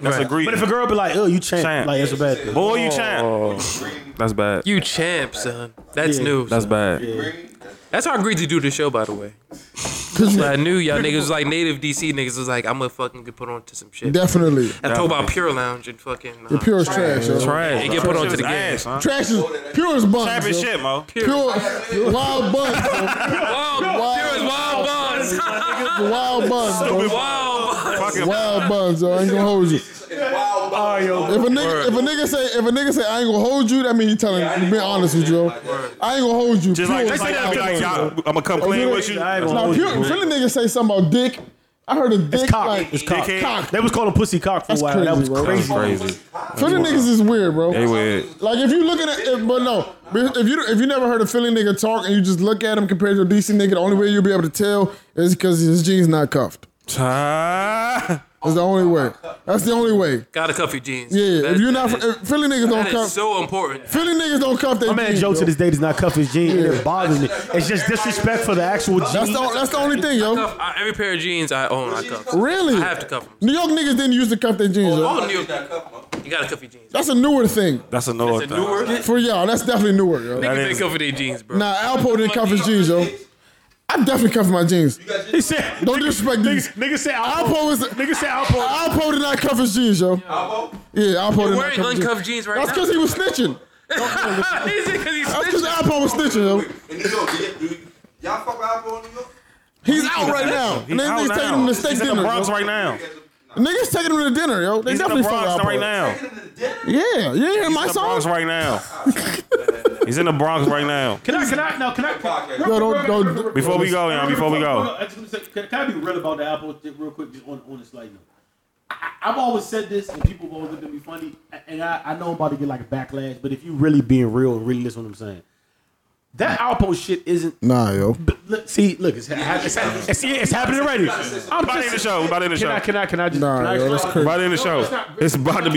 That's a Right. greeting. But if a girl be like, oh, you champ, Champ. like that's a bad. thing. Boy, you champ. Green, That's bad. You champ, son. That's Yeah. new. That's son. bad. green. That's That's how I agreed to do the show, by the way. So I knew y'all niggas was like native DC niggas was like, I'm gonna fucking get put on to some shit. Definitely. I told about Pure Lounge and fucking. Uh, The pure is trash, yo. Trash. It get put bro. onto the Shit game. is ass, huh? Trash is pure as buns. Champion yo. shit, Mo. Pure wild buns. yo. Whoa, Pure is Wild Buns. Wild buns. bro. Wild Buns. Fucking Wild buns. Yo. I ain't gonna hold you. wild. Ah, Oh, yo. If a nigga, if a nigga say, if a nigga say, I ain't gonna hold you, that means he telling, he being honest with you. yo. I ain't gonna hold you. just like Pure just like as that. Be like, buns, yo. y'all, I'm gonna come clean with you. I ain't gonna Now, hold pure, you. Philly niggas say something about dick. I heard a dick cock. like It's cock. Dickhead. cock. They was calling pussy cock for a That's while. crazy, that was bro. crazy. That's crazy. Philly niggas is weird, bro. They weird. Like if you looking at, if, but no, if you if you never heard a Philly nigga talk and you just look at him compared to a DC nigga, the only way you'll be able to tell is because his jeans not cuffed. Ah. That's the only way. That's the only way. Gotta cuff your jeans. Yeah, That- if you're not that if is- Philly niggas that don't is cuff. so important. Philly niggas don't cuff their My man jeans. Joe Joe to this day does not cuff his jean, and it bothers me. It's just disrespect for the actual jean. That's the that's the only thing, yo. Cuff, I, every pair of jeans I own, I cuff. Really? I have to cuff them. New York niggas didn't used to cuff their jeans. Oh, Yo. New York, That cup, man. you gotta cuff your jeans. That's a newer thing That's a no. It's a newer. Niggas for y'all. That's definitely newer. Yo. That they is- cuff their jeans, bro. Nah, Alpo didn't cuff his jeans, yo. I'm definitely cuffing my jeans. He said, Don't disrespect these. niggas, niggas said Alpo Alpo. is. Niggas said Alpo. Alpo did not cuff his jeans, yo. Albo? Yeah, Alpo You're did not wearing cuff his uncuffed jeans. jeans right That's because now. he was snitching. Is it 'cause he's That's because snitching? Alpo was snitching, yo. In New York, do y- do y- y'all fuck with Albo in New York? He's out right now. He And then out niggas now. taking him to He's steak in dinner. the Bronx yo. right now. Niggas taking him to dinner, yo. They He's in definitely the fuck Bronx right Alpo. now. Taking him to dinner? Yeah, you ain't hear my He's in the song? Bronx right now. He's in the Bronx right now. Can I? Can I? Now, can I? Podcast. Yo, don't, don't. Before we go, y'all. Before we go. I just wanna say, Can, can I be real about the Apple thing real quick, just on, on this slide note? I, I've always said this, and people have always looked at me funny, a- and I, I know I'm about to get like a backlash, but if you really being real and really listen to what I'm saying, that Alpo shit isn't. Nah, yo. But look, see, look, it's, ha- it's, ha- it's, it's happening already. About I'm to end the just, show. About to end the can, I, show. can I? Can I just? Nah, can I yo, explain? that's crazy. About to end the it's show. not- It's about to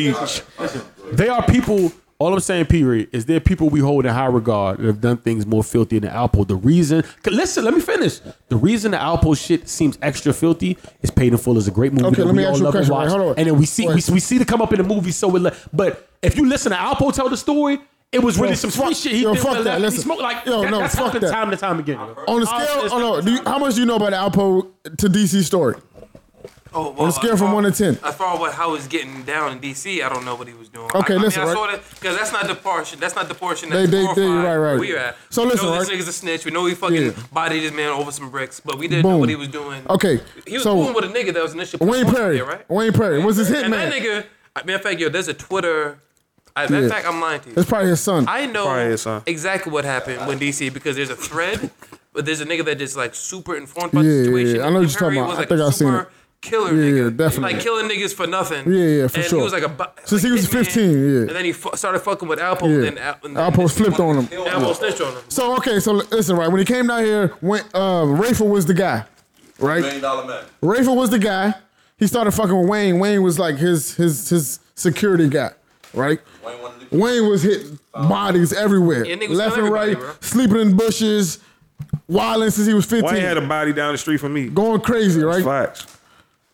be. They are people. All I'm saying, period, is they're people we hold in high regard that have done things more filthy than Alpo. The reason, 'cause listen, let me finish. The reason the Alpo shit seems extra filthy is Paid in Full is a great movie Okay, that let me we ask all you a love and question, watch. right? Hold on. And then we see we, Wait. we see to come up in the movie, so we. Le- but if you listen to Alpo tell the story, it was really Yo, some fuck- free shit he yo, did. fuck with that. Lefty Listen. Smoke. Like, Yo, that- no, that's fuck happened that. time and time again. oh, On the scale, oh no, do you, how much do you know about the Alpo to DC story? Oh, well, uh, On a scale from one to ten. As far as what, how he's getting down in DC, I don't know what he was doing. Okay, I, listen, I mean, right? I saw that because that's not the portion. That's not the portion. They- That's they- they- horrifying right, right. We at. So we listen, know this right? nigga's a snitch. We know he fucking Yeah. bodied his man over some bricks, but we didn't know Boom. what he was doing. Okay, He was so- fooling with a nigga that was initially Wayne Perry. right? Wayne Perry. What's his hit and that man? nigga, I- matter of fact, yo, there's a Twitter. I, matter Yeah. of fact, I'm lying to you. It's probably his son. I know Probably is, huh? exactly what happened when DC because there's a thread, but there's a nigga that just like super informed about Yeah, yeah, the situation. yeah. I know what you're talking Perry about. was, I like, think a I seen super it. Killer Yeah, yeah, nigga. definitely. Like killing niggas for nothing. Yeah, yeah, for and sure. He was like a bu- Since like, he was hitman. 15, yeah. And then he fu- started fucking with Alpo. Yeah. And, Al- and Alpo flipped on him. Alpo snitched on him. So okay, so listen, right? When he came down here, when uh, Rafer was the guy, right? Million dollar man. Rafer was the guy. He started fucking with Wayne. Wayne was like his his his security guy, right? Wayne wanted to Wayne was hitting bodies everywhere, Yeah, nigga was left and killing right, everybody, bro. sleeping in bushes, wilding since he was Wayne fifteen, had a body down the street from me. going crazy, right? Facts.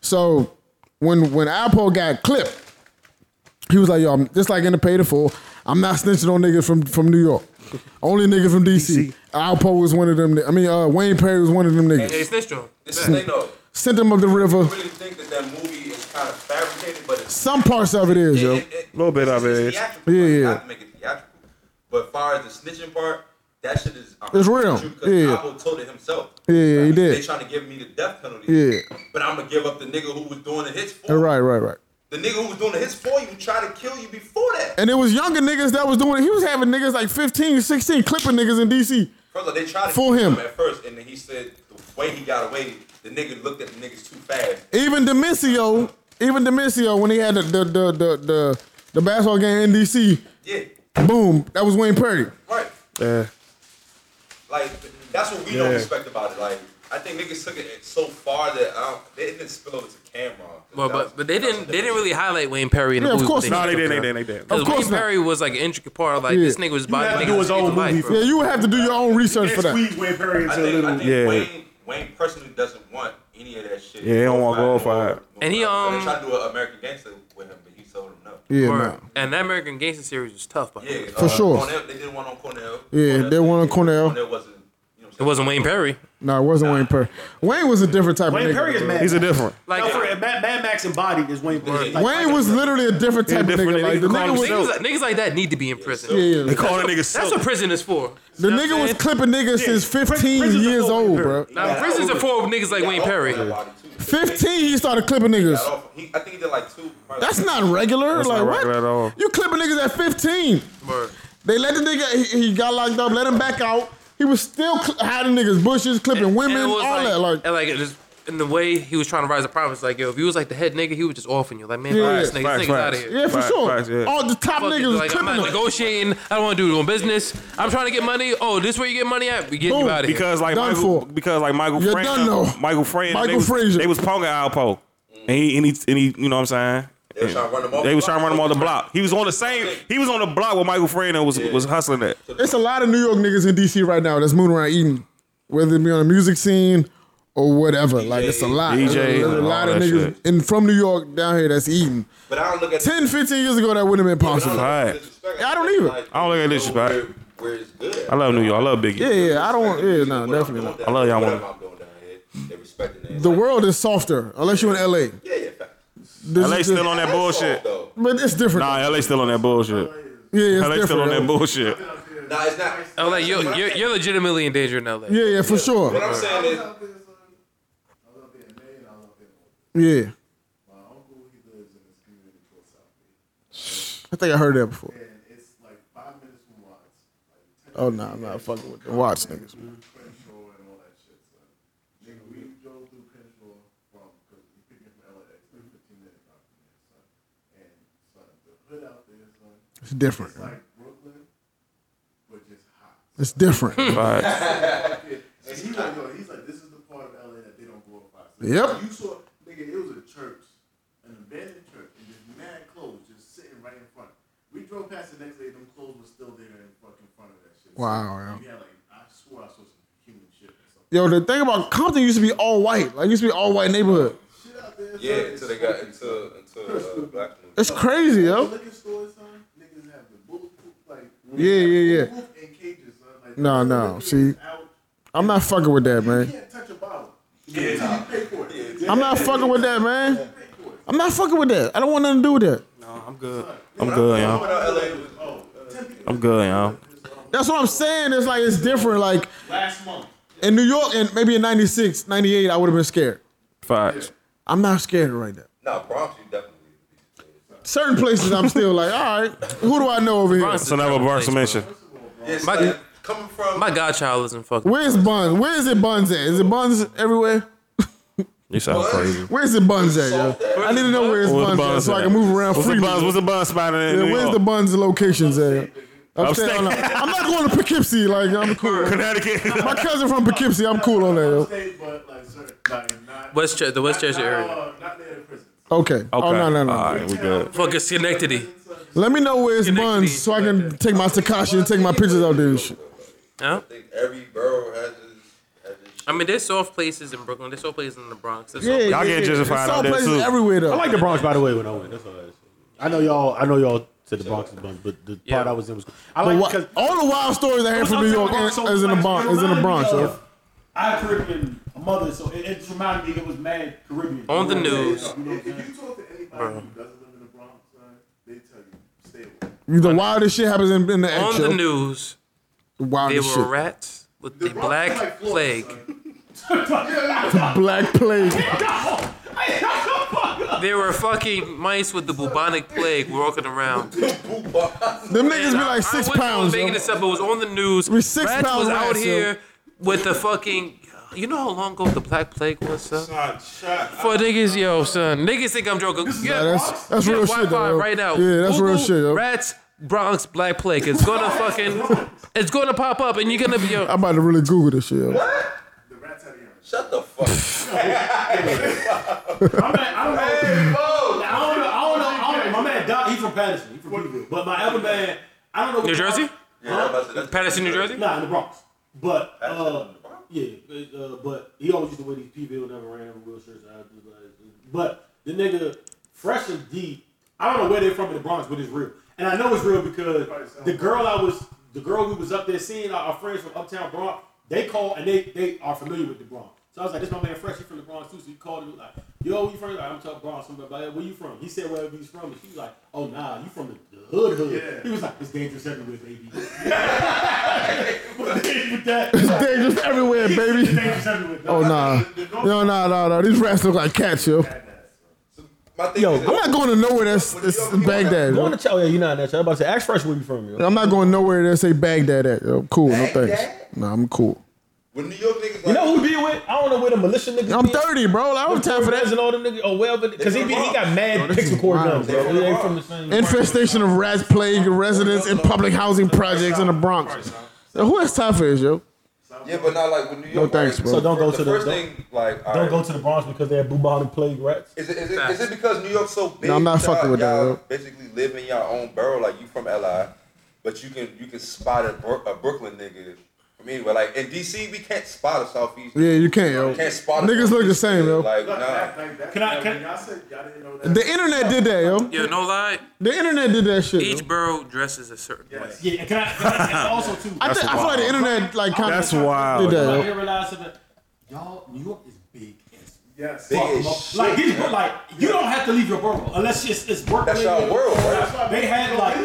So when when Alpo got clipped, he was like, "Yo, I'm just like in the pay to full. I'm not snitching on niggas from from New York. Only niggas from DC. Alpo was one of them. ni- I mean, uh, Wayne Perry was one of them Yeah, he niggas. snitched on him. This is the thing though. Sent him up the river. I really think that that movie is kind of fabricated, but it's Some parts of it is yo. It- it- Little bit it's- of it it's is. theatrical, Yeah, but you yeah. have to make it theatrical. But as far as the snitching part, that shit is. I'm It's real. with you 'cause Yeah. Cabo told it himself. Yeah, yeah, he They did. trying to give me the death penalty. Yeah. But I'm gonna give up the nigga who was doing the hits for. you. Right, right, right. The nigga who was doing the hits for you tried to kill you before that. And it was younger niggas that was doing it. He was having niggas like 15, 16 clipping niggas in DC. First of all, they tried to For kill him. at first, and then he said the way he got away, the nigga looked at the niggas too fast. Even Demisio, even Demisio, when he had the the the the, the, the basketball game in DC, Yeah. boom, that was Wayne Perry. Right. Yeah. Like that's what we don't respect about it. Like I think niggas took it so far that I don't, they didn't spill over to camera. But, but but they didn't they didn't really highlight Wayne Perry in the Yeah, of movie. course No, they didn't. They didn't. They didn't. Of Because course Wayne not. Perry was like an intricate part. of, Like Yeah. this nigga was had body to niggas. do his own life, movie bro. for- Yeah, you would have to do your own research for Can't that. squeeze Wayne Perry I into a think, I little. think Yeah. Wayne Wayne personally doesn't want any of that shit. Yeah, he don't want glorified. And he, um, they tried to do an American Gangster with him, but he told him no. Yeah, Word. no. And that American Gangster series was tough, but Yeah, uh, For sure. Cornell, they did one on Cornell. Yeah, Cornell, they one on Cornell. Cornell wasn't. You know what I'm it wasn't Wayne Perry. No, it wasn't Wayne Perry. Wayne was a different type Wayne of nigga. Perry is mad. He's a different. Like No, for- Mad, Mad Max embodied is Wayne Perry. Like, Wayne was literally a different type different of nigga. nigga. Like the You call nigga him was, Niggas like, niggas like that need to be in prison. yeah, yeah. They call a nigga That's what silk. prison is for. the nigga was clipping niggas since Pri- 15 prison's a years whole old, bro. period. Now, prisons are for niggas like Wayne Perry. saying? Wadi, too. 15, he started clipping niggas. Oh, he- I think he did like two. probably. That's not regular. That's like not what? regular at all. You clipping niggas at 15? Word. They let the nigga. He, he got locked up. Let him back out. He was still cl- hiding niggas bushes, clipping women, And all it was that. Like and like it just in the way he was trying to rise the promise, like yo, if you was like the head nigga, he was just offing you. Like man, Yeah. fuck this nigga, Facts, this nigga's out facts. of here. yeah, for Facts, sure. facts, yeah. All the top Fuck it. niggas was Like, I'm clipping not them. negotiating. I don't want to do no business. I'm trying to get money. Oh, this where you get money at? We getting Boom. you out of here. Because like Done Michael, for. because like Michael, You're Frazier- done, though. Michael Frazier, Michael they was, Frazier. They was punking Alpo, and he, and he, and he, you know what I'm saying. They was trying to run him off. They the was trying to run him off the block. block. He was on the same. He was on the block where Michael Frazier was was hustling at. It's a lot of New York niggas in DC right now that's moving around eating, whether it be on the music scene or whatever. like it's a lot. DJs there's a and lot all of that niggas shit. in from New York down here that's eating. But I don't look at 10, 15 years ago that wouldn't have been I don't possible. look at Right. disrespect. I don't either. Like, I don't look at know disrespect. Where, where it's good. I love New York. I love Biggie. Yeah, yeah, I don't. Yeah, no, What I'm definitely doing not. down I love here, y'all whatever women. I'm doing down here, they respecting that. The Like, world is softer unless you're in LA. Yeah, yeah, fact. This LA is still just- on that bullshit. Though. but it's different. Nah, LA still on that bullshit. yeah, it's LA different. still on though. that bullshit. Nah, it's not. I'm Oh, like yo, you're, you're legitimately in danger in LA. yeah, yeah, for What sure. I'm saying is, Yeah. I think I heard that before. Oh no, I'm not fucking with the watch niggas. Mm-hmm. It's different. It's different. Facts. And he's like, yo, he's like, this is the part of LA that they don't glorify. So Yep. You saw, nigga, it was a church, an abandoned church, and just mad clothes just sitting right in front. We drove past the next day, them clothes were still there in fucking front of that shit. Wow. So, yeah, like, I swore I saw some human shit or something. Yo, the thing about Compton used to be all white. Like it used to be all white neighborhood. Shit out there. yeah, until son, they got into into uh, black movie. It's crazy, it's yo. liquor stores, son. Niggas have the bulletproof, like, Yeah, yeah, yeah. bulletproof in cages, son. Like, No, the no, niggas see. out. I'm not fucking with that, man. You can't touch a bottle. Yeah, you pay for it. I'm not fucking with that, man. I'm not fucking with that. I don't want nothing to do with that. No, I'm good. I'm good, y'all. I'm good, y'all. That's what I'm saying. It's like it's different. Like Last month, in New York, and maybe in '96, '98, I would have been scared. Facts. I'm not scared right now. Nah, Bronx, you definitely. Certain places, I'm still like, all right, who do I know over here? So now Bronx mention. Yes, My- like, coming from My godchild isn't fucking. Where's Buns? Where is it Buns at? Is it Buns everywhere? You sound crazy. Where's the Buns at, yo? I need to know where it's Where's the Buns at Buns so I at? can move around What's the freely. buzz? What's the buzz spot in Yeah, New where's York? the Buns locations at? Upstate. Upstate. I'm, not, I'm not going to Poughkeepsie. Like I'm cool. Connecticut. My cousin from Poughkeepsie. I'm cool on that. Yo. state, but like, certain, like not. West Ch- the West Chester not, area. uh, not near the prison. Okay. Oh no no no. All right, we good. Fucking Schenectady. Let me know where it's Connect me. Buns so I can take my Takashi and take my pictures out there. and shit. Huh? I think every borough has its. Has its I mean, there's soft places in Brooklyn. There's soft places in the Bronx. There's soft Yeah, places- Y'all yeah, get yeah. gentrified It's all out there, places too. everywhere though. I like the Bronx, by the way, when I went. That's all I said. I know y'all. I know y'all said the Bronx was bunk, but the part I was in was. I But like wha- because all the wild stories I hear from New York is is in the Bronx. Is in the Bronx. Yo. I have Caribbean mother, so it, it just reminded me it was mad Caribbean. On the news. If you talk to anybody who doesn't live in the Bronx, son, they tell you stay away. The wildest shit happens in, in the On X. the yo. news, The they wildest were shit. rats with the Bronx is black like Florida, plague. son. Black plague. There were fucking mice with the bubonic plague walking around. Them niggas And be I- like six I went- I was pounds. yo. making this up. It was on the news. We six rats pound was rats, out yo. here with the fucking. You know how long ago the black plague was, son? shot, shot. For niggas, yo, son. Niggas think I'm joking. Yeah, that's- that's get real shit, Wi-Fi though. right now. Yeah, that's real shit, yo. Rats, Bronx, Black Plague. It's gonna fucking, it's gonna pop up, and you're gonna be yo. I'm about to really Google this shit. yo. The rats out of here. Shut the fuck up. My man, I don't know. Hey, Bo! I don't know. I don't know. I don't know. My man, Doc, he from Patterson. He from Peterville. But my other man, I don't know. New Jersey, Yeah, I'm about to say, that's- Patterson, New Jersey. Nah, in the Bronx. But uh, Patterson, bro. yeah, but, uh, but he always used to wear these Peterville never ran over real shirts. I do like- But the nigga, fresh and deep. I don't know where they're from in the Bronx, but it's real. And I know it's real because the girl I was, the girl we was up there seeing, our, our friends from Uptown Bronx, they call and they they are familiar with the Bronx. So I was like, this my man Fresh, he from the Bronx too. So he called and he was like, yo, where you from? He's Like, I'm from Bronx. I'm like, where you from? He said wherever he's from. And she was like, oh nah, you from the, the hood hood. He was like, it's dangerous everywhere, baby. But they- with that, it's Dangerous everywhere, baby. dangerous everywhere. Oh nah, yo nah nah nah. These rats look like cats, yo. My thing Yo, is, I'm not going to nowhere that's it's Baghdad. Go Yo. on the chat. Oh, yeah, you're not in that chat. I'm about to say, ask Fresh where you from, yo. I'm not going nowhere that say Baghdad at. Yo. Cool, no thanks. Nah, I'm cool. when New York niggas You like, know who be with? I don't know where the militia niggas I'm be. 30, bro. Like, I don't have time for Corvettes that. and all them niggas, Oh, or wherever, because he, be, he got mad this picks is with cord wild. guns, bro. They ain't from the same. Infestation of rats plague residents in public housing projects in the Bronx. Yo, who has time for this, yo? yeah, but not like with New York. No thanks, like, bro. So don't go the to the- first don't- thing. Like, all Don't right. go to the Bronx because they have bubonic plague rats. Is it, is, it, is it because New York's so big? No, I'm not y'all- fucking with that, y'all yo. Basically, live in your own borough, like you from LI, but you can you can spot a, Bro- a Brooklyn nigga from anywhere. Like in DC, we can't spot a Southeast. Yeah, you can't, yo. Can't spot a Niggas look the same, yo. Like nah, Like that. Can I- can- when y'all said y'all didn't know that. The internet did that, yo. Yo, no lie. The internet did that shit. Yo. Each borough dresses a certain way. Yeah, and can I, can I and also too? I, I think, I feel like the internet like kind That's of did wild. that, yo. didn't realize that y'all New York is big as yes. big as fuck. shit. Like these, bro- like you don't have to leave your borough unless it's it's work. That's y'all world, right? They had like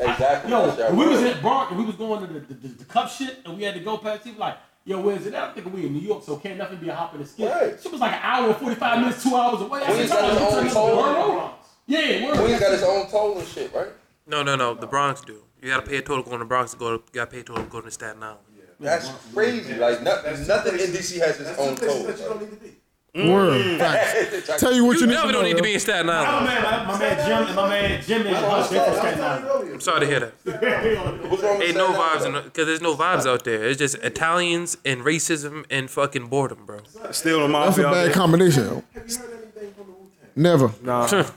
Exactly. Yo, that's y'all when we was world. in Bronx and we was going to the, the, the, the cup shit and we had to go past. He was like, yo, where's it? at?" I'm thinking we in New York, so can't nothing be a hop in a skip. Right. She was like an hour, and 45 minutes, two hours away. I Queens said, got "Come its on, own you toll. turn this borough." Yeah, word. Queens got his own toll and shit, right? No, no, no. The Bronx do. You gotta pay a total going to Bronx. To go, you gotta pay a total going to Staten Island. That's crazy. Like nothing, nothing in DC has its own That's the toll. places that you like. don't need to be. Word. Facts. Tell you what you, You need to never know, don't need to yo. be in Staten My Island. man, my, my man Jim and my man Jim and Hush, they from Staten Island. I'm sorry to hear that. What's wrong with Ain't no Staten Island, vibes, though? because there's no vibes out there. It's just Italians and racism and fucking boredom, bro. Still the That's a mafia. out bad there. combination, yo. Have you heard anything from the Wu Tang? Never.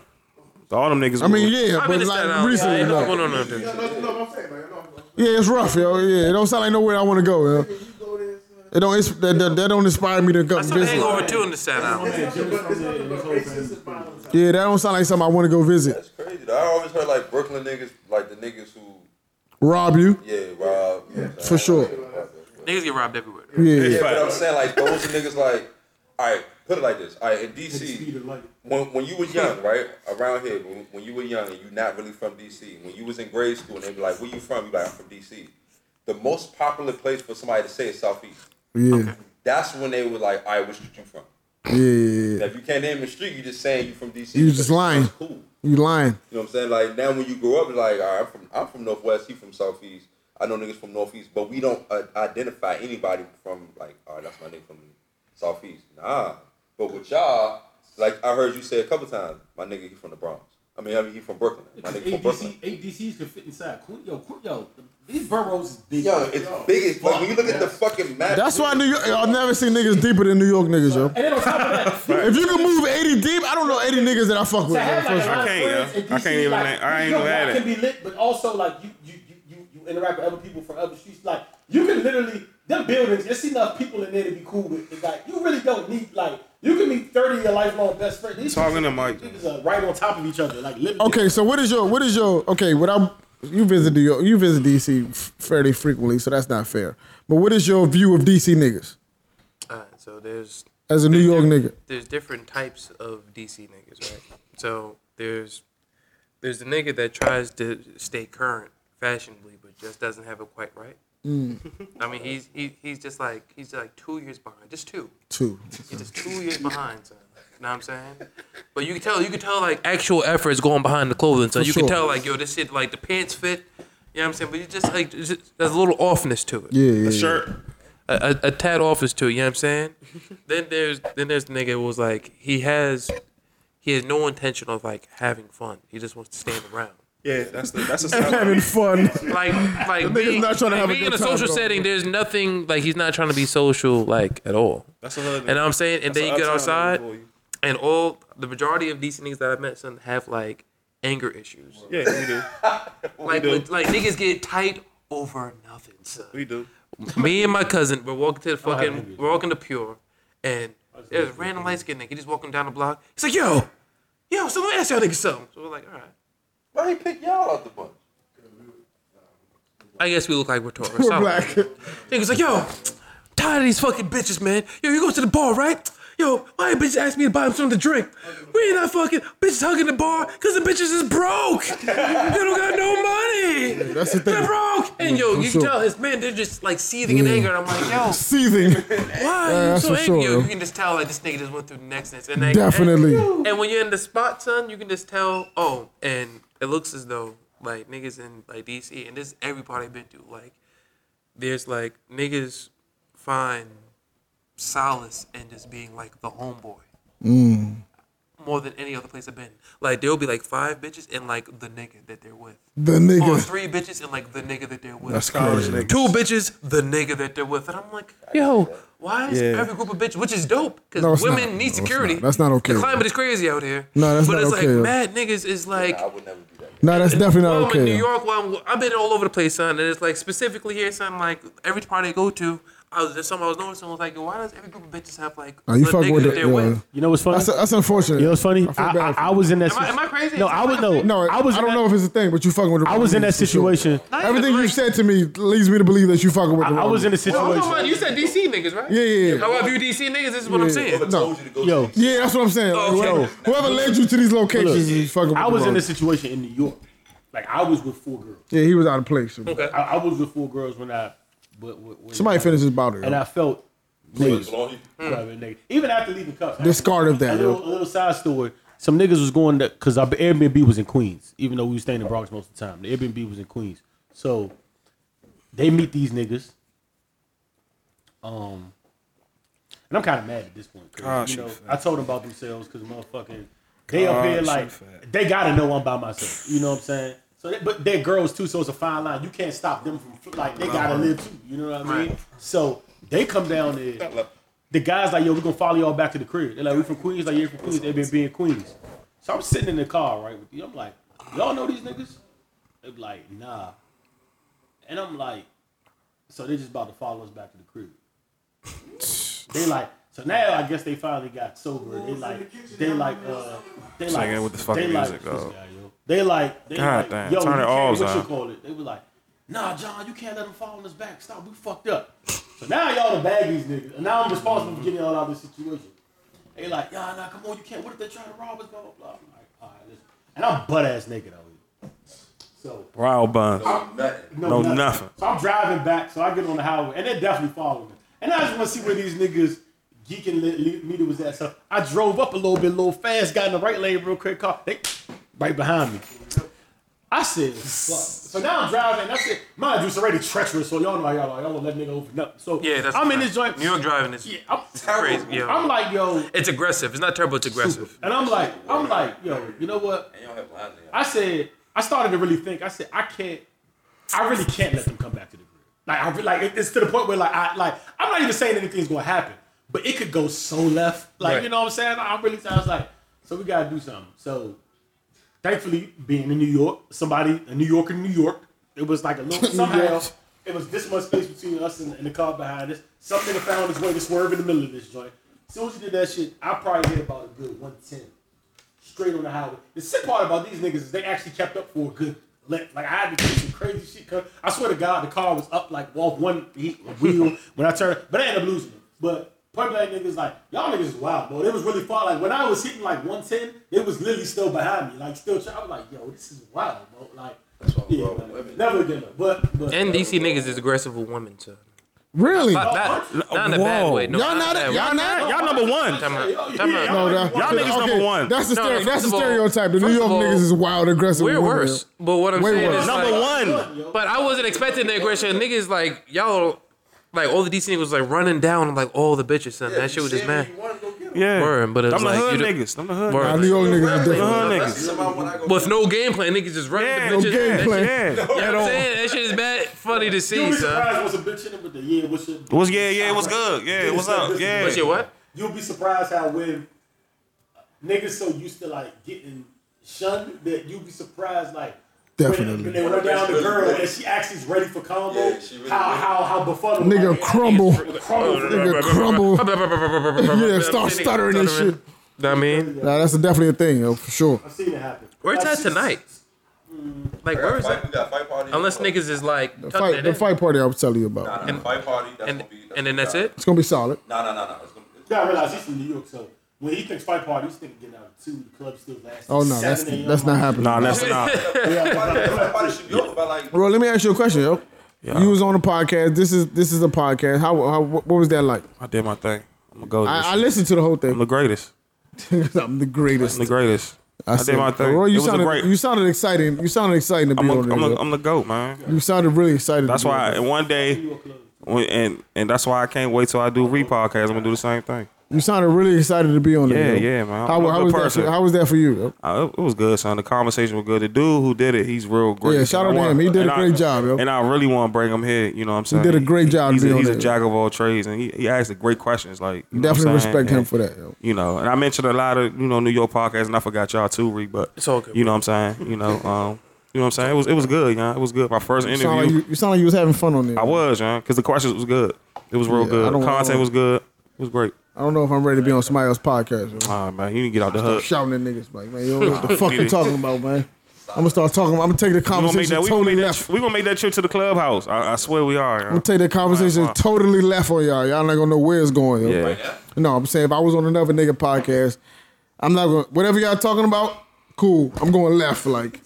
All them niggas. I mean, was- yeah, I'm but in Staten like Island. recently, Ain't no. nothing going on out there. No, no, I'm saying, like, no, no. Yeah, it's rough, yo. Yeah, it don't sound like nowhere I want to go, yo. You go there, son. It don't. It's, that, that, that don't inspire me to go I saw the visit. Hangover 2 in the Staten Island. It's nothing but, it's nothing but racist and violence. Yeah, that don't sound like something I want to go visit. That's crazy. though. I always heard like Brooklyn niggas, like the niggas who, Rob you yeah, rob. you know what I'm saying? for sure. Niggas get robbed everywhere. Yeah, Yeah, but I'm saying like those niggas like All right, put it like this. All right, in DC, Speed of light. when when you was young, right? Around here, when, when you were young and you not really from DC. When you was in grade school and they be like, "Where you from?" You like, "I'm from DC." The most popular place for somebody to say is Southeast. Yeah. That's when they were like, "All right, which street you from?" Yeah, yeah, Now, yeah. if you can't name the street, you just saying you from DC. You just lying. That's Cool. You lying. You know what I'm saying? Like now, when you grow up, it's like all right, I'm from I'm from Northwest. He from Southeast. I know niggas from Northeast, but we don't uh, identify anybody from like all right, that's my nigga from Southeast. Nah, but with y'all, like I heard you say a couple times, my nigga he from the Bronx. I mean, I mean he from Brooklyn. My nigga from Brooklyn. ADC, ADCs can fit inside. Queen, yo, Queen, yo, these boroughs is big. Yo, it's big as like when you look at the fucking map. That's why New York. I've never seen niggas deeper than New York niggas, yo. And then on top of that, If you can move 80 deep, I don't know 80 niggas that I fuck with. to have yo. like a I lot of can't, friends yo. in I DC, can't even like, act- I ain't you know, even y'all at Can be lit, but also like you, you, you, you, you interact with other people from other streets. Like you can literally them buildings. There's enough people in there to be cool with. It's like you really don't need like you can meet thirty of your lifelong best friend. These Talking to niggas- Mike. niggas are right on top of each other. Like literally. Okay, so what is your what is your okay? What I you visit New York, you visit DC f- fairly frequently, so that's not fair. But what is your view of DC niggas All right, so there's as a New York there's- nigga? There's different types of DC niggas, right? So there's there's the nigga that tries to stay current fashionably, but just doesn't have it quite right. I mean, he's he, he's just like he's like two years behind, just two. Two. He's just two years behind, son. You know what I'm saying? But you can tell, you can tell like actual effort is going behind the clothing, so For you sure. can tell like yo, this shit like the pants fit. You know what I'm saying? But you just like it's just- there's a little offness to it Yeah, yeah. The shirt. a, a, a tad office too. You know what I'm saying? then there's then there's the nigga who was like he has he has no intention of like having fun. He just wants to stand around. Yeah, that's the that's a Having sound. fun. Like like nigga's being, not trying to like, have a being good in a time social at all. setting. There's nothing like he's not trying to be social like at all. That's another. And I'm saying, and that's then a you get uptown outside, nigga for you. and all the majority of these niggas that I've met son have like anger issues. Yeah, we do. Like do. like niggas get tight over nothing, son. We do. me and my cousin were walking to the fucking we're walking to Pure, and there's a random light skinned nigga. He just walking down the block. He's like, yo, yo, so let me ask y'all niggas something. So we're like, all right. Why he pick y'all out the bunch? I guess we look like we're tourists. We're all right. black. Nigga's like, yo, tired of these fucking bitches, man. Yo, you go to the bar, right? Yo, why ain't bitches ask me to buy them something to drink? We ain't not fucking bitches hugging the bar because the bitches is broke. they don't got no money. that's the thing. They're broke. And yo, for you sure. tell his man, they're just like seething in anger. And I'm like, yo, Seething. Why? Yeah, you Uh, that's so for angry. sure, You, yo. you can just tell like this nigga just went through the next next. And, like, Definitely. And, and when you're in the spot, son, you can just tell. Oh, and it looks as though like niggas in like DC, and this is everybody I've been to. Like, there's like niggas find solace in just being like the homeboy. Mm. More than any other place I've been. Like there'll be like five bitches and like the nigga that they're with. The Or nigga. three bitches and like the nigga that they're with That's crazy. two bitches, the nigga that they're with. And I'm like, yo, why is Yeah. every group of bitches, which is dope, because No, it's women not. No, need it's security. not. That's not okay. The climate is crazy out here. No, that's but not it's okay, yo. like mad niggas is like, I would never do that. No, that's definitely well, not I'm in New okay. yo. York, well, I'm, I've been all over the place, son. And it's like specifically here, son, like every party I go to, I was there's something I was noticing I was like, yo, why does every group of bitches have like Are you the fucking nigga with that it? they're yeah. with? You know what's funny? That's that's unfortunate. you know what's funny? I I, feel bad I, for I you. was in that. Am I- am I crazy? No, I was no. No, I was. I don't in know that, if it's a thing, but you fucking with. The I was in that for sure. situation. Not even Everything you like- said to me leads me to believe that you fucking with. I, the I was in a Well, hold on, situation. you said DC niggas, right? Yeah, yeah, yeah. How I view DC niggas, this is what I'm saying. Whoever told you to go Yo. to DC, Yeah, that's what I'm saying. Like, Okay. whoever, whoever led you to these locations Look, is fucking. With I the was in wrong. a situation in New York. Like I was with four girls. Yeah, he was out of place. I, I was with four girls when I. But when Somebody I, finish his bottle. And I felt you niggas. belong here. Rather than niggas. Even after leaving cuffs. Discard of A that. little, Yo. a little side story. Some niggas was going to because our Airbnb was in Queens, even though we was staying in Bronx most of the time. The Airbnb was in Queens, so they meet these niggas. Um, and I'm kind of mad at this point. 'cause, Gosh, you know, you fat. I told them about themselves because motherfucking they up here like they gotta know I'm by myself. You know what I'm saying? So, they, but they're girls too, so it's a fine line. You can't stop them from like they gotta live too. You know what I mean? So they come down there the guy's like, yo, we're gonna follow y'all back to the crib. They're like, we from Queens, like you're from Queens, they been being Queens. So I'm sitting in the car, right? With you. I'm like, y'all know these niggas? They're like, nah. And I'm like, so they just about to follow us back to the crib. they like, so now I guess they finally got sober. They like, they like, uh, they like, Singing with the fucking they like, music, this dog. guy, yo. they like, they God like, damn, yo, turn you it can't, all what you down. call it? They were like, nah, John, you can't let them follow us back. Stop, we fucked up. So now y'all the baggies, nigga. And now I'm responsible for getting y'all out of this situation. They like, yeah, nah, come on, you can't. What if they try to rob us? Blah blah blah. I'm like, all right, listen. And I'm butt ass naked out here. So Wild buns. Nothing. No, nothing. So I'm driving back, so I get on the highway, and they're definitely following me. And I just want to see where these niggas geeking li- li- meter was at. So I drove up a little bit, a little fast, got in the right lane real quick, car, they right behind me. I said, fuck. So now I'm driving, and I said, mind you, it's already treacherous, so y'all know how y'all are. Y'all don't let nigga open up. So Yeah, that's I'm in this joint. New York driving is Yeah, I'm, crazy. Yo. I'm like, yo, it's aggressive. It's not terrible. It's aggressive. and I'm like, I'm like, yo, you know what? And you don't have lines in your I said, I started to really think. I said, I can't, I really can't let them come back to the grid. Like, I re- like it- it's to the point where like I like I'm not even saying anything's gonna happen, but it could go so left. Like Right. you know what I'm saying? I'm really I was like, so we gotta do something. So thankfully, being in New York, somebody a New Yorker, in New York, it was like a little somehow. It was this much space between us and, and the car behind us. Something found his way to swerve in the middle of this joint. As soon as he did that shit, I probably hit about a good 110 straight on the highway. The sick part about these niggas is they actually kept up for a good length. Like I had to do some crazy shit. 'cause I swear to God, the car was up like off one he- wheel when I turned, but I ended up losing it. But point blank niggas like y'all niggas is wild, bro. It was really far. Like when I was hitting like 110, it was literally still behind me. Like still, try- I was like, yo, this is wild, bro. Like. yeah, roll with like, women. never again. But, but And DC niggas is aggressive with women too. Really? Not, not, not in a bad Whoa. way. No, Y'all in a not- bad way. y'all not- Y'all number one. Time out. Yo, Time yeah, out. y'all No, that, Y'all niggas number one. That's the No, no, stere- that's first the of all- stereotype. The New first York of all, niggas is wild aggressive. We're with women. worse. But what I'm Way saying worse. is Number like, one. But I wasn't expecting the aggression. Niggas like y'all, like all the DC niggas was like running down. I'm like, all the bitches. Son, that shit was just mad. Yeah. Word, but it was I'm like, the hood you niggas. I'm the hood. Word. niggas. Nah, New York niggas is different. Uh-huh. I see somebody when I go. With no game plan, niggas just running Yeah, the no bitches. game That plan. shit- Yeah. You know At what I'm all. saying? That shit is bad funny to You'll see, be son. surprised what's a bitch in it with the yeah, what's your What's yeah, yeah, what's good? Yeah, what's up? Yeah. What's your what? You'll be surprised how when niggas so used to like getting shunned that you'll be surprised like when- Definitely. when they run down the girl and she actually is ready for combo. Yeah, she really how ready. how how befuddled Nigga like, crumble. Oh, crumble. Nigga crumble. Yeah, yeah, start stuttering and shit. I mean, Nah, that's definitely a thing, yo, for sure. I've seen it happen. where's Like, that she's- tonight? Like, where is Fight, that? we got fight party. Unless niggas is like, The tucking fight, it the in. fight party I was telling you Nah, about. nah, fight party. That's and gonna be. and then that's it. It's gonna be solid. No, no, no, no. It's gonna be. You gotta realize he's from New York, so when he thinks fight party, he's thinking getting out at two. The club still lasts. Oh no, that's that's not happening. Nah, that's not. Fight party should be over by like. Bro, let me ask you a question, yo. You was on a podcast. This is this is a podcast. How, how what what was that like? I did my thing. I'm gonna go. to this I, I shit. listened to the whole I'm thing. the greatest. I'm the greatest. I'm the greatest. I, said, did my thing. Roy, you it was a sounded great. you sounded excited. You sounded excited to be I'm, on a, I'm, there. a, yo. I'm the goat, man. you sounded really excited. That's to be why. on there. And one day, when, and and that's why I can't wait till I do repodcast. I'm gonna do the same thing. you sounded really excited to be on there. Yeah, yo. yeah, man. I'm How, a how good was that? person. For, how was that for you? yo? Uh, it- it was good, son. The conversation was good. The dude who did it, he's real great. Yeah, shout And out I to him. He did a and I- great job, yo. And I really want to bring him here. You know what I'm saying? did a great job He's, to a, be he's on a it. jack of all trades, and he, he asked the great questions. Like you know what I'm Definitely saying? respect him And- for that. Yo. you know, and I mentioned a lot of you know New York podcasts, and I forgot y'all too, Reek. But It's all good, You know what I'm saying? You know, um, you know what I'm saying? It was it was good, you know? It was good. My first You sound, like interview, you, you sound like you was having fun on there. I was, you because the questions was good. It was real Yeah, good. I don't- I Content don't- was good. It was great. I don't know if I'm ready to be on somebody else's podcast. Yo. Ah man, you need to get out the hood. shouting at niggas, like, man, you don't know what the fuck Get you it. talking about, man. I'm gonna start talking. I'm gonna take the We gonna make conversation that. We gonna totally make left. that. We gonna make that trip to the clubhouse. I, I swear we are. you I'm know? gonna take the conversation Alright, totally left on y'all. Y'all not gonna know where it's going. Yo. Yeah. No, I'm saying if I was on another nigga podcast, I'm not gonna. Whatever y'all talking about, cool. I'm going left. Like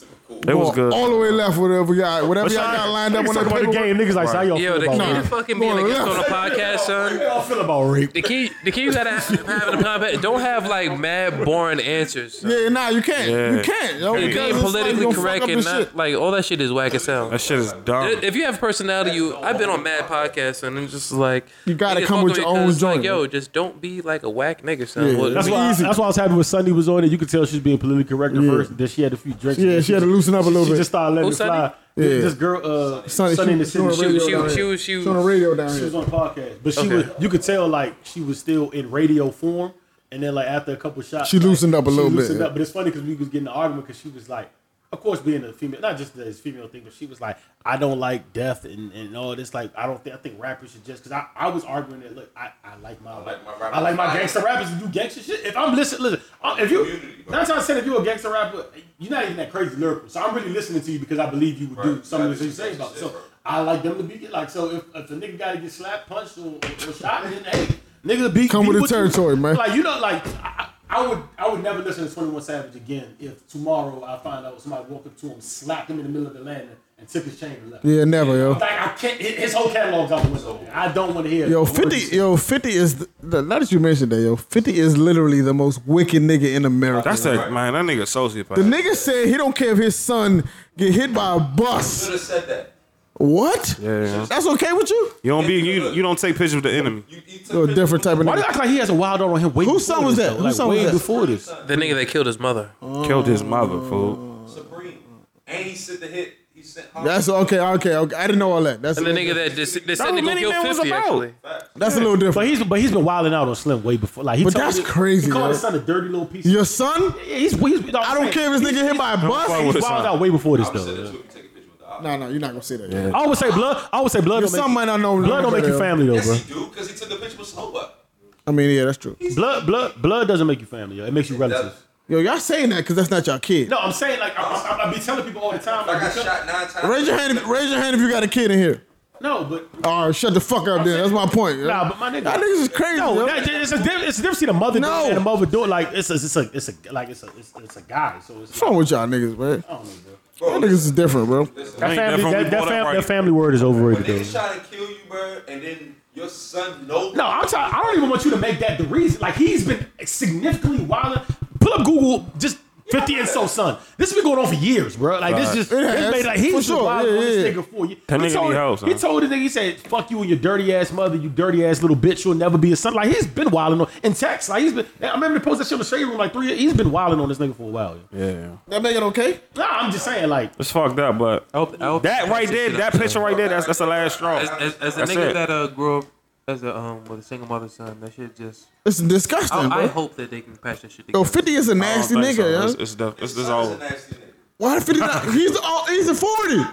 It was going good. All the way left. Whatever y'all, whatever Let's y'all talk- got lined up on Let's talk that about the paperwork. game. Niggas like, how y'all Yo, the feel key about to rape? fucking being a Going guest on a left. podcast, son. How y'all feel about rape? The key, the key you gotta have, have in a podcast. Don't have like mad boring answers. son. Yeah, nah, you can't. Yeah. You can't. Yo, You're because Being it's like you politically gonna fuck correct up and the not shit. like all that shit is whack as hell. That shit is dumb. If you have personality, you I've been on mad podcasts and it's just like You gotta niggas come fuck with me your own 'cause, joint, Like, yo, man. just don't be like a whack nigga, son. Yeah, What- That's Be why, easy. that's why I was happy when Sunday was on it. You could tell she was being politically correct at first. Then she had a few drinks. Yeah, she had to loosen up a little She bit. just started letting Who, it fly. Sunny? This- Yeah. This girl, uh, Sunny, Sunny, she- in the she on city, she, radio she, was- she, was- down was- she here. was she It's on the was radio down she was here. on a podcast, but she was, you could tell like she was still in radio form. And then like after a couple shots, She like, loosened up a she little bit, loosened yeah. Up. But it's funny because we was getting an argument because she was like, of course, being a female, not just this female thing, but she was like, I don't like death and, and all this. Like, I don't think I think rappers should just because I, I was arguing that look, I, I like my I like my rappers. I like my gangster rappers to do gangster shit. If I'm listening, listen, I'm- if you Community, bro. nine times ten, if you're a gangster rapper, you're not even that crazy lyrical. So I'm really listening to you because I believe you would do Right. some of the Gotta do things you say some about. it. shit, So bro. I like them to be like so. If, if a nigga gotta get slapped, punched, or, or shot, then hey, Nigga, be Come be with the what you- territory, man. Like you know, like I, I I would, I would never listen to Twenty One Savage again if tomorrow I find out somebody walked up to him, slapped him in the middle of the landing, and took his chain and left. Yeah, never, yo. Like I can't, his his whole catalog's out the window. I don't want to hear. Yo, it. fifty. Yo, fifty is. The, the, now that you mentioned that, yo, fifty is literally the most wicked nigga in America. That's that man. That nigga sociopath. the nigga said he don't care if his son get hit by a bus. Should have said that. What? yeah. That's okay with you? You don't be you. You don't take pictures of the enemy. You, you took Yo, different type of Why do you nigga. act like he has a wild out on him? Way Whose before son was this, that? though? Whose Like, son was way that? before this. The nigga that killed his mother. Killed his mother, fool. Supreme, and he sent the hit. He sent. That's okay, okay, okay. I didn't know all that. That's And the nigga that just they said what they gonna Mini kill Man was 50 about. actually. that's a little But different. he's but he's been wilding out on Slim way before. Like he But told that's me- crazy, He called his yo. son a dirty little piece. Your son? Yeah, he's, he's, I don't care if this nigga hit by a bus. with He's his wild son. out way before this I would have said though. that too if you take a picture with the op. No, no, you're not gonna say that. Yeah. I always say blood. I always say blood. Your Don't make, son might not know. blood don't make you family though, Yes, bro. he do, because he took the picture with Snow Buck. I mean, yeah, that's true. Blood, blood, blood doesn't make you family. Yo. It makes you relatives. That- Yo, y'all saying that because that's not y'all kid. No, I'm saying like I, I, I be telling people all the time. I Like, got shot nine times. Raise your hand. If, raise your hand if you got a kid in here. no, but All right, shut the fuck up, then. That's my point. yo. nah, but my nigga, Y'all niggas is crazy. No, yo. that, it's a diff- it's a difference between a mother No. doing and a mother doing. Like it's a, it's a, it's a, like it's a, it's, it's a guy. So it's. What's wrong with y'all niggas, man? I don't know, bro. Y'all niggas is different, bro. That family, definitely that, that, brought up fam- right. that family word is overrated, They though. try to kill you, bro, and then your son knows. No, I'm trying. I don't even want you to make that the reason. Like he's been significantly wilding. Pull up Google, just fifty and so son. This has been going on for years, bro. Like this just It has, this made, like he's for been sure. wilding Yeah, on this yeah. nigga for years. That he nigga told, need hoes, he huh? told his nigga, he said, "Fuck you and your dirty ass mother, you dirty ass little bitch. You'll never be a son." Like he's been wilding on in text. Like he's been. I remember they posted that shit on the shade room like three. years. He's been wilding on this nigga for a while. yo. Yeah. That make it okay? Nah, I'm just saying like. It's fucked up, but I hope, I hope that right there, that picture right there, that's that's the last straw. As, as, as a That's nigga it. that uh, grew up as a um with a single mother's son, that shit just. It's disgusting, I, I bro. hope that they can patch that shit Yo, together. fifty is I a don't nasty think nigga. so. yo. It's, it's, def- it's, it's all. a nasty nigga. Why fifty? Not, he's all, he's a forty.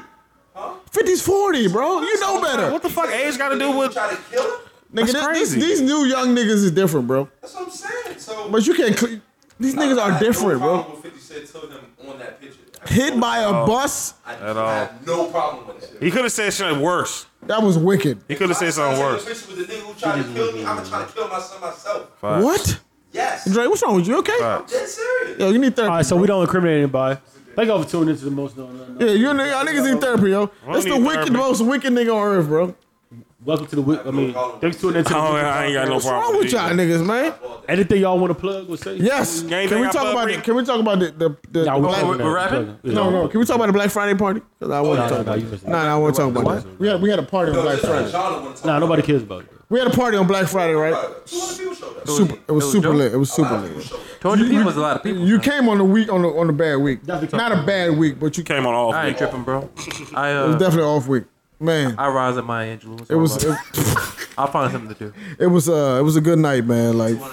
50's 40, bro. You know better. What the fuck age got to do You with? try to kill him? That's Nigga, that- these, crazy. these new young niggas is different, bro. That's what I'm saying. So But you can't. Cle- these I- niggas I are had no different, bro. problem with 50 Cent told him on that picture. I Hit by a Oh. bus, I At all. have no problem with it. He could have said shit worse. that was wicked. He could have said something worse. Picture with the nigga who tried to kill me. I'm gonna try to kill my son myself. Facts. What? Yes. Dre, what's wrong with you? Okay. Facts. Dead serious. Yo, you need therapy. All right, so we don't incriminate anybody. Thank y'all for tuning into the most uh, known. unknown. Yeah, you nigga, y'all niggas need therapy, yo. don't That's the need wicked, therapy. most wicked nigga on earth, bro. Welcome to the. wi- I mean, thanks for tuning into. the Oh, Wicked I ain't got no Podcast. What's wrong problem with y'all niggas, man? Anything y'all want to plug or say? Yes. You ain't Can we think I talk plug about Rick? it? Can we talk about the the, the Nah, black? we're- we're rapping? Yeah. No, no. Can we talk about the Black Friday party? 'Cause I want to Nah, talk nah, nah, about. you it. missed it. Nah, nah, I want to talk about What? that. We had we had a party on Yo, Black this is what Friday. John wanna talk Nah, about. nobody cares about it. We had a party on Black Friday, right? 200 people showed up. Super. It was was super dope. lit. It was super lit. 200 people was a lot of people. You came on the week on the on the bad week. Definitely Not a bad week, but you came. Came on off. I ain't week. tripping, bro. I It was uh, definitely an off week. Man, I rise at my Angelou. it was it, I'll find something to do. it was uh it was a good night, man. Like it people.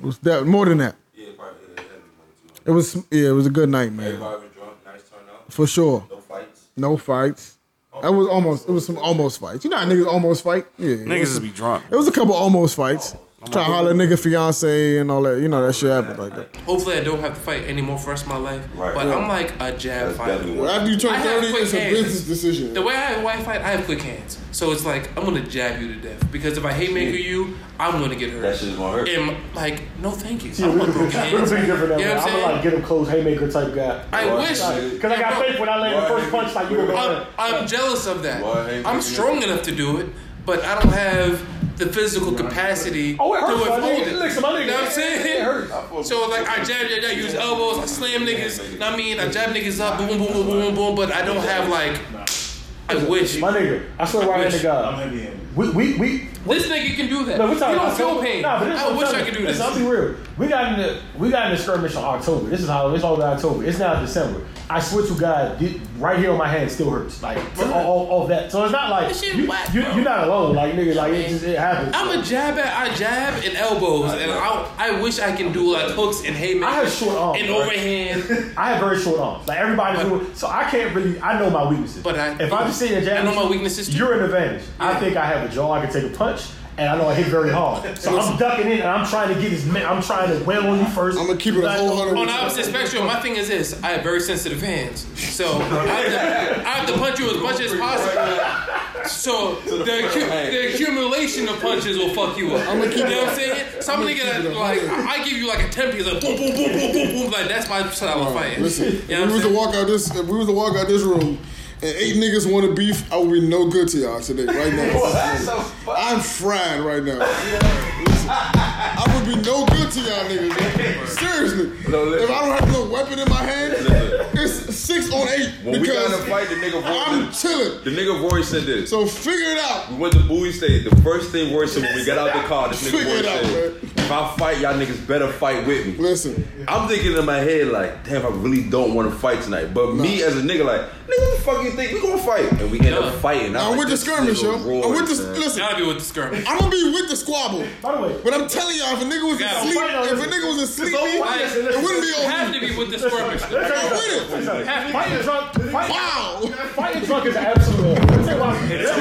was that more than that. Yeah, probably. Yeah, that'd be more than It 200. was yeah, it was a good night, man. Everybody was drunk. Nice turnout. For sure. No fights. No fights. That was almost. It was some almost fights. You know how niggas almost fight. Yeah, Niggas just be drunk. It was a couple almost fights. Try to holler at nigga fiance and all that. You know that shit happened like that. Hopefully, I don't have to fight anymore for the rest of my life. Right. But I'm like a jab fighter. Definitely. after you turn I have 30, quick it's a hands. business decision. The way I why I fight, I have quick hands. So it's like I'm gonna jab you to death because if I hate maker you, I'm gonna get That hurt. shit is gonna hurt. And like, no, thank you. I Yeah, don't we're want broken gonna be we're hands. You gonna be know different what that way. I'm I'm gonna like saying? get him close haymaker type guy. I wish. Cause I got faith when I land the first punch, like you gonna I'm, go I'm jealous of that. Why ain't I'm you- strong enough to do it, but I don't have the physical capacity Oh, it hurts, to my withhold nigga. it. Listen, my nigga, know what I'm it- saying? it hurts. So like I jab, jab, jab, use elbows, I slam niggas. know what I mean, I jab niggas up, boom, boom, boom, boom, boom, boom. But I don't have like. I wish. My nigga, I swear right hand to God. We we we This nigga can do that. Look, you we're talking don't about feel October. pain. Nah, but this is I what wish I'm I telling could you. do this. Listen, I'll be real. We got in the we got in the skirmish on October. This is how this all about October. It's now December. I swear to God, thi- right here on my hand still hurts. Like all, all, all that. So it's not like That shit you, whack, you, bro. you're not alone. Like nigga, like it just it happens. I'm a jab at I jab and elbows, and I I wish I can do like hooks and haymakers. I have short arms, and bro. overhand. I have very short arms. Like everybody's doing, so I can't really. I know my weaknesses. But I- if I'm just sitting there I know jabbing my you, weaknesses too. You're an advantage. I think I have a jaw. I can take a punch. and I know I hit very hard. So I'm ducking in, and I'm trying to get his. ma- I'm trying to wail on you first. I'm gonna keep it a whole hundred. On the opposite spectrum, my thing is this: I have very sensitive hands, so I have to, I have to punch you as much as possible. So the, accu- the accumulation of punches will fuck you up. I'ma keep you it- know what I'm saying? Some I'ma nigga keep that it a like hundred. I I give you like a ten piece, like boom, boom, boom, boom, boom, boom, like that's my style of fighting. Listen, if you know we was to what I'm saying? walk out this, if we was to walk out this room, and eight niggas want to beef, I would be no good to y'all today, right now. I'm fried right now. Listen, I would be no good to y'all niggas. man. Seriously, No, listen. if I don't have no weapon in my hand, Listen. it's six on eight When we got in because a fight, the nigga I'm Roy, chilling. the nigga Roy said this. So figure it out. we went to Bowie State. The first thing Roy said when we got out the car, this nigga Figure Roy it out, said, man. "If I fight, y'all niggas better fight with me." Listen, I'm thinking in my head like, damn, I really don't want to fight tonight. But me as a nigga, like, nigga, what the fuck you think we gonna fight? And we end up fighting. I'm like, with the this skirmish, nigga yo. Oh, Roy, I'm with the man. listen. Gotta be with the skirmish. I'm gonna be with the squabble. By the way, But I'm telling y'all, if a nigga was Yeah. asleep, if a nigga was asleep, over it with. Like, wouldn't be you have over. to be with the skirmish. You I'm with it. have to fighting be. drunk, fighting, Wow. fighting drunk is absolute. Let me tell you why. Let me, no, no,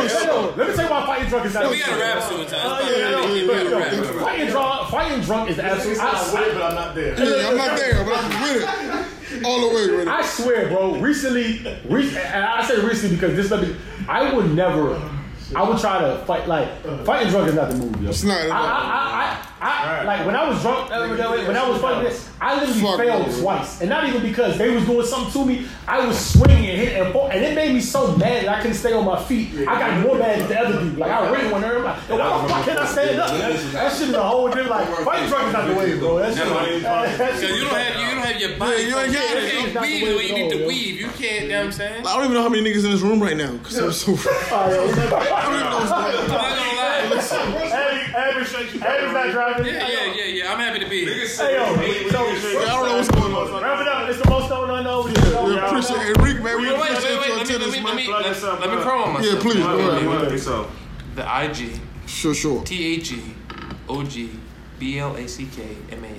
let me tell you why fighting drunk is absolute. We gotta rap sometime. yeah, We gotta yeah, rap. Fighting drunk, fighting drunk is absolute. I- but I'm not there. Yeah, I'm not there, but I'm with it. All the way with it. I swear, bro. Recently, re- and I say recently because this is I would never. I would try to fight like fighting drunk is not the move, yo. It's not. I, I, I, I, I like when I was drunk. uh, When I was fighting this, I literally Fuck failed no. twice, and not even because they was doing something to me. I was swinging and hitting, and, fall, and it made me so mad that I couldn't stay on my feet. I got more mad than the other dude. Like I ran one, and I'm like, "Yo, why the fuck can't I stand up? That shit is a whole different. Like fighting drunk is not the way, bro. That shit, that Because shit- you don't have you don't have your body. Yeah, you ain't got it. You can't weave the way you need to weave. You can't. You know what I'm saying? I don't even know how many niggas in this room right now. Cause I'm so. I don't even know. I'm not gonna lie. Hey, not driving. Yeah, yeah, yeah, yeah. I'm happy to be here. Hey, yo, I don't know what's going on. wrap it up. It's the most known unknown. We appreciate Enrique, man. We Wait, wait, appreciate wait. your Let me, let me, attendance, let me, man. let, let me promo myself. Yeah, please. Go ahead. So The IG, Sure, sure. T A G, O G, B L A C K M A N.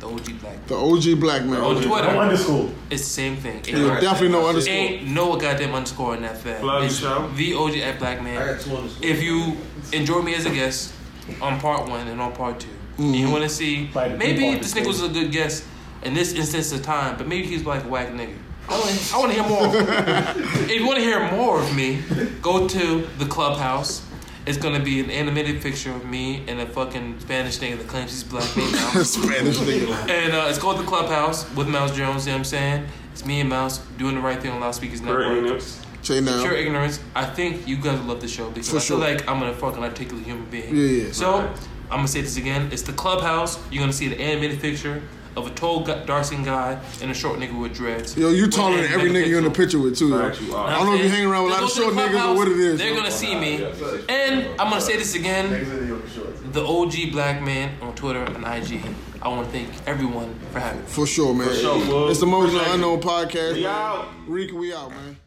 The OG Black. The OG black man. On No Twitter, underscore. it's the same thing. Yeah, definitely no underscore. Ain't no goddamn underscore in that fact. Love you, It's show. The OG at Black Man. I got two on this. if you enjoy me as a guest on part one and on part 2 and you want to see Right, maybe part this two. nigga was a good guest in this instance of time, but maybe he's like a whack nigga. I wanna- I want to hear more. if you want to hear more of me, go to the clubhouse. It's gonna be an animated picture of me and a fucking Spanish nigga that claims he's black me now. Spanish nigga. and uh, it's called the clubhouse with Mouse Jones. You know what I'm saying? It's me and Mouse doing the right thing on Loudspeakers Network. Say now. Pure ignorance. I think you guys will love the show because For I feel sure. like I'm an fucking articulate human being. Yeah, yeah. So I'm gonna say this again. It's the clubhouse. You're gonna see the animated picture of a tall, gu- dark skin guy and a short nigga with dreads. Yo, you With taller than an every animated nigga you in the picture with too. Yo. you are. You I don't know if you what I'm hang around with a lot of saying? short They go to the niggas or what it clubhouse, is. They're yo. gonna see me, and I'm gonna say this again. The OG black man on Twitter and IG. I want to thank everyone for having me. For sure, man. It's the most unknown podcast. man. Reek, we out, man.